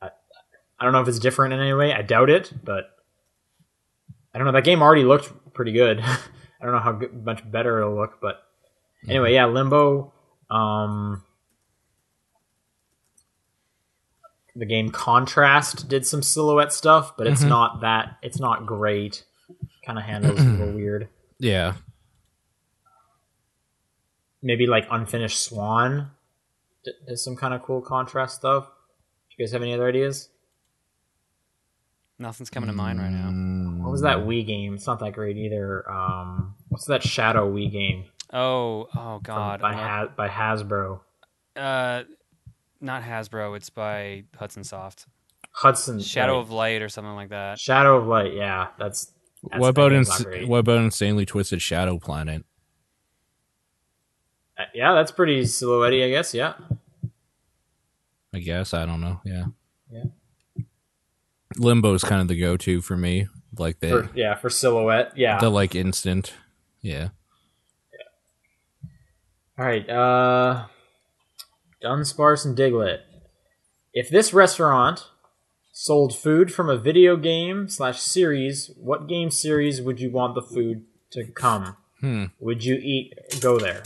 S3: I, I don't know if it's different in any way. I doubt it, but I don't know. That game already looked pretty good. I don't know how good, much better it'll look, but anyway, yeah, Limbo. Um, the game contrast did some silhouette stuff but it's not that it's not great kind of handles a little weird
S1: yeah.
S3: maybe like unfinished swan d- does some kind of cool contrast stuff do you guys have any other ideas
S2: Nothing's coming to mind right
S3: Mm.
S2: now.
S3: what was
S1: Mm.
S3: that wii game it's not that great either um what's that shadow wii game
S2: Oh, oh God.
S3: by,
S2: no.
S3: ha- by hasbro
S2: uh, not Hasbro. It's by Hudson Soft.
S3: hudson
S2: Shadow
S3: right.
S2: of Light or something like that.
S3: shadow of light yeah that's, that's
S1: what about
S3: that game's
S1: ins-
S3: not great.
S1: what about insanely twisted Shadow Planet?
S3: Uh, yeah that's pretty silhouette i guess yeah
S1: I guess I don't know. Yeah.
S3: Yeah.
S1: Limbo's kind of the go-to for me. Like the
S3: For, yeah for silhouette yeah
S1: the like instant. Yeah.
S3: All right, uh, Dunsparce and Diglett. If this restaurant sold food from a video game slash series, what game series would you want the food to come?
S1: Hmm.
S3: Would you eat go there?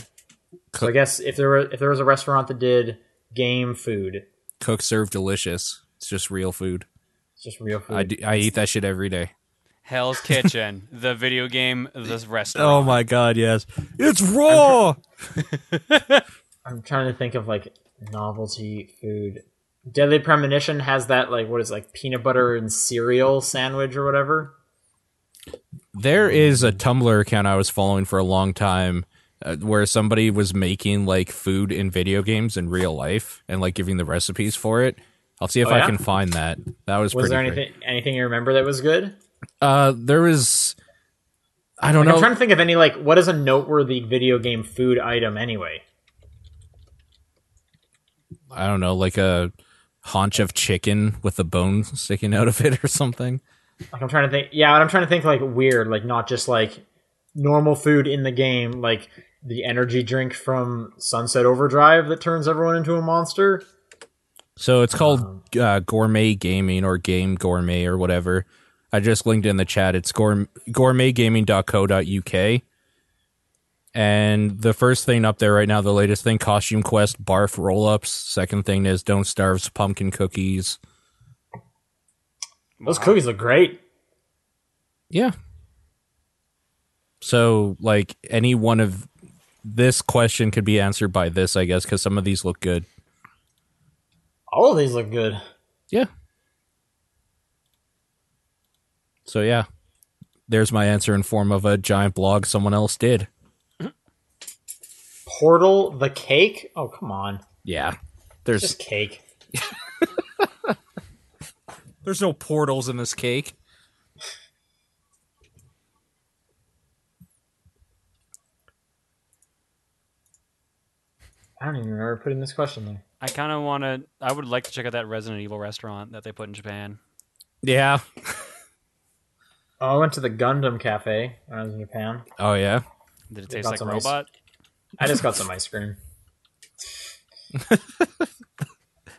S3: So
S1: Co-
S3: I guess if there were if there was a restaurant that did game food,
S1: Cook serve delicious. It's just real food.
S3: it's just real food.
S1: I, do, I eat that shit every day.
S2: Hell's Kitchen, the video game, the restaurant.
S1: Oh my god, yes. It's raw.
S3: I'm trying to think of like novelty food. Deadly Premonition has that like what is it, like peanut butter and cereal sandwich or whatever.
S1: There is a Tumblr account I was following for a long time uh, where somebody was making like food in video games in real life and like giving the recipes for it. I'll see if
S3: Oh,
S1: I
S3: yeah?
S1: can find that. That was,
S3: Was
S1: pretty
S3: there
S1: great.
S3: anything anything you remember that was good?
S1: Uh, there was I don't
S3: Like,
S1: know.
S3: I'm trying to think of any like what is a noteworthy video game food item anyway.
S1: I don't know, like a haunch of chicken with the bone sticking out of it or something.
S3: Like I'm trying to think. Yeah, and I'm trying to think like weird, like not just like normal food in the game, like the energy drink from Sunset Overdrive that turns everyone into a monster.
S1: So it's called uh, gourmet gaming or game gourmet or whatever. I just linked in the chat. It's gourm- gourmetgaming.co.uk. And the first thing up there right now, the latest thing, Costume Quest, Barf Roll Ups. Second thing is Don't Starve's Pumpkin Cookies.
S3: Those
S2: Wow.
S3: cookies look great.
S1: Yeah. So, like, any one of this question could be answered by this, I guess, because some of these look good.
S3: All of these look good.
S1: Yeah. So yeah, there's my answer in form of a giant blog someone else did.
S3: Portal the cake. Oh come on,
S1: Yeah. There's
S3: just cake.
S1: there's no portals in this cake.
S3: I don't even remember putting this question there.
S2: I kind of want to. I would like to check out that Resident Evil restaurant that they put in Japan.
S1: Yeah.
S3: Oh, I went to the Gundam Cafe when I was in Japan.
S1: Oh yeah.
S2: Did it
S3: They
S2: taste
S3: got
S2: like
S3: some ice.
S2: robot?
S3: I just got some ice cream.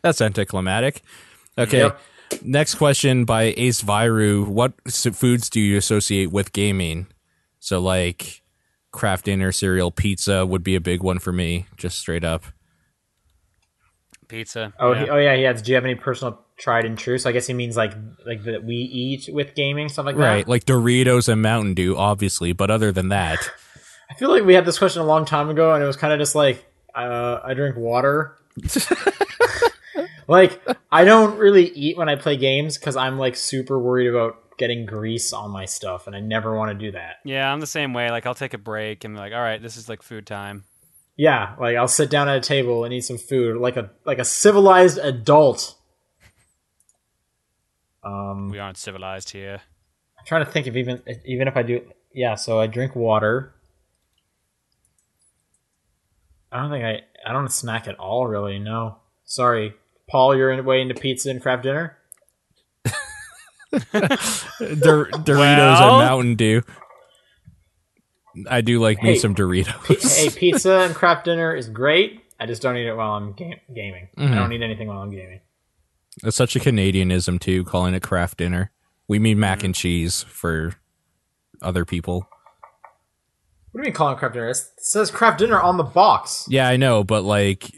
S1: That's anticlimactic. Okay.
S3: Yep.
S1: Next question by Ace Viru. What s- foods do you associate with gaming? So like craft dinner, cereal, pizza would be a big one for me, just straight up.
S2: Pizza.
S3: Oh,
S2: yeah.
S3: He, oh yeah, yeah. Do you have any personal tried and true? So I guess he means like like that we eat with gaming stuff like
S1: Right,
S3: that.
S1: like Doritos and Mountain Dew, obviously, but other than that,
S3: I feel like we had this question a long time ago, and it was kind of just like uh, I drink water. like I don't really eat when I play games because I'm like super worried about getting grease on my stuff, and I never want to do that.
S2: Yeah, I'm the same way. Like, I'll take a break and be like, all right, this is like food time.
S3: Yeah, like I'll sit down at a table and eat some food, like a like a civilized adult. Um,
S2: We aren't civilized here.
S3: I'm trying to think if even if- even if I do yeah, so I drink water. I don't think I I don't snack at all really, no. Sorry. Paul, you're in- way into pizza and crab dinner?
S1: Dor- Doritos
S2: Well?
S1: and Mountain Dew. I do like me
S3: Hey.
S1: some Doritos.
S3: hey, pizza and crab dinner is great. I just don't eat it while I'm ga- gaming.
S1: Mhm.
S3: I don't eat anything while I'm gaming.
S1: It's such a Canadianism too, calling it craft dinner. We mean
S3: Mm-hmm.
S1: mac and cheese for other people.
S3: What do you mean calling it crab dinner? It's- It says crab dinner on the box.
S1: Yeah, I know, but like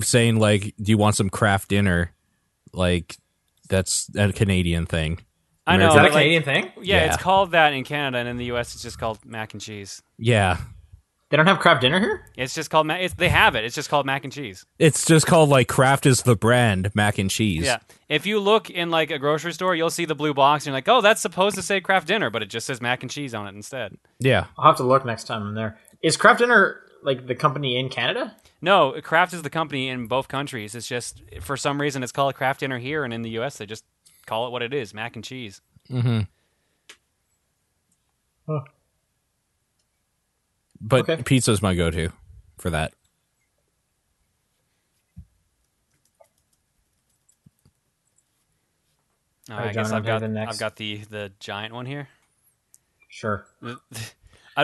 S1: saying like, "Do you want some craft dinner?" Like that's a Canadian thing.
S2: I
S1: American-
S2: know.
S3: Is that a
S2: but, like,
S3: Canadian thing?
S2: yeah,
S1: Yeah.
S2: it's called that in Canada, and in the U.S., it's just called mac and cheese.
S1: Yeah,
S3: They don't have crab dinner here?
S2: It's just called mac. It's, they have it. It's just called mac and cheese.
S1: it's just called like craft is the brand mac and cheese.
S2: Yeah. If you look in like a grocery store, you'll see the blue box, and you're like, oh, that's supposed to say craft dinner, but it just says mac and cheese on it instead.
S1: yeah.
S3: I'll have to look next time I'm there. Is crab dinner like the company in Canada?
S2: No, Kraft is the company in both countries. It's just for some reason it's called Kraft dinner here, and in the U.S. they just call it what it is: mac and cheese.
S1: hmm
S3: Huh.
S1: But
S3: Okay.
S1: pizza's my go-to for that.
S2: All
S3: Alright,
S2: right, Uh, I guess
S3: John,
S2: I've
S3: I'll
S2: got
S3: do the next.
S2: I've got the the giant one here.
S3: Sure.
S2: Uh,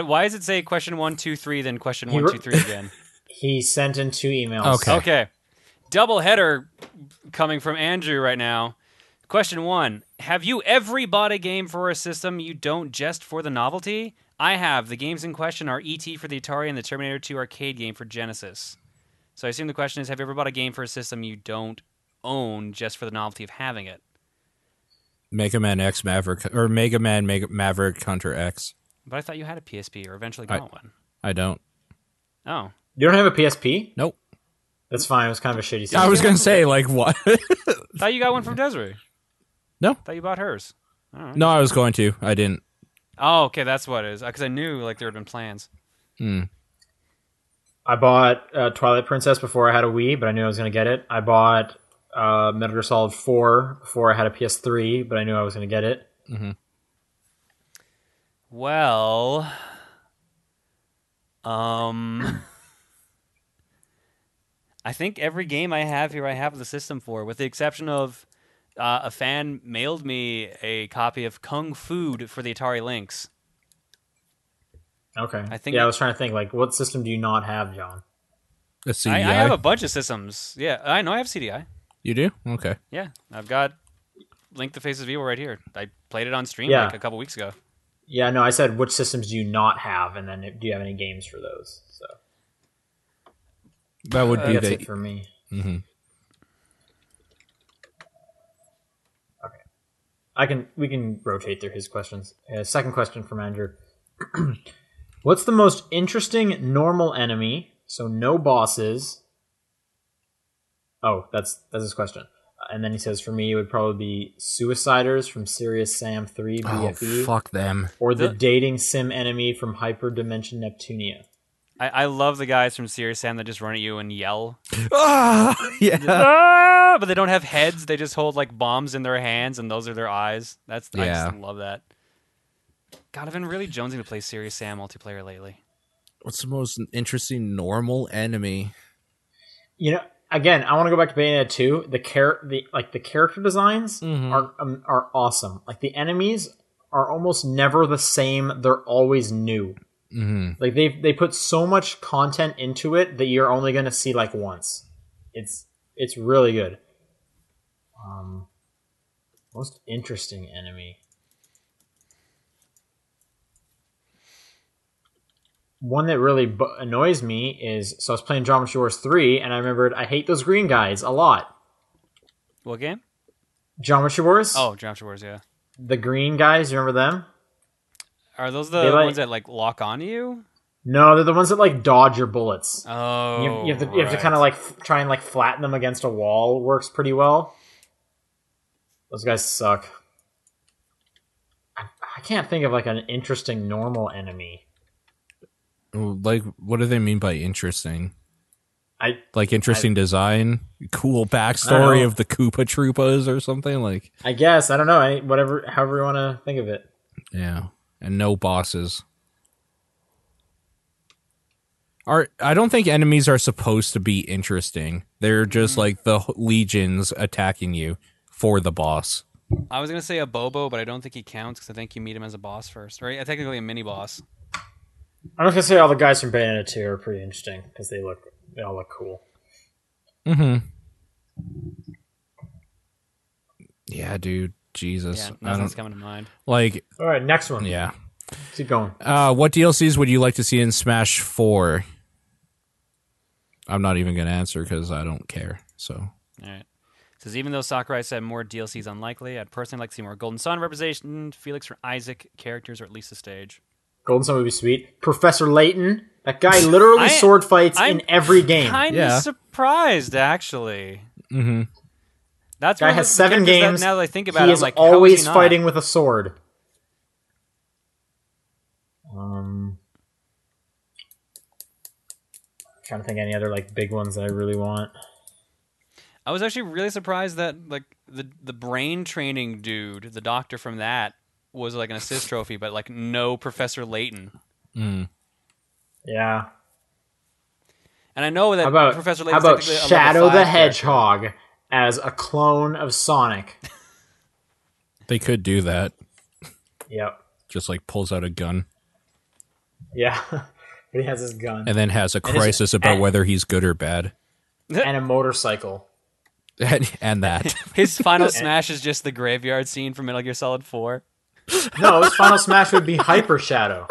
S2: Why does it say question one two three then question
S3: He
S2: one
S3: wrote-
S2: two three again?
S3: He sent in two emails.
S1: Okay.
S2: okay, double header coming from Andrew right now. Question one: Have you every bought a game for a system you don't just for the novelty? I have. The games in question are E.T. for the Atari and the Terminator 2 arcade game for Genesis. So I assume the question is: Have you ever bought a game for a system you don't own just for the novelty of having it?
S1: Mega Man X Maverick or Mega Man Mega Maverick Hunter X.
S2: But I thought you had a PSP or eventually
S1: I-
S2: got one.
S1: I don't.
S2: Oh,
S3: You don't have a PSP?
S1: Nope.
S3: That's fine. It was kind of a shitty. System.
S1: I was gonna say like what?
S2: thought you got one from Desiree.
S1: No.
S2: thought you bought hers. All right.
S1: no, I was going to. I didn't.
S2: Oh, okay, that's what it is. Because I knew like there had been plans.
S3: I bought uh, Twilight Princess before I had a Wii, but I knew I was gonna get it. I bought uh, Metal Gear Solid Four before I had a PS3, but I knew I was gonna get it.
S2: Well, um, I think every game I have here, I have the system for, with the exception of uh, a fan mailed me a copy of Kung Food for the Atari Lynx.
S3: Okay.
S2: I think-
S3: Yeah, I was trying to think like, what system do you not have, John?
S1: A E CDI.
S2: I, I have a bunch of systems. Yeah, I know I have CDI.
S1: you do? Okay.
S2: Yeah, I've got Link the Faces of Evil right here. I played it on stream
S3: Yeah.
S2: like a couple weeks ago.
S3: Yeah, no, I said which systems do you not have, and then do you have any games for those? So
S1: That would
S3: I
S1: be
S3: think that's
S1: the
S3: it for me.
S1: Mhm.
S3: Okay, I can we can rotate through his questions. Uh, second question from Andrew: What's the most interesting normal enemy? So no bosses. Oh, that's that's his question. Uh, And then he says, for me, it would probably be Suiciders from Serious Sam 3
S1: Oh,
S3: BFE
S1: fuck them.
S3: E or the,
S2: The-
S3: dating sim enemy from Hyper Dimension Neptunia.
S2: I, I love the guys from Serious Sam that just run at you and yell.
S1: Ah, yeah.
S2: ah! But they don't have heads. They just hold like bombs in their hands, and those are their eyes. That's I just
S1: Yeah.
S2: love that. God, I've been really jonesing to play Serious Sam multiplayer lately.
S1: What's the most interesting normal enemy?
S3: You know, again, I want to go back to Bayonetta 2. The char- the like the character designs
S1: Mhm.
S3: are um, are awesome. Like the enemies are almost never the same. They're always new.
S1: Mm-hmm.
S3: Like they they put so much content into it that you're only going to see like once. It's it's really good. Um most interesting enemy. One that really b- annoys me is so I was playing Geometry Wars 3 and I remembered I hate those green guys a lot.
S2: What game?
S3: Geometry Wars?
S2: Oh, Geometry Wars. Yeah.
S3: The green guys, you remember them?
S2: Are those the
S3: They, like-
S2: ones that like lock on you?
S3: No, they're the ones that like dodge your bullets.
S2: Oh,
S3: you, you have to, you have to
S2: right.
S3: kind of like f- try and like flatten them against a wall works pretty well those guys suck I, I can't think of like an interesting normal enemy
S1: Like, what do they mean by interesting?
S3: i
S1: Like interesting design, cool backstory
S3: know.
S1: of the Koopa Troopas or something like.
S3: i guess i don't know I, whatever however you want to think of it
S1: Yeah, and no bosses. Are I don't think enemies are supposed to be interesting. They're just
S2: Mm.
S1: like the h- legions attacking you for the boss.
S2: I was gonna say a Bobo, but I don't think he counts because I think you meet him as a boss first, or yeah, technically a mini boss.
S3: i'm not gonna say all the guys from bayonetta 2 are pretty interesting because they look they all look cool
S1: Mm-hmm. Yeah, dude. Jesus.
S2: Yeah,
S1: I
S2: nothing's
S1: don't
S2: coming to mind.
S1: like
S3: all right next one
S1: yeah.
S3: keep going
S1: Uh what DLCs would you like to see in Smash 4? I'm not even going to answer cuz I don't care. So
S2: All right. Says even though Sakurai said more DLC is unlikely, I'd personally like to see more Golden Sun representation, Felix or Isaac characters, or at least a stage.
S3: golden sun would be sweet professor layton that guy literally
S2: I-
S3: sword fights
S2: I'm
S3: in every game
S2: Kind of
S1: Yeah.
S2: surprised, actually. Mm-hmm.
S1: mhm.
S2: That's
S3: guy
S2: one of
S3: has
S2: the
S3: seven
S2: characters that-
S3: games
S2: now that I think about
S3: he
S2: it,
S3: is
S2: I'm like how is
S3: always
S2: he not?
S3: fighting with a sword. Um, trying to think any other like big ones that I really want.
S2: I was actually really surprised that like the the brain training dude, the doctor from that, was like an assist trophy, but like no Professor Layton.
S1: Mm.
S3: Yeah.
S2: And I know that
S3: How about
S2: Professor
S3: how
S2: Layton's
S3: about
S2: technically a level
S3: Shadow
S2: five
S3: the
S2: character.
S3: Hedgehog as a clone of Sonic?
S1: They could do that.
S3: yep.
S1: Just like pulls out a gun
S3: Yeah. he has his gun
S1: and then has a
S3: And is-
S1: crisis about
S3: eh.
S1: whether he's good or bad.
S3: and a motorcycle.
S1: And, and that.
S2: His final smash is just the graveyard scene from Metal Gear Solid Four.
S3: No, his final smash would be Hyper Shadow.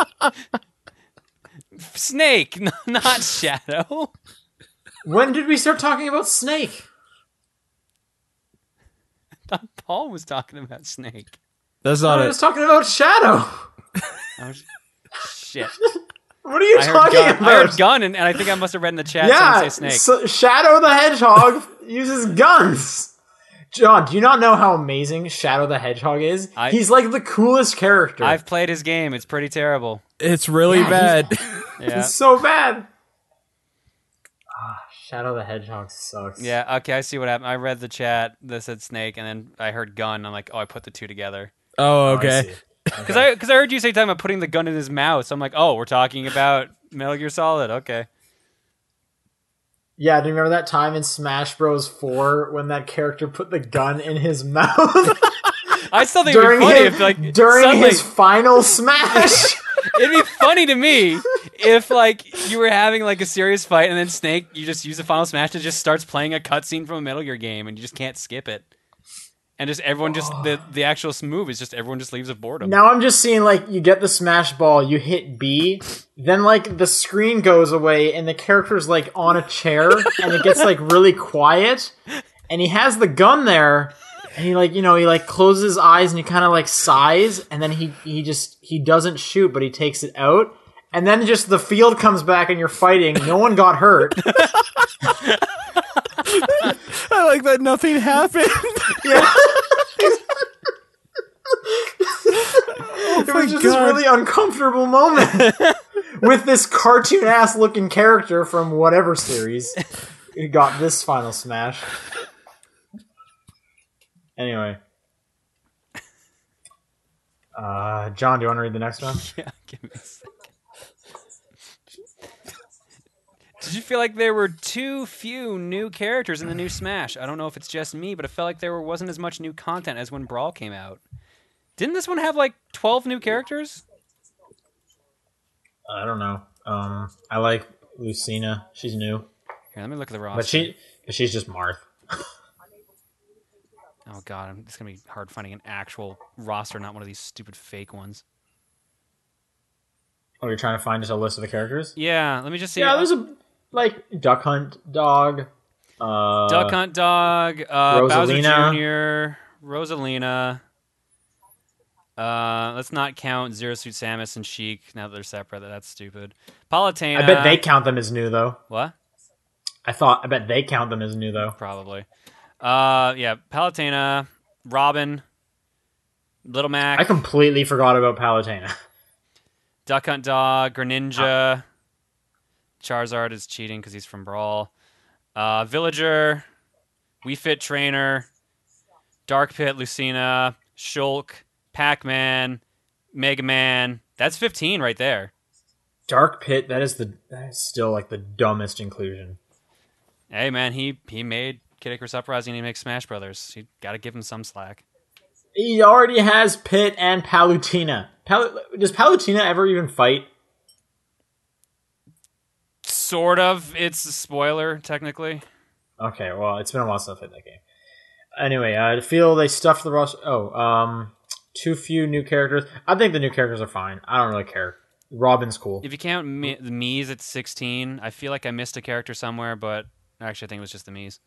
S2: Snake, n- not Shadow.
S3: When did we start talking about Snake?
S2: Thought Paul was talking about Snake.
S1: That's
S3: I
S1: not
S3: was talking about Shadow.
S2: I was- shit.
S3: What are you
S2: I heard,
S3: talking
S2: gun,
S3: about?
S2: I heard gun, and, and I think I must have read in the chat someone say Snake.
S3: so- Shadow the Hedgehog uses guns. John, do you not know how amazing Shadow the Hedgehog is?
S2: I-
S3: he's like the coolest character.
S2: I've played his game. It's pretty terrible.
S1: It's really
S3: Yeah,
S1: bad.
S2: Yeah.
S3: It's so bad. Ah, Shadow the Hedgehog sucks.
S2: Yeah, okay, I see what happened. I read the chat that said snake, and then I heard gun. and I'm like, oh, I put the two together.
S1: oh,
S3: Oh, I
S1: okay.
S3: see.
S2: Because I because I heard you say time about putting the gun in his mouth. So I'm like, oh, we're talking about Metal Gear Solid. Okay.
S3: Yeah, do you remember that time in Smash Bros. Four when that character put the gun in his mouth
S2: I still think it'd
S3: during
S2: be funny
S3: his,
S2: if like
S3: during
S2: suddenly,
S3: his final smash?
S2: it'd be funny to me if like you were having like a serious fight and then Snake you just use the final smash and just starts playing a cutscene from a Metal Gear game and you just can't skip it. And just everyone just the the actual move is just everyone just leaves of boredom.
S3: now I'm just seeing like you get the smash ball, you hit B, then like the screen goes away and the character's like on a chair and it gets like really quiet, and he has the gun there. And he like you know he like closes his eyes and he kind of like sighs and then he he just he doesn't shoot but he takes it out and then just the field comes back and you're fighting no one got hurt
S1: I like that nothing happened.
S3: Yeah. it was
S1: God.
S3: just this really uncomfortable moment with this cartoon ass looking character from whatever series who got this final smash. Anyway. Uh, John, do you want to read the next one?
S2: Yeah, give me a second. Did you feel like there were too few new characters in the new Smash? I don't know if it's just me, but it felt like there wasn't as much new content as when Brawl came out. Didn't this one have like 12 new characters?
S3: I don't know. Um, I like Lucina. She's new,
S2: Here, let me look at the roster.
S3: but she, but she's just Marth.
S2: oh god, I'm- it's gonna be hard finding an actual roster, not one of these stupid fake ones.
S3: Oh, you're trying to find just a list of the characters?
S2: Yeah, let me just see. uh,
S3: Yeah, there's a like Duck Hunt dog. Uh,
S2: Duck Hunt Dog, uh, Bowser
S3: Rosalina.
S2: Jr., Rosalina. Uh, let's not count Zero Suit Samus and Sheik now that they're separate. That's stupid. Palutena.
S3: I bet they count them as new though.
S2: What?
S3: I thought. I bet they count them as new though.
S2: Probably. Uh, yeah, Palutena, Robin, Little Mac,
S3: I completely forgot about Palutena.
S2: Duck Hunt Dog, Greninja. Charizard is cheating because he's from Brawl. Uh, Villager, We Fit Trainer, Dark Pit, Lucina, Shulk, Pac Man, Mega Man. That's 15 right there.
S3: Dark Pit. That is the. That is still like the dumbest inclusion.
S2: Hey, man, he, he made Kid Icarus Uprising and he makes Smash Brothers. You got to give him some slack.
S3: He already has Pit and Palutena. Pal- does Palutena ever even fight?
S2: Sort of. It's a spoiler, technically.
S3: Okay, well, it's been a while since I played that game. Anyway, I feel they stuffed the roster. Oh, um, too few new characters. I think the new characters are fine. I don't really care. Robin's cool.
S2: If you count me, the Mii's at 16, I feel like I missed a character somewhere, but actually, I think it was just the Mii's.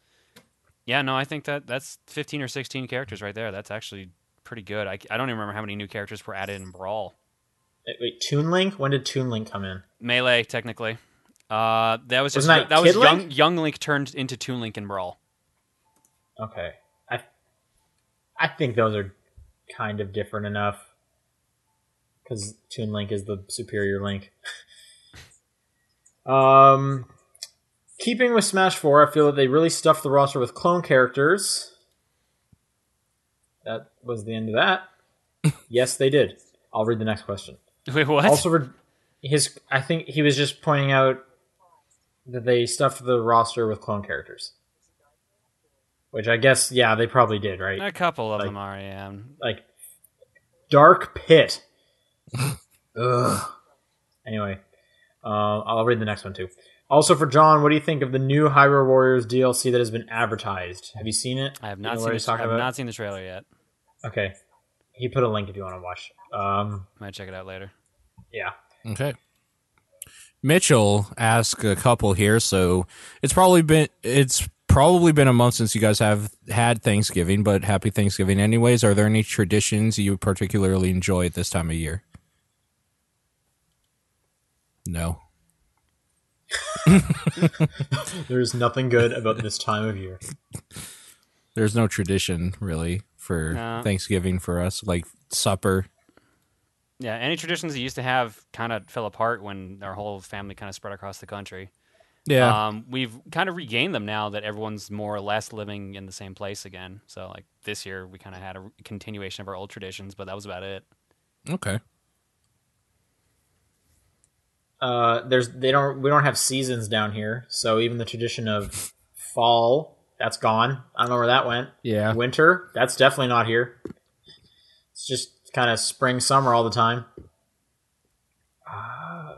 S2: Yeah, no, I think that that's 15 or 16 characters right there. That's actually pretty good. I, I don't even remember how many new characters were added in Brawl.
S3: Wait, wait, Toon Link? When did Toon Link come in?
S2: Melee, technically. Uh, that was just
S3: Wasn't that
S2: that was
S3: Kid Link?
S2: young, young Link turned into Toon Link in Brawl.
S3: Okay. I I think those are kind of different enough cuz Toon Link is the superior Link. um keeping with Smash 4, I feel that they really stuffed the roster with clone characters. That was the end of that. yes, they did. I'll read the next question.
S2: Wait, what?
S3: Also, re- his I think he was just pointing out that they stuffed the roster with clone characters, which I guess yeah they probably did right.
S2: a couple of
S3: like-
S2: them are, yeah.
S3: Like Dark Pit. Ugh. Anyway, uh, I'll read the next one too. Also for John, what do you think of the new Hyrule Warriors DLC that has been advertised? Have you seen it?
S2: I have
S3: You know
S2: not
S3: what
S2: seen
S3: he's
S2: the, I
S3: talking
S2: have
S3: about?
S2: not seen the trailer yet.
S3: Okay, he put a link if you want to watch. Um,
S2: Might check it out later.
S3: yeah.
S1: Okay. Mitchell asked a couple here, so it's probably been it's probably been a month since you guys have had Thanksgiving, but happy Thanksgiving anyways. Are there any traditions you particularly enjoy at this time of year? No.
S3: There's nothing good about this time of year.
S1: There's no tradition really for
S2: No.
S1: Thanksgiving for us, like supper.
S2: Yeah, any traditions that used to have kind of fell apart when our whole family kind of spread across the country.
S1: Yeah.
S2: Um, we've kind of regained them now that everyone's more or less living in the same place again. So like this year, we kind of had a continuation of our old traditions, but that was about it.
S1: Okay.
S3: Uh, there's they don't we don't have seasons down here, so even the tradition of fall that's gone. I don't know where that went.
S1: Yeah.
S3: Winter that's definitely not here. It's just kind of spring summer all the time. Uh,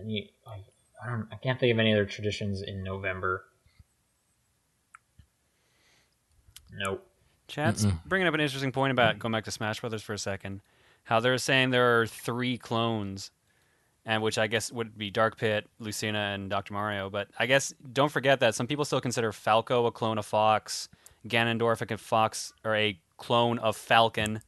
S3: any, I, I don't I can't think of any other traditions in November. Nope.
S2: Chat's bringing up an interesting point about going back to Smash Brothers for a second. How they're saying there are three clones, and which I guess would be Dark Pit, Lucina, and Doctor Mario. But I guess don't forget that some people still consider Falco a clone of Fox, Ganondorf a Fox or a clone of Falcon,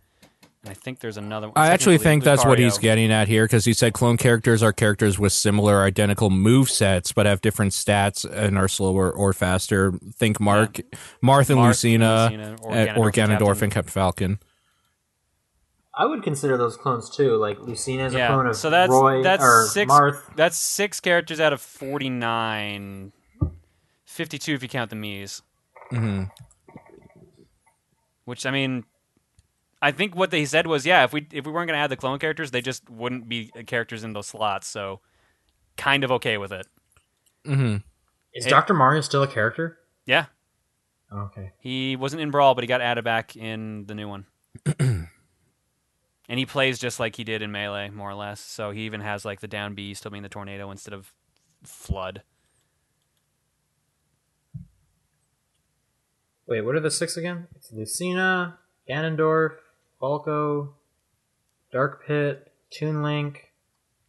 S2: and I think there's another. one.
S1: I actually
S2: Technically,
S1: think that's what
S2: Lucario.
S1: he's getting at here because he said clone characters are characters with similar identical move sets but have different stats and are slower or faster. Think Mark, Marth and
S2: Marth,
S1: Lucina,
S2: Lucina, or
S1: and- or
S2: Ganondorf and
S1: Ganondorf
S2: Captain.
S1: and Captain Falcon.
S3: I would consider those clones too. Like Lucina is a clone
S2: Yeah,
S3: of
S2: so that's
S3: Roy
S2: that's
S3: or
S2: six.
S3: Marth.
S2: That's six characters out of 49. 52 if you count the Mii's.
S1: Mhm.
S2: Which I mean, I think what they said was, yeah, if we if we weren't gonna add the clone characters, they just wouldn't be characters in those slots. So, kind of okay with it.
S1: hmm
S3: Is
S2: It-
S3: Doctor Mario still a character?
S2: Yeah,
S3: Okay.
S2: he wasn't in Brawl, but he got added back in the new one. and he plays just like he did in Melee, more or less. So he even has like the down B still being the tornado instead of flood.
S3: Wait, what are the six again? It's Lucina, Ganondorf, Falco, Dark Pit, Toon Link,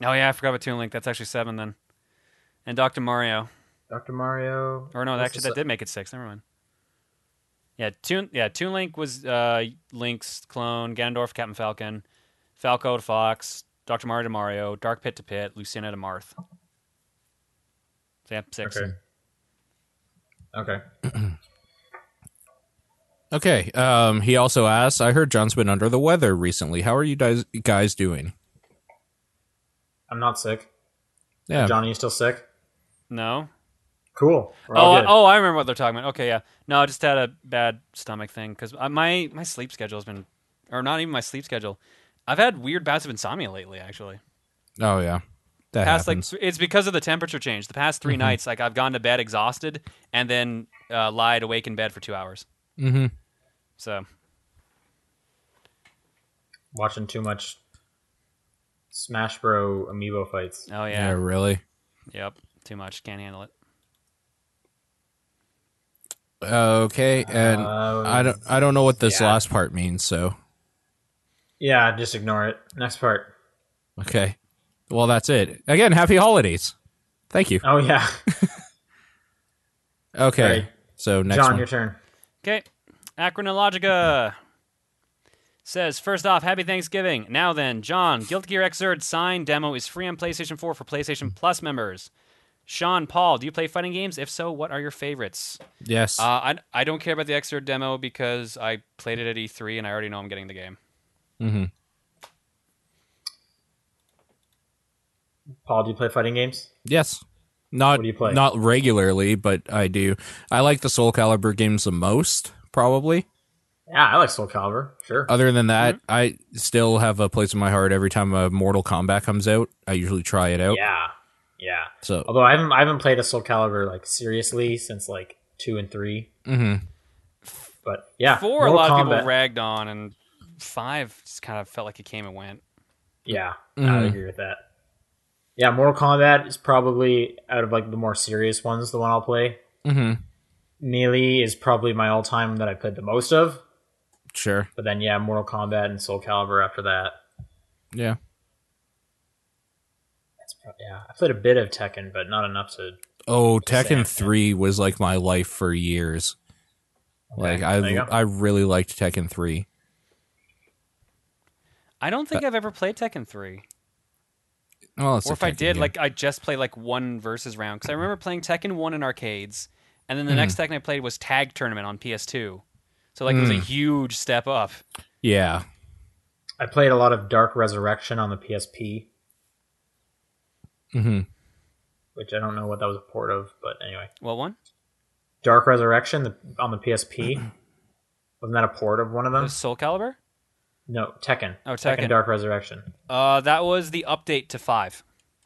S2: Oh yeah, I forgot about Toon Link. That's actually seven then. And Doctor Mario.
S3: Doctor Mario.
S2: Or no,
S3: What's
S2: actually
S3: the
S2: that
S3: se-
S2: did make it six. Never mind. Yeah, Toon yeah, Toon Link was uh, Link's clone, Ganondorf, Captain Falcon, Falco to Fox, Doctor Mario to Mario, Dark Pit to Pit, Lucina to Marth. So yeah, six.
S3: Okay. Okay.
S1: Okay. Um, he also asks, I heard John's been under the weather recently. How are you guys, guys doing?
S3: I'm not sick.
S1: Yeah.
S3: Johnny, you still sick?
S2: No.
S3: Cool. We're all
S2: Oh,
S3: good.
S2: oh, I remember what they're talking about. Okay, yeah. No, I just had a bad stomach thing because my my sleep schedule has been, or not even my sleep schedule. I've had weird bouts of insomnia lately, actually.
S1: Oh, yeah. That
S2: past
S1: happens.
S2: like th- it's because of the temperature change. The past 3 nights, like I've gone to bed exhausted and then uh, lied awake in bed for two hours.
S1: hmm
S2: So
S3: Watching too much Smash Bro amiibo fights.
S2: oh
S1: yeah,
S2: yeah,
S1: really.
S2: yep, too much. Can't handle it.
S1: Okay, and
S3: Uh,
S1: I don't I don't know what this
S3: yeah.
S1: last part means, so
S3: Yeah, just ignore it. Next part.
S1: okay. Well, that's it. Again, happy holidays. Thank you.
S3: Oh yeah.
S1: Okay.
S3: Sorry.
S1: So next
S3: John,
S1: one.
S3: your turn.
S2: Okay, Acronologica says first off, happy Thanksgiving. Now then, John, Guilty Gear Xrd Sign demo is free on PlayStation 4 for PlayStation Plus members. Sean, Paul, do you play fighting games? If so, what are your favorites?
S1: yes.
S2: Uh, I I don't care about the Xrd demo because I played it at E3 and I already know I'm getting the game.
S1: hmm
S3: Paul, do you play fighting games?
S1: Yes. Not
S3: What do you play?
S1: not regularly, but I do. I like the Soul Calibur games the most, probably.
S3: Yeah, I like Soul Calibur. Sure.
S1: Other than that,
S3: Mm-hmm.
S1: I still have a place in my heart every time a Mortal Kombat comes out. I usually try it out.
S3: Yeah. Oh. Yeah.
S1: So,
S3: Although I haven't I haven't played a Soul Calibur like seriously since like two and three.
S1: mhm.
S3: But yeah.
S2: four a
S3: Mortal
S2: lot of
S3: Kombat-
S2: people ragged on and five just kind of felt like it came and went
S3: Yeah. I
S1: Mhm.
S3: would agree with that. Yeah, Mortal Kombat is probably out of like the more serious ones, the one I'll play.
S1: Mhm.
S3: Melee is probably my all time that I played the most of.
S1: Sure.
S3: But then yeah, Mortal Kombat and Soul Calibur after that.
S1: Yeah.
S3: That's pro- yeah. I played a bit of Tekken, but not enough to
S1: Oh,
S3: Sam.
S1: Tekken 3 was like my life for years. Like
S3: there
S1: I
S3: you go.
S1: I really liked Tekken 3.
S2: i don't think i've ever played tekken 3
S1: Well, it's
S2: or
S1: a
S2: if i
S1: Tekken
S2: did
S1: game.
S2: like i just played like one versus round because i remember playing tekken 1 in arcades and
S1: Hmm.
S2: then the next tekken i played was tag tournament on ps2 so like it was a
S1: Hmm.
S2: huge step up
S1: Yeah.
S3: I played a lot of Dark Resurrection on the PSP,
S1: Mhm.
S3: which I don't know what that was a port of, but anyway.
S2: what one
S3: Dark Resurrection the, on the PSP. Wasn't that a port of one
S2: It
S3: of them?
S2: was soul Calibur?
S3: No, Tekken.
S2: Oh, Tekken.
S3: Dark Resurrection.
S2: Uh, that was the update to five.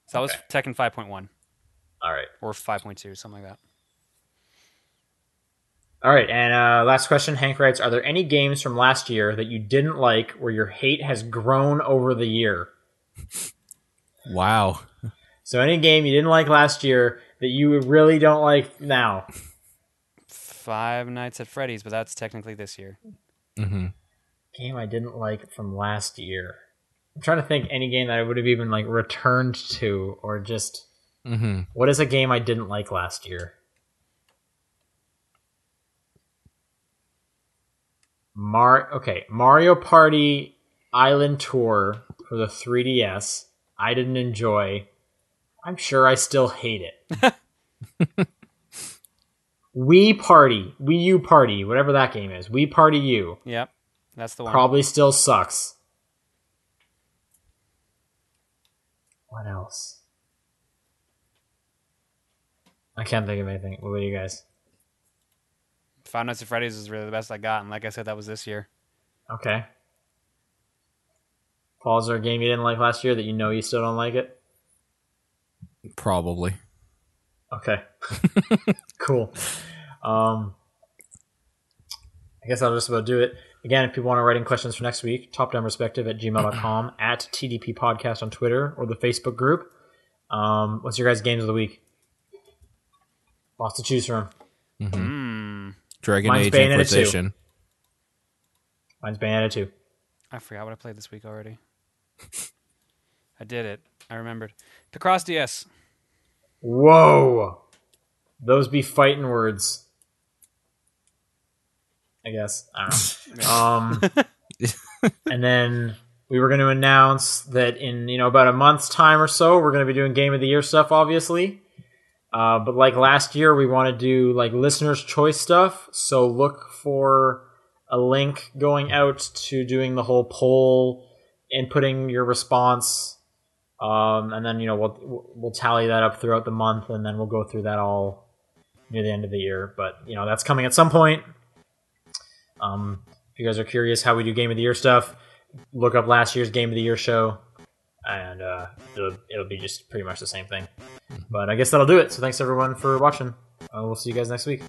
S2: So that was Tekken five point one
S3: All right.
S2: or five point two, something like that.
S3: All right, and uh, last question. Hank writes: Are there any games from last year that you didn't like, where your hate has grown over the year?
S1: Wow.
S3: So, any game you didn't like last year that you really don't like now?
S2: Five Nights at Freddy's, but that's technically this year.
S1: hmm
S3: Game I didn't like from last year. I'm trying to think any game that I would have even like returned to, or just
S1: hmm
S3: what is a game I didn't like last year? Mar okay, Mario Party Island Tour for the 3DS. I didn't enjoy. I'm sure I still hate it. Wii Party, Wii U Party, whatever that game is. Wii Party U
S2: Yep, that's the one.
S3: probably still sucks. What else? I can't think of anything. What about you guys?
S2: Five Nights at Freddy's is really the best I got, and like I said, that was this year.
S3: Okay. Paul, is there a game you didn't like last year that you know you still don't like it?
S1: Probably.
S3: Okay. cool. Um, I guess I'll just about do it. Again, if people want to write in questions for next week, topdownperspective at gmail.com, at TDP Podcast on Twitter, or the Facebook group. Um, what's your guys' games of the week? Lots to choose from.
S1: Mm-hmm.
S2: Hmm.
S1: Dragon
S3: Mine's
S1: Age
S3: Bayonetta 2.
S1: Inquisition.
S3: Mine's Bayonetta 2.
S2: I forgot what I played this week already. I did it. I remembered. Picross DS.
S3: Whoa! Those be fighting words. I guess. I don't know. um, and then we were going to announce that in you know about a month's time or so, we're going to be doing Game of the Year stuff, obviously. Uh, but like last year, we want to do like listeners' choice stuff. So look for a link going out to doing the whole poll, inputting your response um, and then you know we'll we'll tally that up throughout the month, and then we'll go through that all near the end of the year. But you know that's coming at some point. Um, if you guys are curious how we do game of the year stuff, look up last year's game of the year show, and uh, it'll, it'll be just pretty much the same thing. But I guess that'll do it. So thanks everyone for watching. Uh, we'll see you guys next week.